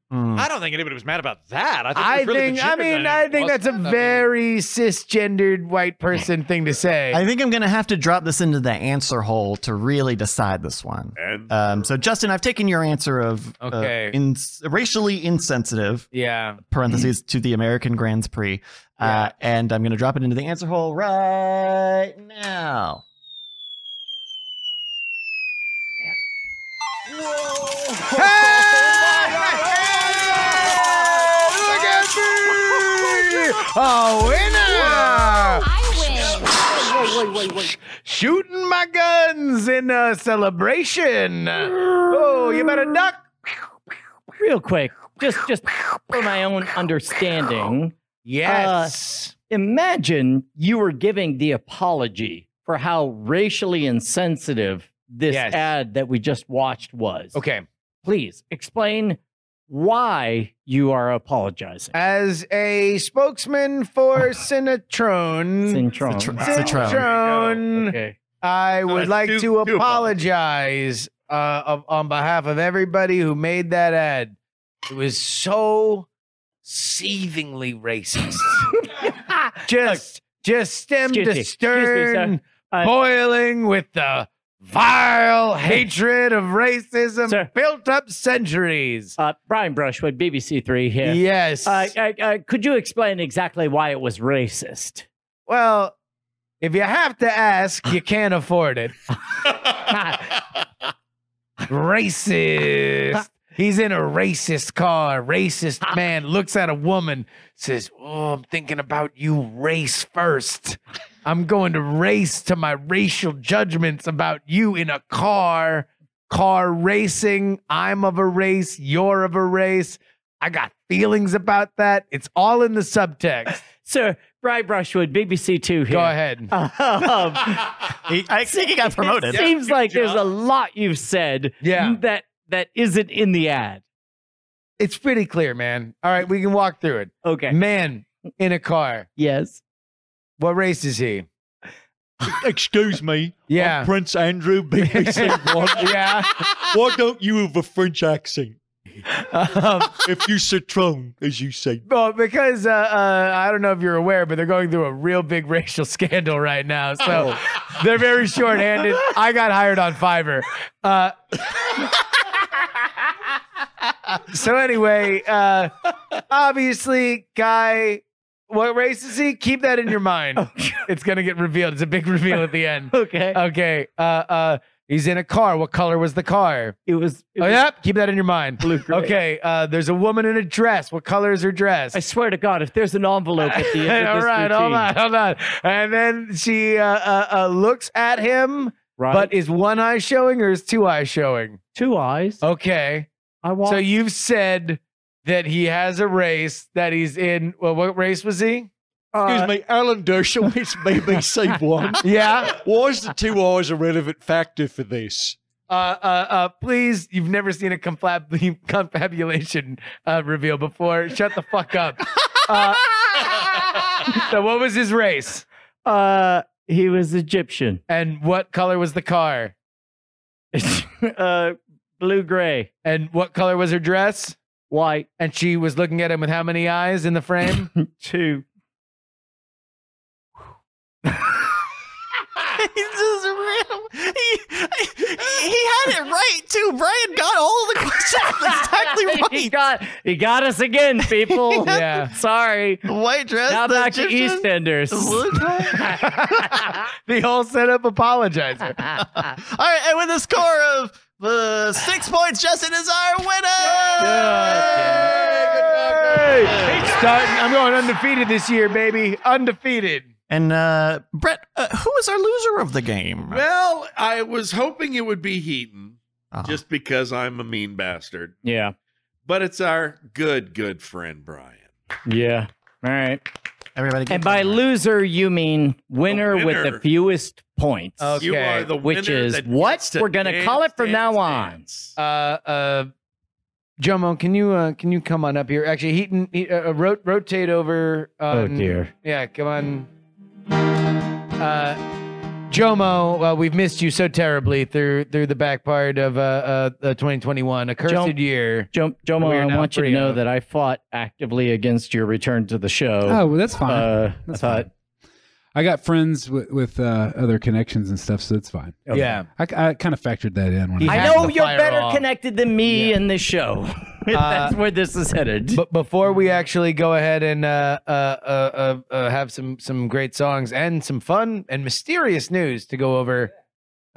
Speaker 6: Mm.
Speaker 5: I don't think anybody was mad about that. I think, it
Speaker 3: I
Speaker 5: was really
Speaker 3: think,
Speaker 5: the
Speaker 3: I
Speaker 5: gender
Speaker 3: mean, I
Speaker 5: dynamic,
Speaker 3: think that's
Speaker 5: wasn't
Speaker 3: a
Speaker 5: it? I mean,
Speaker 3: very cisgendered white person thing to say.
Speaker 6: I think I'm gonna have to drop this into the answer hole to really decide this one.
Speaker 1: and
Speaker 6: Um, so Justin, I've taken your answer of uh,
Speaker 3: Okay.
Speaker 6: in, racially insensitive
Speaker 3: yeah.
Speaker 6: parentheses to the American Grand Prix, uh, and I'm gonna drop it into the answer hole right now.
Speaker 3: Oh, winner!
Speaker 8: I win.
Speaker 3: Shooting my guns in a celebration. Oh, you better duck.
Speaker 2: real quick, just just for my own understanding,
Speaker 3: Yes.
Speaker 2: imagine you were giving the apology for how racially insensitive this
Speaker 3: Yes.
Speaker 2: ad that we just watched was.
Speaker 3: okay.
Speaker 2: Please explain why you are apologizing.
Speaker 3: As a spokesman for Sinatron,
Speaker 2: Syndrome.
Speaker 6: Citron.
Speaker 3: Citron.
Speaker 2: Okay.
Speaker 3: I would
Speaker 1: that's
Speaker 3: like
Speaker 1: two-
Speaker 3: to
Speaker 1: two
Speaker 3: apologize uh, of, on behalf of everybody who made that ad. It was so seethingly racist. just, just stem
Speaker 2: Excuse
Speaker 3: to
Speaker 2: me. Excuse me,
Speaker 3: stern,
Speaker 2: sir. Uh, I-
Speaker 3: boiling with the vile hatred of racism
Speaker 2: Sir.
Speaker 3: built up centuries.
Speaker 2: Uh, Brian Brushwood, BBC Three here.
Speaker 3: Yes.
Speaker 2: Uh, uh, uh, could you explain exactly why it was racist?
Speaker 3: well, if you have to ask, you can't afford it. racist. He's in a racist car. Racist man looks at a woman, says, Oh, I'm thinking about you race first. I'm going to race to my racial judgments about you in a car. Car racing. I'm of a race. You're of a race. I got feelings about that. It's all in the subtext.
Speaker 2: Sir, Brian Brushwood, BBC Two here.
Speaker 3: Go ahead.
Speaker 2: Um,
Speaker 6: He, I think he got promoted.
Speaker 2: It seems like there's a lot you've said
Speaker 3: Yeah.
Speaker 2: that that isn't in the ad.
Speaker 3: It's pretty clear, man. All right, we can walk through it.
Speaker 2: Okay.
Speaker 3: Man in a car.
Speaker 2: Yes.
Speaker 3: What race is he?
Speaker 5: Excuse me.
Speaker 3: Yeah.
Speaker 5: I'm Prince Andrew, BBC One.
Speaker 3: yeah.
Speaker 5: Why don't you have a French accent?
Speaker 3: Um,
Speaker 5: If you citron, as you say.
Speaker 3: well, because uh, uh, I don't know if you're aware, but they're going through a real big racial scandal right now. So
Speaker 2: Oh.
Speaker 3: they're very short-handed. I got hired on Fiverr. Uh, so anyway, uh, obviously, guy, what race is he? Keep that in your mind. It's gonna get revealed. It's a big reveal at the end.
Speaker 2: Okay.
Speaker 3: Okay. Uh, uh, he's in a car. What color was the car?
Speaker 2: it was. It
Speaker 3: Oh,
Speaker 2: was
Speaker 3: yep. Keep that in your mind.
Speaker 2: Blue gray.
Speaker 3: Okay. Uh, there's a woman in a dress. What color is her dress?
Speaker 2: I swear to God, if there's an envelope at the end of
Speaker 3: all
Speaker 2: this
Speaker 3: right,
Speaker 2: routine,
Speaker 3: hold on, hold on. And then she uh, uh, uh, looks at him,
Speaker 2: right?
Speaker 3: but is one eye showing or is two eyes showing?
Speaker 2: two eyes.
Speaker 3: Okay.
Speaker 2: I want.
Speaker 3: So you've said that he has a race that he's in. Well, what race was he?
Speaker 5: Excuse
Speaker 2: uh,
Speaker 5: me, Alan Dershowitz, it's BBC One.
Speaker 3: Yeah.
Speaker 5: Why is the two hours a relevant factor for this?
Speaker 3: Uh, uh, uh, please, you've never seen a confab- confabulation uh, reveal before. Shut the fuck up. Uh, so, what was his race?
Speaker 2: Uh, he was Egyptian.
Speaker 3: And what color was the car?
Speaker 2: uh, blue gray,
Speaker 3: And what color was her dress?
Speaker 2: white,
Speaker 3: And she was looking at him with how many eyes in the frame?
Speaker 2: two.
Speaker 6: He just ran. He, he, he had it right too. Brian got all the questions exactly
Speaker 2: he
Speaker 6: right.
Speaker 2: got. He got us again, people.
Speaker 3: yeah.
Speaker 2: Sorry.
Speaker 6: The White dress.
Speaker 2: Now
Speaker 6: the
Speaker 2: back to
Speaker 6: Egyptian,
Speaker 2: EastEnders.
Speaker 6: the blue dress.
Speaker 3: the whole setup apologized.
Speaker 6: All right, and with a score of uh, six points, Justin is our winner.
Speaker 3: Starting, I'm going undefeated this year, baby. Undefeated.
Speaker 6: And uh, Brett, uh, who was our loser of the game?
Speaker 1: Well, I was hoping it would be Heaton,
Speaker 6: Uh-huh.
Speaker 1: just because I'm a mean bastard.
Speaker 2: Yeah.
Speaker 1: But it's our good, good friend Brian.
Speaker 2: Yeah. All right.
Speaker 6: Everybody, give
Speaker 2: And by
Speaker 6: him a-
Speaker 2: loser, you mean winner, Oh,
Speaker 1: The
Speaker 2: with
Speaker 1: winner.
Speaker 2: the fewest points.
Speaker 3: Okay.
Speaker 1: You are the
Speaker 2: Which
Speaker 1: winner
Speaker 2: is
Speaker 1: that
Speaker 2: what
Speaker 1: gets to
Speaker 2: we're gonna
Speaker 1: dance,
Speaker 2: call it from
Speaker 1: dance,
Speaker 2: now on.
Speaker 1: dance.
Speaker 3: Uh, uh, Jomo, can you uh, can you come on up here? Actually, Heaton, he, uh, uh, ro- rotate over. Um,
Speaker 2: Oh, dear.
Speaker 3: Yeah, come on. Uh, Jomo, uh, we've missed you so terribly through through the back part of uh, uh, the 2021, a cursed
Speaker 2: Jom-
Speaker 3: year.
Speaker 2: Jo- Jomo,
Speaker 3: We are
Speaker 2: I
Speaker 3: now
Speaker 2: want you to
Speaker 3: free
Speaker 2: know
Speaker 3: of-
Speaker 2: that I fought actively against your return to the show.
Speaker 8: Oh, well, that's fine.
Speaker 2: uh, I
Speaker 8: That's
Speaker 2: thought,
Speaker 8: fine. I got friends with, with uh, other connections and stuff, so it's fine.
Speaker 3: Yeah.
Speaker 8: I, kind of factored that in when
Speaker 3: He
Speaker 8: I
Speaker 2: I
Speaker 3: has
Speaker 2: know
Speaker 3: the
Speaker 2: you're
Speaker 3: fire
Speaker 2: better
Speaker 3: off.
Speaker 2: connected than me
Speaker 8: Yeah.
Speaker 2: in this show.
Speaker 8: Uh,
Speaker 2: That's where this is headed.
Speaker 3: But before we actually go ahead and uh, uh, uh, uh, uh, have some some great songs and some fun and mysterious news to go over,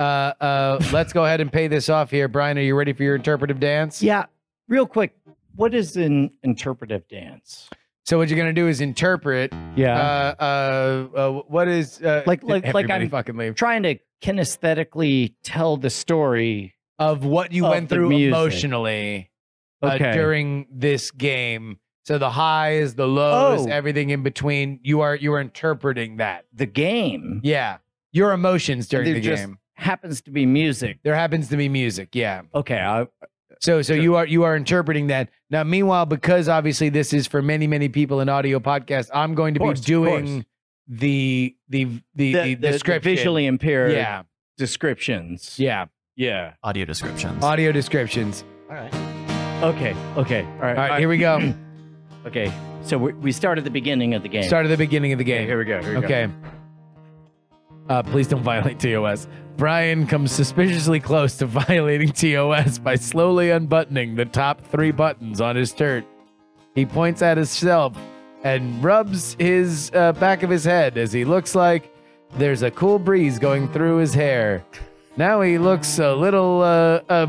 Speaker 3: uh, uh, let's go ahead and pay this off here. Brian, are you ready for your interpretive dance?
Speaker 2: yeah. Real quick, what is an interpretive dance?
Speaker 3: So what you're gonna do is interpret. Uh,
Speaker 2: Yeah.
Speaker 3: uh, uh, what is uh,
Speaker 2: Like- like- like
Speaker 3: everybody
Speaker 2: I'm-
Speaker 3: fucking leave
Speaker 2: trying to kinesthetically tell the story.
Speaker 3: of what you
Speaker 2: Of
Speaker 3: went
Speaker 2: the
Speaker 3: through
Speaker 2: music.
Speaker 3: emotionally uh,
Speaker 2: Okay.
Speaker 3: during this game. So the highs, the lows,
Speaker 2: Oh.
Speaker 3: everything in between. You are you are interpreting that.
Speaker 2: The game
Speaker 3: Yeah, your emotions during
Speaker 2: They're
Speaker 3: the
Speaker 2: just-
Speaker 3: game.
Speaker 2: happens to be music.
Speaker 3: There happens to be music. Yeah.
Speaker 2: Okay, uh, I
Speaker 3: So so you are you are interpreting that. Now meanwhile because obviously this is for many many people an audio podcast, I'm going to
Speaker 2: Course,
Speaker 3: be
Speaker 2: of
Speaker 3: doing
Speaker 2: course.
Speaker 3: the the the the, description.
Speaker 2: visually impaired
Speaker 3: yeah.
Speaker 2: descriptions.
Speaker 3: Yeah.
Speaker 2: Yeah.
Speaker 6: Audio descriptions.
Speaker 3: Audio descriptions.
Speaker 2: Okay. Okay. All right.
Speaker 3: All right, here we go.
Speaker 2: Okay. So we, we start at the beginning of the game.
Speaker 3: Start at the beginning of the
Speaker 2: Okay,
Speaker 3: game.
Speaker 2: here we go. Here we go.
Speaker 3: Okay. Uh, please don't violate TOS. Brian comes suspiciously close to violating TOS by slowly unbuttoning the top three buttons on his shirt. He points at himself and rubs his uh, back of his head as he looks like there's a cool breeze going through his hair. Now he looks a little uh, uh,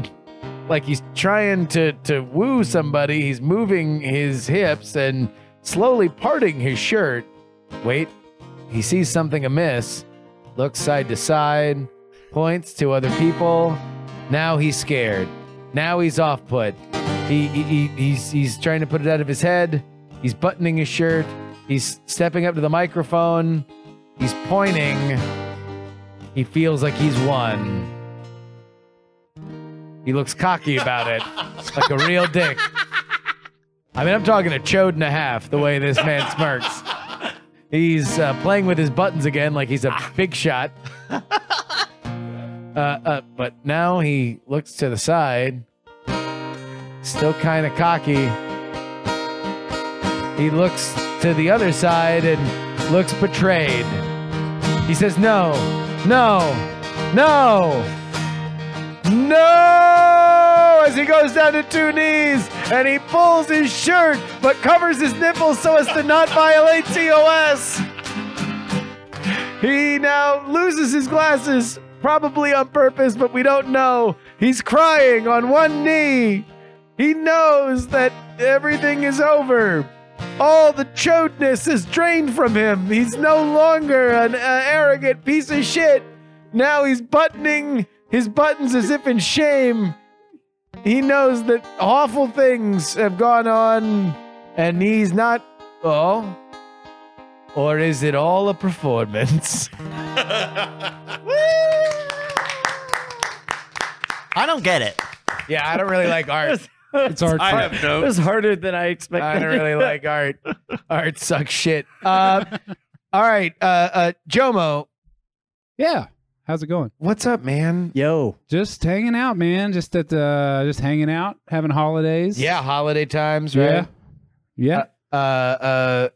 Speaker 3: like he's trying to, to woo somebody. He's moving his hips and slowly parting his shirt. Wait, he sees something amiss, looks side to side, points to other people. Now he's scared. Now he's off put. He, he, he- he's, he's trying to put it out of his head. He's buttoning his shirt. He's stepping up to the microphone. He's pointing. He feels like he's won. He looks cocky about it, like a real dick. I mean, I'm talking a chode and a half the way this man smirks. He's uh, playing with his buttons again like he's a big shot. uh, uh, but now he looks to the side, still kind of cocky. He looks to the other side and looks betrayed. He says, No, no, no, no! As he goes down to two knees and he pulls his shirt but covers his nipples so as to not violate TOS. He now loses his glasses, probably on purpose, but we don't know. He's crying on one knee. He knows that everything is over. All the chodeness is drained from him. He's no longer an uh, arrogant piece of shit. Now he's buttoning his buttons as if in shame. He knows that awful things have gone on and he's not. Oh. Or is it all a performance?
Speaker 6: I don't get it.
Speaker 3: yeah, I don't really like art.
Speaker 8: It's our
Speaker 1: I have
Speaker 2: It
Speaker 1: no.
Speaker 2: was harder than I expected.
Speaker 3: I don't really like art. Art sucks shit. Uh, all right, uh, uh, Jomo,
Speaker 8: Yeah. How's it going?
Speaker 3: what's up, man?
Speaker 2: Yo.
Speaker 8: Just hanging out, man. Just at uh just hanging out, having holidays.
Speaker 3: Yeah, holiday times,
Speaker 8: Yeah.
Speaker 3: right?
Speaker 8: Yeah.
Speaker 3: Uh, uh,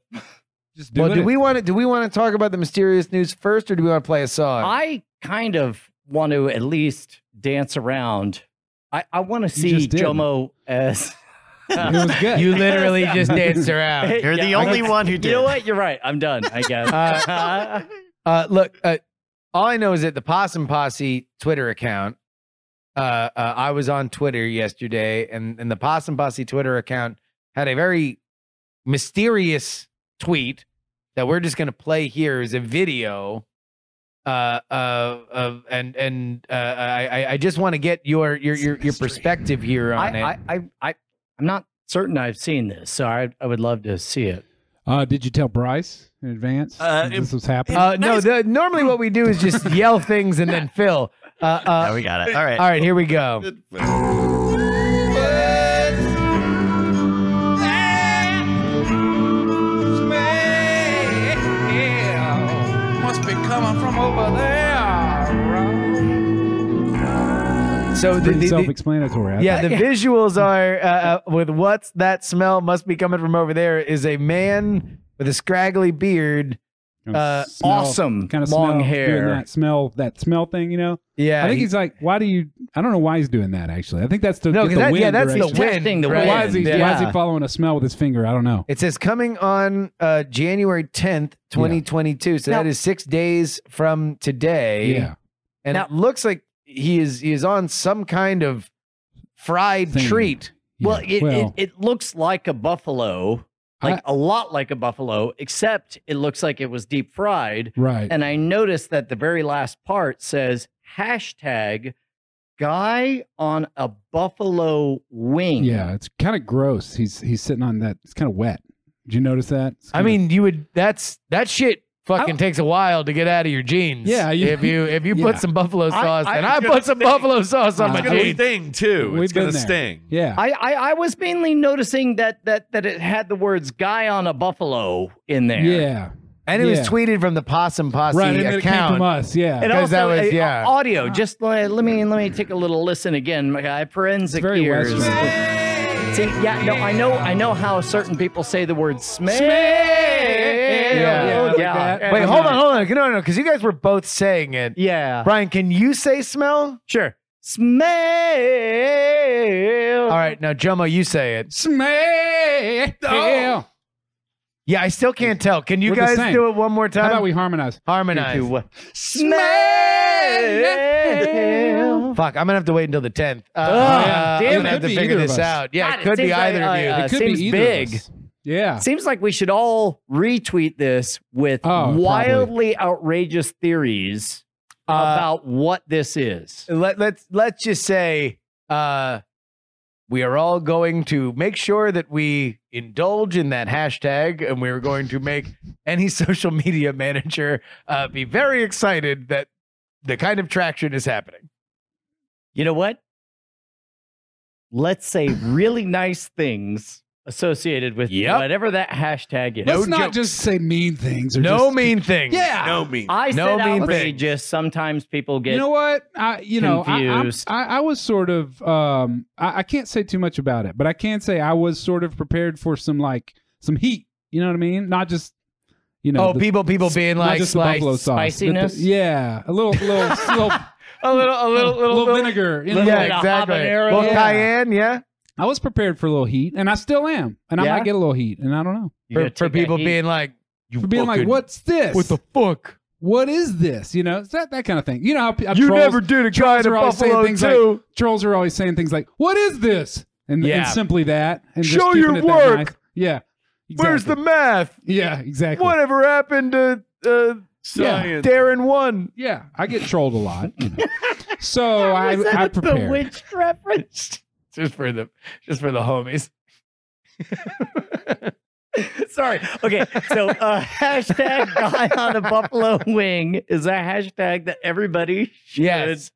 Speaker 8: just doing
Speaker 3: well, do
Speaker 8: it.
Speaker 3: we want to do we want to talk about the mysterious news first, or do we want to play a song?
Speaker 2: I kind of want to at least dance around. I, I want to see
Speaker 8: just did.
Speaker 2: Jomo as.
Speaker 8: it was good.
Speaker 3: you literally just danced around.
Speaker 2: Hey,
Speaker 6: You're
Speaker 2: yeah,
Speaker 6: the
Speaker 2: I
Speaker 6: only
Speaker 2: guess-
Speaker 6: one who
Speaker 2: You
Speaker 6: did.
Speaker 2: know what? You're right. I'm done. I guess.
Speaker 3: Uh, Uh, look, uh, all I know is that the Possum Posse Twitter account. Uh, uh, I was on Twitter yesterday, and and the Possum Posse Twitter account had a very mysterious tweet that we're just going to play here as a video. Uh, uh, of and and uh, I I- I just want to get your your your, your perspective here on
Speaker 2: I,
Speaker 3: it.
Speaker 2: I, I, I, I'm not certain I've seen this, so I, I would love to see it.
Speaker 8: Uh, did you tell Bryce in advance
Speaker 6: Uh,
Speaker 8: that this was happening?
Speaker 3: uh, no, the, normally what we do is just yell things and then fill. Uh, uh,
Speaker 6: Oh, we got it. All right.
Speaker 3: all right, here we go. So the,
Speaker 8: Pretty
Speaker 3: the, the,
Speaker 8: self-explanatory. I
Speaker 3: yeah, the
Speaker 2: Yeah.
Speaker 3: visuals are uh, uh, with what's that smell must be coming from over there is a man with a scraggly beard.
Speaker 8: Kind of
Speaker 3: uh,
Speaker 8: smell-
Speaker 2: awesome
Speaker 8: kind of
Speaker 2: long
Speaker 8: smell,
Speaker 2: hair.
Speaker 8: doing that smell, that smell thing. You know,
Speaker 3: Yeah,
Speaker 8: I think
Speaker 3: he-
Speaker 8: he's like, why do you? I don't know why he's doing that. Actually, I think that's to
Speaker 3: no,
Speaker 8: get
Speaker 3: 'cause
Speaker 8: the
Speaker 3: that,
Speaker 8: wind
Speaker 3: yeah, that's
Speaker 8: direction.
Speaker 3: the wind.
Speaker 2: Testing the
Speaker 3: right?
Speaker 8: Why is he?
Speaker 3: Yeah.
Speaker 8: Why is he following a smell with his finger? I don't know.
Speaker 3: It says coming on uh, January tenth, twenty twenty two. So
Speaker 2: Now-
Speaker 3: that is six days from today.
Speaker 8: Yeah,
Speaker 3: and
Speaker 2: Now-
Speaker 3: it looks like he is he is on some kind of fried
Speaker 8: Thing.
Speaker 3: treat.
Speaker 8: yeah.
Speaker 2: Well, it, it, it looks like a buffalo, like a lot like a buffalo, except it looks like it was deep fried.
Speaker 8: right.
Speaker 2: And I noticed that the very last part says hashtag guy on a buffalo wing.
Speaker 8: yeah, it's kind of gross. He's he's sitting on that. It's kind of wet. Did you notice that? It's
Speaker 3: I
Speaker 8: kinda-
Speaker 3: mean, you would that's that shit Fucking takes a while to get out of your jeans.
Speaker 8: Yeah, you-
Speaker 3: if you if you
Speaker 8: yeah.
Speaker 3: put some buffalo sauce,
Speaker 1: I
Speaker 3: and
Speaker 1: was
Speaker 3: I
Speaker 1: gonna
Speaker 3: put some
Speaker 1: say-
Speaker 3: buffalo sauce on my
Speaker 1: It's
Speaker 2: Uh,
Speaker 8: It's
Speaker 1: gonna
Speaker 3: jeans.
Speaker 1: sting too.
Speaker 8: We've
Speaker 1: it's gonna
Speaker 8: been there.
Speaker 1: sting.
Speaker 8: Yeah.
Speaker 2: I, I I was mainly noticing that that that it had the words "guy on a buffalo" in there.
Speaker 8: yeah.
Speaker 3: And it
Speaker 8: Yeah.
Speaker 3: was tweeted from the Possum Posse
Speaker 8: Right. And then it came
Speaker 3: account.
Speaker 8: from us. Yeah.
Speaker 2: And
Speaker 3: 'Cause
Speaker 2: also,
Speaker 3: that was-
Speaker 2: uh,
Speaker 3: yeah.
Speaker 2: audio. Just let, let me let me take a little listen again. My guy, forensic
Speaker 8: Very
Speaker 2: ears.
Speaker 8: Western.
Speaker 2: See, yeah, no, I know, I know how certain people say the word smell.
Speaker 8: Yeah, like
Speaker 2: yeah.
Speaker 8: that.
Speaker 3: Wait, hold on, hold on. No, no, because you guys were both saying it.
Speaker 2: Yeah.
Speaker 3: Brian, can you say smell?
Speaker 2: Sure. Smell.
Speaker 3: All right, now Jomo, you say it.
Speaker 8: Smell.
Speaker 3: Yeah, I still can't tell. Can you
Speaker 8: We're the
Speaker 3: guys
Speaker 8: same.
Speaker 3: do it one more time?
Speaker 8: How about we harmonize?
Speaker 3: harmonize?
Speaker 2: Two, one.
Speaker 3: Smell.
Speaker 2: Smell.
Speaker 3: Fuck, I'm gonna have to wait until the tenth. Uh,
Speaker 8: yeah.
Speaker 3: I'm
Speaker 8: Damn
Speaker 3: gonna
Speaker 8: it.
Speaker 3: have to
Speaker 8: Could be
Speaker 3: figure
Speaker 8: either of
Speaker 3: this
Speaker 8: us.
Speaker 3: out. Yeah,
Speaker 2: God,
Speaker 3: it could
Speaker 2: seems
Speaker 3: be either
Speaker 2: like,
Speaker 3: of you.
Speaker 2: uh,
Speaker 8: It could
Speaker 2: seems
Speaker 8: be either
Speaker 2: big.
Speaker 8: Of us. Yeah.
Speaker 2: Seems like we should all retweet this with
Speaker 8: Oh, probably.
Speaker 2: wildly outrageous theories
Speaker 3: Uh,
Speaker 2: about what this is.
Speaker 3: let let's let's just say uh, we are all going to make sure that we indulge in that hashtag, and we are going to make any social media manager uh, be very excited that the kind of traction is happening.
Speaker 2: You know what? Let's say really nice things associated with
Speaker 3: Yep.
Speaker 2: whatever that hashtag is.
Speaker 8: Let's
Speaker 3: no
Speaker 8: not
Speaker 3: jokes.
Speaker 8: just say mean things. Or
Speaker 3: No
Speaker 8: just,
Speaker 3: mean thing.
Speaker 8: Yeah.
Speaker 1: No mean.
Speaker 2: I
Speaker 3: No
Speaker 2: said
Speaker 3: mean thing.
Speaker 2: outrageous. Sometimes people get
Speaker 8: you know what? I you know I, I'm-
Speaker 2: confused.
Speaker 8: I I was sort of um I, I can't say too much about it, but I can say I was sort of prepared for some like some heat. You know what I mean? Not just you know
Speaker 3: oh,
Speaker 8: the-
Speaker 3: people people being
Speaker 8: not
Speaker 3: like,
Speaker 8: just the
Speaker 3: like
Speaker 8: buffalo sauce, but the-
Speaker 2: spiciness?
Speaker 8: yeah, a little little
Speaker 3: a
Speaker 8: little,
Speaker 3: little a little little,
Speaker 8: little
Speaker 3: little-
Speaker 8: vinegar. You know,
Speaker 2: little-
Speaker 8: like,
Speaker 2: Yeah. habanero.
Speaker 3: Well,
Speaker 8: Yeah.
Speaker 3: cayenne, yeah.
Speaker 8: I was prepared for a little heat, and I still am, and I
Speaker 2: Yeah?
Speaker 8: might get a little heat, and I don't know
Speaker 2: you
Speaker 3: For,
Speaker 2: gotta
Speaker 3: for
Speaker 2: take that
Speaker 3: people
Speaker 2: heat.
Speaker 3: being like, you
Speaker 8: for being like,
Speaker 3: fucking-
Speaker 8: what's this?
Speaker 3: What the fuck?
Speaker 8: what is this? You know, it's that that kind of thing. You know how p- uh,
Speaker 3: you
Speaker 8: trolls-
Speaker 3: never did a guy
Speaker 8: trolls
Speaker 3: to
Speaker 8: are always saying
Speaker 3: Buffalo
Speaker 8: things
Speaker 3: too.
Speaker 8: like trolls are always saying things like, "What is this?" and, and
Speaker 3: Yeah.
Speaker 8: simply that. And just
Speaker 3: Show
Speaker 8: keeping
Speaker 3: your
Speaker 8: it that
Speaker 3: work.
Speaker 8: nice. Yeah.
Speaker 3: Where's the
Speaker 8: exactly.
Speaker 3: math?
Speaker 8: Yeah, exactly.
Speaker 3: Whatever happened to uh,
Speaker 8: Science.
Speaker 3: Darren one?
Speaker 8: Yeah, I get trolled a lot. you know. so I
Speaker 2: Was that
Speaker 8: I
Speaker 2: the
Speaker 8: prepare.
Speaker 2: witch reference?
Speaker 3: Just for the just for the homies.
Speaker 2: Sorry. Okay. So uh, hashtag guy on a buffalo wing is a hashtag that everybody should
Speaker 3: Yes.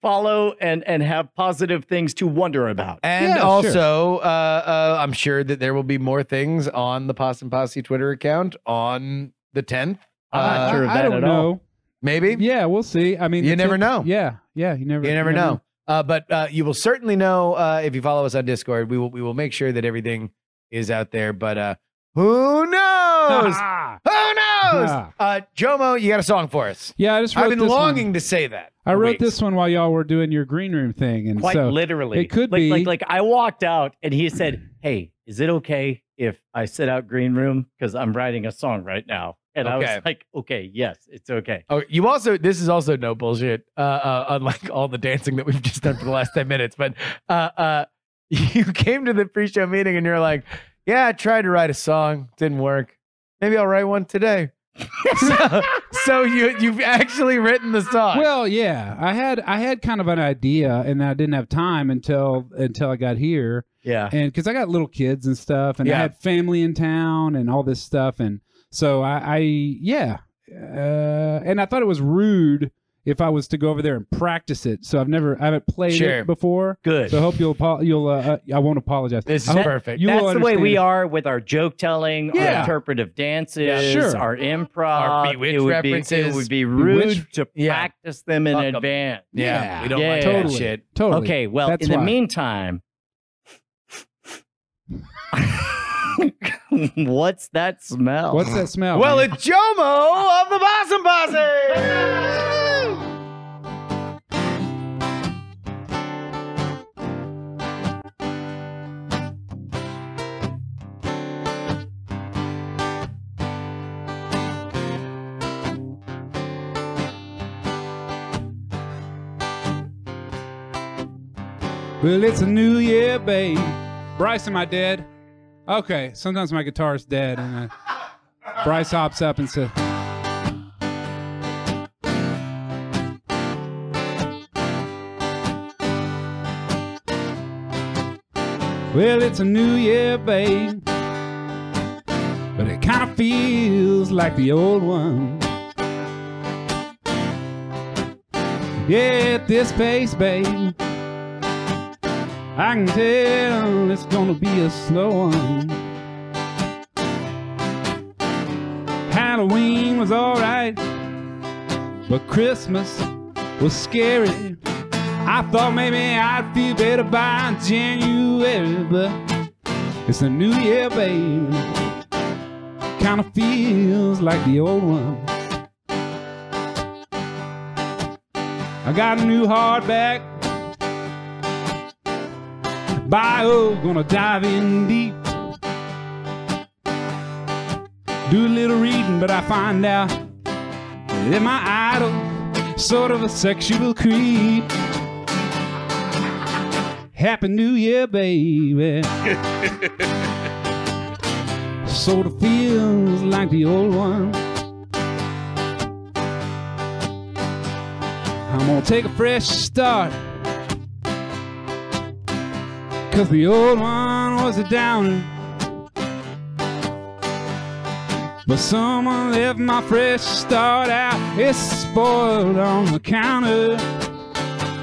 Speaker 2: follow and and have positive things to wonder about.
Speaker 3: And
Speaker 8: Yeah,
Speaker 3: also, uh, uh, I'm sure that there will be more things on the Possum Posse Twitter account on the 10th.
Speaker 2: I'm not
Speaker 3: Uh,
Speaker 2: sure of
Speaker 8: I, I
Speaker 2: that
Speaker 8: don't
Speaker 2: at all.
Speaker 8: know.
Speaker 3: Maybe
Speaker 8: Yeah, we'll see. I mean,
Speaker 3: You
Speaker 8: the
Speaker 3: never
Speaker 8: tip-
Speaker 3: know.
Speaker 8: Yeah, yeah, you never.
Speaker 3: you never know. Uh, but uh, you will certainly know uh, if you follow us on Discord. We will we will make sure that everything is out there. But uh, who knows?
Speaker 8: Ah.
Speaker 3: who knows?
Speaker 8: Ah.
Speaker 3: Uh, Jomo, you got a song for us.
Speaker 8: Yeah, I just wrote
Speaker 3: I've been
Speaker 8: this
Speaker 3: longing
Speaker 8: One.
Speaker 3: to say that.
Speaker 8: I
Speaker 3: for
Speaker 8: wrote
Speaker 3: weeks.
Speaker 8: this one while y'all were doing your green room thing, and
Speaker 2: Quite
Speaker 8: so
Speaker 2: literally.
Speaker 8: it could
Speaker 2: like,
Speaker 8: be-
Speaker 2: Like, like I walked out and he said, Hey, is it okay if I sit out green room? Because I'm writing a song right now. And I
Speaker 3: Okay.
Speaker 2: was like, Okay, yes, it's okay.
Speaker 3: Oh, you also this is also no bullshit. Uh, uh, unlike all the dancing that we've just done for the last ten minutes, but uh, uh, you came to the pre-show meeting and you're like, "Yeah, I tried to write a song, didn't work. Maybe I'll write one today." so, so you you've actually written the song.
Speaker 8: Well, yeah, I had I had kind of an idea, and I didn't have time until until I got here,
Speaker 2: Yeah.
Speaker 8: and because I got little kids and stuff, and I
Speaker 3: Yeah.
Speaker 8: had family in town and all this stuff, and so I, I yeah, uh, and I thought it was rude if I was to go over there and practice it. So I've never I haven't played
Speaker 3: Sure.
Speaker 8: it before.
Speaker 2: Good.
Speaker 8: So I hope you'll apo- you'll uh, uh, I won't apologize.
Speaker 3: this
Speaker 8: I
Speaker 3: is
Speaker 8: hope
Speaker 3: perfect.
Speaker 8: You will
Speaker 2: That's the way we
Speaker 8: understand.
Speaker 2: are with our joke telling, our
Speaker 8: Yeah.
Speaker 2: interpretive dances,
Speaker 8: sure.
Speaker 2: our improv.
Speaker 3: Our Bewitched
Speaker 2: it would Be, it
Speaker 3: references.
Speaker 2: would be rude
Speaker 3: Bewitched.
Speaker 2: to
Speaker 3: Yeah.
Speaker 2: practice them in
Speaker 3: Fuck 'em.
Speaker 2: advance.
Speaker 3: yeah,
Speaker 8: Yeah.
Speaker 3: we don't like
Speaker 2: Yeah.
Speaker 3: that
Speaker 8: Totally.
Speaker 3: shit.
Speaker 8: Totally.
Speaker 2: Okay, well,
Speaker 8: That's
Speaker 2: in the
Speaker 8: why.
Speaker 2: meantime, what's that smell?
Speaker 8: What's that smell?
Speaker 3: Well,
Speaker 8: man?
Speaker 3: it's Jomo of the Possum Posse.
Speaker 8: Well, it's a new year, babe. Bryce, am I dead? Okay, sometimes my guitar's dead, and uh, Bryce hops up and says, "Well, it's a new year, babe, but it kind of feels like the old one. Yeah, at this pace, babe, I can tell it's gonna be a slow one. Halloween was alright, but Christmas was scary. I thought maybe I'd feel better by January, but it's a new year, baby. Kinda feels like the old one. I got a new hardback. Bio, oh, gonna dive in deep. Do a little reading, but I find out that my idol, sort of a sexual creep. Happy New Year, baby. sort of feels like the old one. I'm gonna take a fresh start. Cause the old one was a downer. But someone left my fresh start out. It's spoiled on the counter.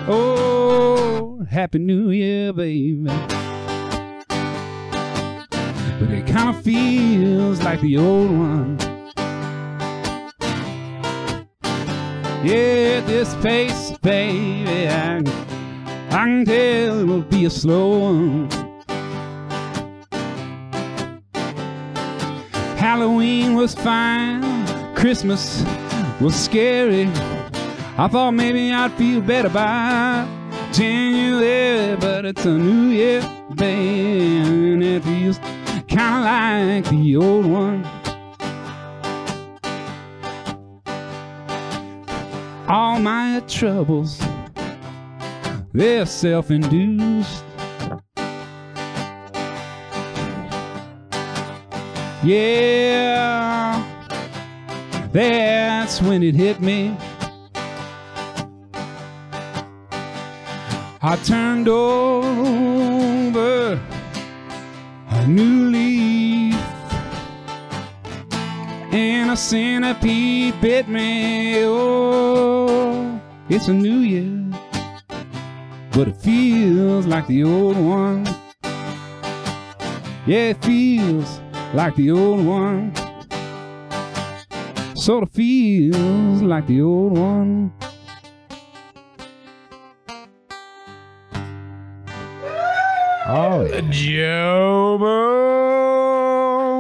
Speaker 8: Oh, Happy New Year, baby. But it kinda feels like the old one. Yeah, at this pace, baby, I, I can tell it will be a slow one. Halloween was fine, Christmas was scary. I thought maybe I'd feel better by January, but it's a new year, baby, and it feels kinda like the old one. all my troubles. They're self induced. Yeah, that's when it hit me. I turned over a new leaf and a centipede bit me. Oh, it's a new year, but it feels like the old one. Yeah, it feels like the old one. Sort of feels like the old one. Oh, yeah.
Speaker 3: Joe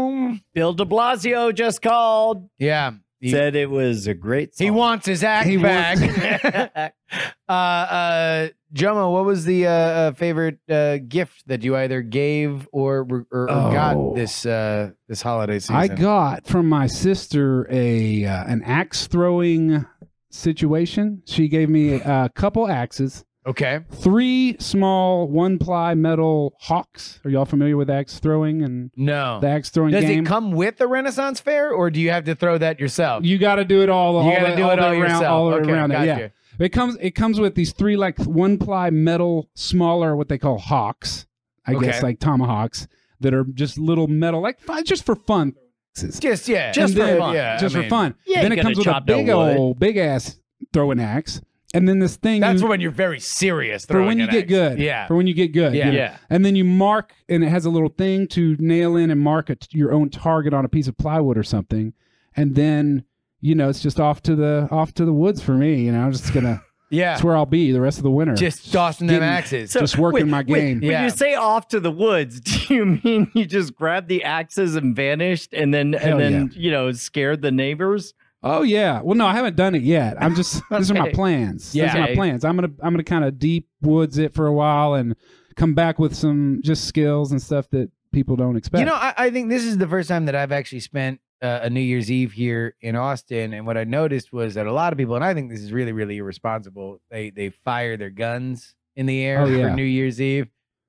Speaker 3: Boom.
Speaker 2: Bill de Blasio just called,
Speaker 3: Yeah. He,
Speaker 2: said it was a great song.
Speaker 3: he wants his act
Speaker 8: He
Speaker 3: back.
Speaker 8: wants-
Speaker 3: uh, uh, Jomo, what was the uh, uh, favorite uh, gift that you either gave or or, or
Speaker 8: Oh.
Speaker 3: got this uh, this holiday season?
Speaker 8: I got from my sister a uh, an axe throwing situation. She gave me a couple axes,
Speaker 3: okay.
Speaker 8: three small one ply metal hawks. Are y'all familiar with axe throwing and
Speaker 3: No.
Speaker 8: the axe throwing
Speaker 3: Does
Speaker 8: game?
Speaker 3: it come with the Renaissance Fair, or do you have to throw that yourself?
Speaker 8: you got to do it all. all
Speaker 3: you got to
Speaker 8: the-
Speaker 3: do it
Speaker 8: the
Speaker 3: all
Speaker 8: around,
Speaker 3: yourself.
Speaker 8: All
Speaker 3: okay,
Speaker 8: around it.
Speaker 3: gotcha.
Speaker 8: Yeah, it comes. It comes with these three like one ply metal, smaller what they call hawks. I guess
Speaker 3: Okay.
Speaker 8: like tomahawks that are just little metal, like fi- just for fun.
Speaker 3: Just yeah,
Speaker 8: And then-
Speaker 3: Yeah,
Speaker 8: just
Speaker 3: I
Speaker 8: for
Speaker 3: mean,
Speaker 8: fun.
Speaker 2: Yeah,
Speaker 8: then
Speaker 2: you
Speaker 8: it
Speaker 2: gotta
Speaker 8: comes with a
Speaker 2: chop down
Speaker 8: big
Speaker 2: wood.
Speaker 8: old, big ass throwing axe, and then this thing
Speaker 3: That's
Speaker 8: you-
Speaker 3: when you're very serious.
Speaker 8: for when
Speaker 3: throwing
Speaker 8: you
Speaker 3: an
Speaker 8: get
Speaker 3: axe.
Speaker 8: good.
Speaker 3: Yeah.
Speaker 8: for when you get good.
Speaker 3: Yeah.
Speaker 8: you know.
Speaker 3: Yeah.
Speaker 8: And then you mark, and it has a little thing to nail in and mark a, your own target on a piece of plywood or something, and then you know it's just off to the off to the woods for me. You know, I'm just gonna
Speaker 3: yeah.
Speaker 8: that's where I'll be the rest of the winter.
Speaker 3: Just tossing them
Speaker 8: Getting-
Speaker 3: axes.
Speaker 8: just working my game.
Speaker 2: When
Speaker 3: Yeah.
Speaker 2: you say off to the woods, do you mean you just grabbed the axes and vanished and then and
Speaker 8: Hell
Speaker 2: then, you know, scared the neighbors?
Speaker 8: Oh yeah. Well, no, I haven't done it yet. I'm just these are my
Speaker 2: Okay.
Speaker 8: plans. These
Speaker 3: Yeah.
Speaker 8: are my
Speaker 2: Okay.
Speaker 8: plans. I'm gonna I'm gonna kind of deep woods it for a while and come back with some just skills and stuff that people don't expect.
Speaker 3: You know, I, I think this is the first time that I've actually spent uh, a New Year's Eve here in Austin, and what I noticed was that a lot of people, and I think this is really, really irresponsible. They they fire their guns in the air
Speaker 8: Oh, yeah.
Speaker 3: for New Year's Eve.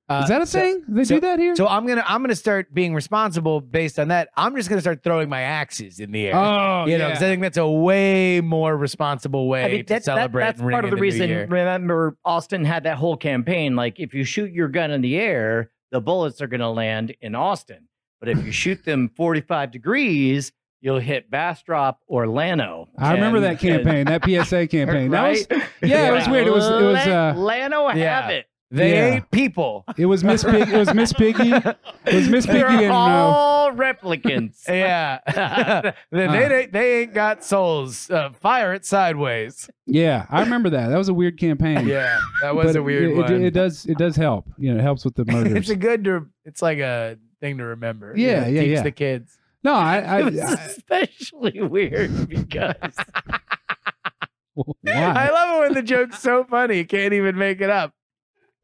Speaker 3: Uh,
Speaker 8: is that a
Speaker 3: so-
Speaker 8: thing? They do that here?
Speaker 3: So I'm gonna I'm gonna start being responsible based on that. I'm just gonna start throwing my axes in the air.
Speaker 8: oh,
Speaker 3: you know, 'cause I think that's a way more responsible way
Speaker 2: I mean,
Speaker 3: to
Speaker 2: that- that-
Speaker 3: celebrate.
Speaker 2: that's
Speaker 3: and ring
Speaker 2: part of the,
Speaker 3: in new
Speaker 2: reason.
Speaker 3: year.
Speaker 2: Remember, Austin had that whole campaign. Like, if you shoot your gun in the air, the bullets are going to land in Austin. But if you shoot them 45 degrees, you'll hit Bastrop or Lano.
Speaker 8: I remember
Speaker 2: And-
Speaker 8: that campaign, that PSA campaign. That was
Speaker 2: Right?
Speaker 8: yeah, it was weird. It was it was uh,
Speaker 2: Lano
Speaker 3: yeah.
Speaker 2: have it.
Speaker 3: They
Speaker 8: Yeah.
Speaker 3: ain't people.
Speaker 8: it was Miss Pig. It was Miss Piggy. It was Miss Piggy
Speaker 2: They're
Speaker 8: and uh,
Speaker 2: all replicants.
Speaker 3: Yeah, they, they they ain't got souls. Uh, fire it sideways.
Speaker 8: yeah, I remember that. That was a weird campaign.
Speaker 3: Yeah, that was
Speaker 8: Hmm. But
Speaker 3: a weird
Speaker 8: it,
Speaker 3: one.
Speaker 8: It, it does it does help. You know, it helps with the
Speaker 3: it's
Speaker 8: murders.
Speaker 3: a good. To, it's like a thing to remember.
Speaker 8: Yeah,
Speaker 3: know,
Speaker 8: yeah,
Speaker 3: Teach
Speaker 8: yeah.
Speaker 3: the kids.
Speaker 8: no, I, I,
Speaker 2: it was
Speaker 8: I
Speaker 2: especially weird because
Speaker 8: why?
Speaker 3: I love it when the joke's so funny you can't even make it up.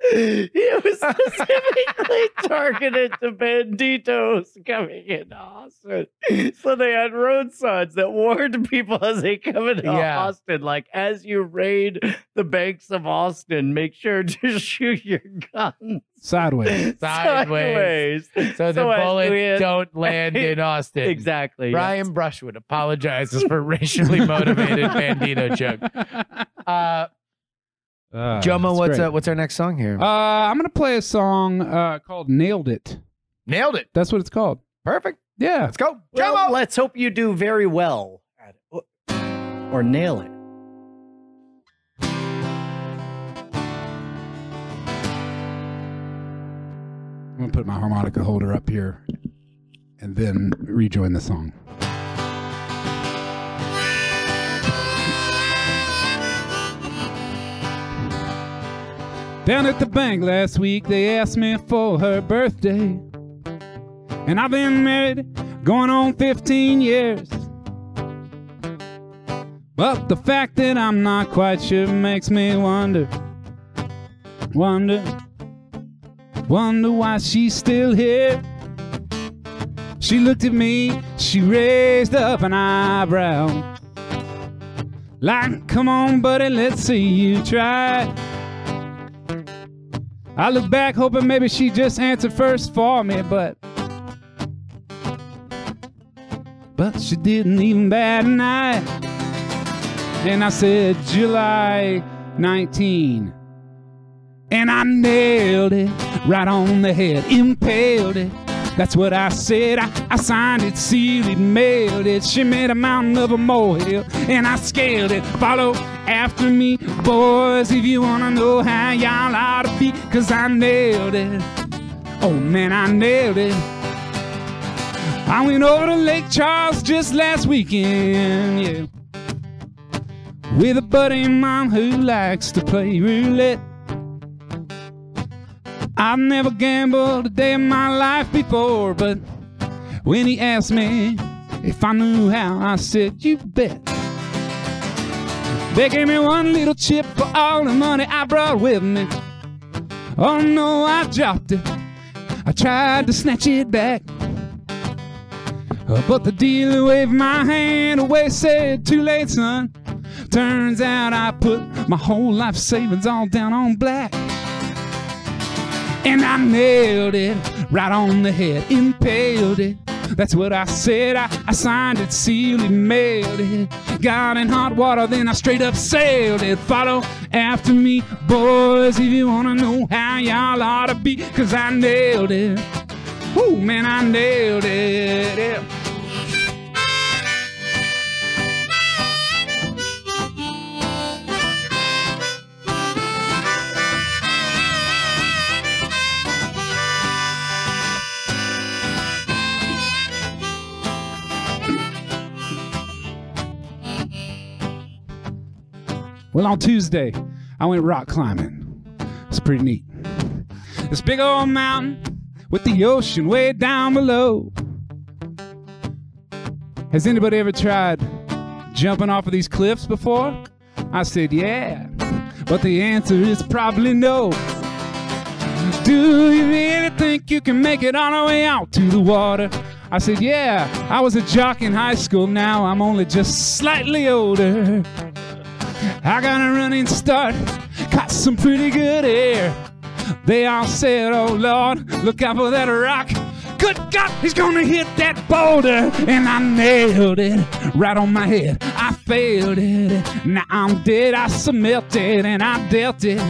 Speaker 8: Oh,
Speaker 2: it was specifically targeted to banditos coming into Austin. So they had road signs that warned people as they come into
Speaker 3: Yeah.
Speaker 2: Austin, like as you raid the banks of Austin, make sure to shoot your gun
Speaker 8: Sideways.
Speaker 3: Sideways.
Speaker 2: sideways.
Speaker 3: So the
Speaker 2: as
Speaker 3: bullets
Speaker 2: we had-
Speaker 3: don't land in Austin.
Speaker 2: exactly.
Speaker 3: Brian Brushwood apologizes for racially motivated bandito joke. Uh,
Speaker 8: Uh,
Speaker 3: Jomo,
Speaker 8: it's
Speaker 3: what's
Speaker 8: great.
Speaker 3: uh, what's our next song here?
Speaker 8: Uh, I'm gonna play a song uh, called "Nailed It."
Speaker 3: Nailed it.
Speaker 8: That's what it's called.
Speaker 3: Perfect.
Speaker 8: Yeah.
Speaker 3: Let's go.
Speaker 2: Well,
Speaker 3: Jomo.
Speaker 2: let's hope you do very well at it. or nail it.
Speaker 8: I'm gonna put my harmonica holder up here, and then rejoin the song. Down at the bank last week, they asked me for her birthday. And I've been married going on 15 years. But the fact that I'm not quite sure makes me wonder, wonder, wonder why she's still here. She looked at me, she raised up an eyebrow. Like, come on, buddy, let's see you try. it." I look back hoping maybe she just answered first for me, but But she didn't even bat an eye. And I said July 19. And I nailed it right on the head, impaled it. That's what I said. I, I signed it, sealed it, mailed it. She made a mountain of a molehill, and I scaled it. Follow after me, boys, if you wanna know how y'all ought to be, cause I nailed it. Oh man, I nailed it. I went over to Lake Charles just last weekend, yeah. With a buddy of mine who likes to play roulette. I've never gambled a day in my life before, but when he asked me if I knew how, I said, You bet. They gave me one little chip for all the money I brought with me. Oh no, I dropped it. I tried to snatch it back. Uh, But the dealer waved my hand away, said, Too late, son. Turns out I put my whole life savings all down on black. And I nailed it right on the head, impaled it. That's what I said. I, I signed it, sealed it, mailed it. Got in hot water, then I straight up sailed it. Follow after me, boys, if you wanna know how y'all ought to be, cause I nailed it. Ooh, man, I nailed it. Yeah. Well, on Tuesday, I went rock climbing. It's pretty neat. This big old mountain with the ocean way down below. Has anybody ever tried jumping off of these cliffs before? I said, yeah. But the answer is probably no. Do you really think you can make it all the way out to the water? I said, yeah. I was a jock in high school. Now I'm only just slightly older. I got a running start, caught some pretty good air. They all said, Oh Lord, look out for that rock. Good God, he's gonna hit that boulder. And I nailed it right on my head. I failed it. Now I'm dead, I smelt it, and I dealt it.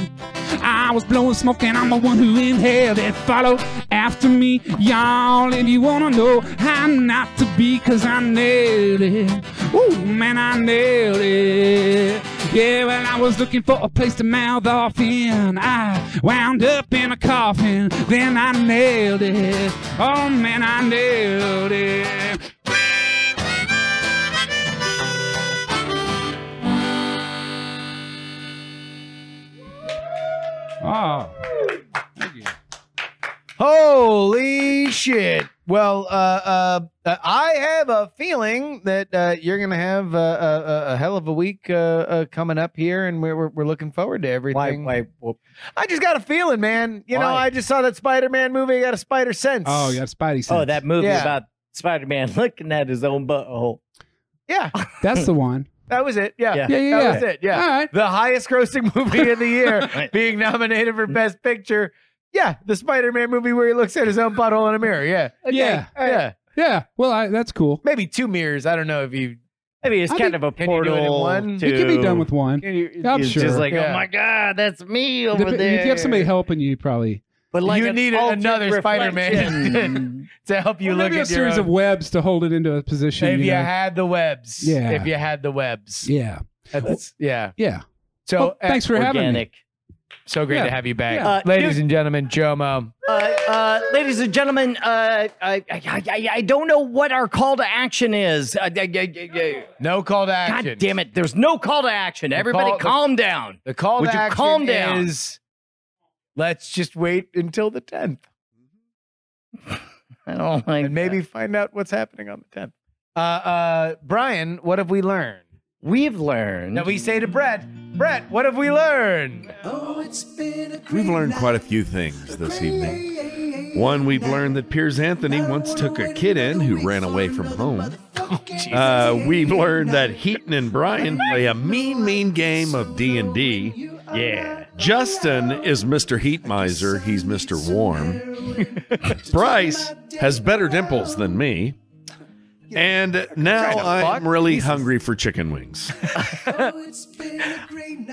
Speaker 8: I was blowing smoke and I'm the one who inhaled it. Follow after me, y'all, if you wanna know how not to be, cause I nailed it. Ooh, man, I nailed it. Yeah, well, I was looking for a place to mouth off in. I wound up in a coffin, then I nailed it. Oh, man, I nailed it. Oh.
Speaker 3: Holy shit. Well, uh, uh, uh, I have a feeling that uh, you're going to have a, a, a hell of a week uh, uh, coming up here, and we're, we're, we're looking forward to
Speaker 2: Why,
Speaker 3: everything.
Speaker 2: why, well,
Speaker 3: I just got a feeling, man. You know,
Speaker 2: Why?
Speaker 3: I just saw that Spider Man movie. I got a spider sense.
Speaker 8: Oh, you got Spidey sense.
Speaker 2: oh, that movie
Speaker 3: Yeah.
Speaker 2: about Spider Man looking at his own butthole.
Speaker 3: Yeah,
Speaker 8: That's the one.
Speaker 3: that was it. Yeah.
Speaker 2: Yeah.
Speaker 8: Yeah, yeah,
Speaker 3: That
Speaker 8: yeah.
Speaker 3: was it. Yeah.
Speaker 8: All right.
Speaker 3: The highest grossing movie of the year
Speaker 2: Right.
Speaker 3: being nominated for Best Picture. Yeah. The Spider Man movie where he looks at his own butthole in a mirror. Yeah.
Speaker 8: Yeah.
Speaker 3: Yeah.
Speaker 8: Yeah. Well, I, that's cool.
Speaker 3: Maybe two mirrors. I don't know if you.
Speaker 2: I mean, it's
Speaker 8: I
Speaker 2: kind of a
Speaker 3: can you do it in
Speaker 2: portal.
Speaker 3: one?
Speaker 2: To,
Speaker 8: It can be done with one.
Speaker 3: can you-
Speaker 8: I'm
Speaker 3: it's
Speaker 8: sure.
Speaker 2: Just like,
Speaker 3: Yeah.
Speaker 2: oh my God, that's me over
Speaker 8: Dep-
Speaker 2: there.
Speaker 8: If you have somebody helping you, probably.
Speaker 2: But like
Speaker 3: You
Speaker 2: an
Speaker 3: need
Speaker 2: altered
Speaker 3: another Spider-Man. Hmm.
Speaker 2: reflection.
Speaker 3: to help you
Speaker 8: Or
Speaker 3: look
Speaker 8: maybe a
Speaker 3: at your
Speaker 8: series
Speaker 3: own-
Speaker 8: of webs to hold it into a position.
Speaker 3: if
Speaker 8: you
Speaker 3: you
Speaker 8: know.
Speaker 3: had the webs.
Speaker 8: Yeah.
Speaker 3: If you had the webs.
Speaker 8: yeah.
Speaker 3: That's, yeah.
Speaker 8: Yeah.
Speaker 3: So uh,
Speaker 8: Well, thanks for having me.
Speaker 2: organic.
Speaker 3: So great
Speaker 8: Yeah.
Speaker 3: to have you back,
Speaker 8: Yeah.
Speaker 2: Uh,
Speaker 3: ladies
Speaker 2: dude-
Speaker 3: and gentlemen. Jomo.
Speaker 2: Uh, uh, ladies and gentlemen, uh, I, I, I, I don't know what our call to action is. Uh, I, I, I, I,
Speaker 3: No call to action.
Speaker 2: God damn it. There's no call to action. Everybody
Speaker 3: call- the-
Speaker 2: calm down.
Speaker 3: The call
Speaker 2: Would
Speaker 3: to
Speaker 2: you
Speaker 3: action
Speaker 2: calm down?
Speaker 3: is let's just wait until the tenth
Speaker 2: I
Speaker 8: Oh
Speaker 2: don't like
Speaker 3: and maybe find out what's happening on the tenth. Uh, uh, Brian, what have we learned?
Speaker 2: that. we've learned.
Speaker 3: Now we say to Brett, Brett, what have we learned?
Speaker 1: We've learned quite a few things this evening. One, we've learned that Piers Anthony once took a kid in who ran away from home. Uh, we've learned that Heaton and Brian play a mean, mean game of D and D. Yeah, Justin is Mr. Heat Miser. He's Mr. Warm. Bryce has better dimples than me. And now I'm really hungry for chicken wings.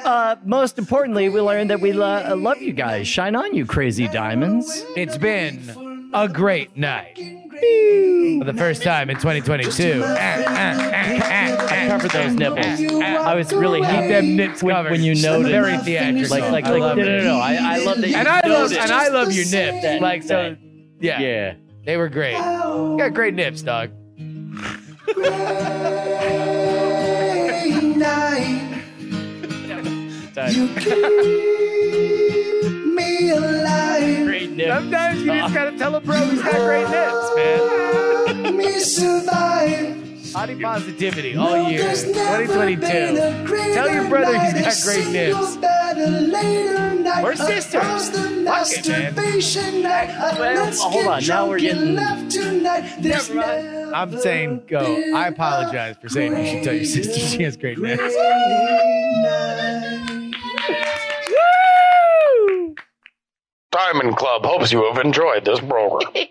Speaker 2: uh, most importantly, we learned that we lo- uh, love you guys. Shine on, you crazy diamonds.
Speaker 3: It's been a great night. For the first time in 2022.
Speaker 2: I covered those nipples. I was really
Speaker 3: Keep them nips
Speaker 2: when,
Speaker 3: covered.
Speaker 2: when you noticed.
Speaker 3: Very theatrical.
Speaker 2: Like, like,
Speaker 3: I
Speaker 2: like, no,
Speaker 3: love
Speaker 2: no,
Speaker 3: it.
Speaker 2: no, no. I, I love that you
Speaker 3: And I love
Speaker 2: noticed.
Speaker 3: and I love your nips.
Speaker 2: That-
Speaker 3: like so
Speaker 2: that-
Speaker 3: yeah,
Speaker 2: yeah.
Speaker 3: They were great. You got great nips, dog.
Speaker 2: Great nips.
Speaker 3: Sometimes you just gotta tell a pro he's got great nips, man. Body positivity all year. 2022. Tell your brother he's got great nips. We're sisters. Fuck it, man.
Speaker 2: Well, hold on. Now we're getting.
Speaker 3: I'm saying go. I apologize for saying you should tell your sister she has great nips.
Speaker 9: Diamond Club hopes you have enjoyed this program.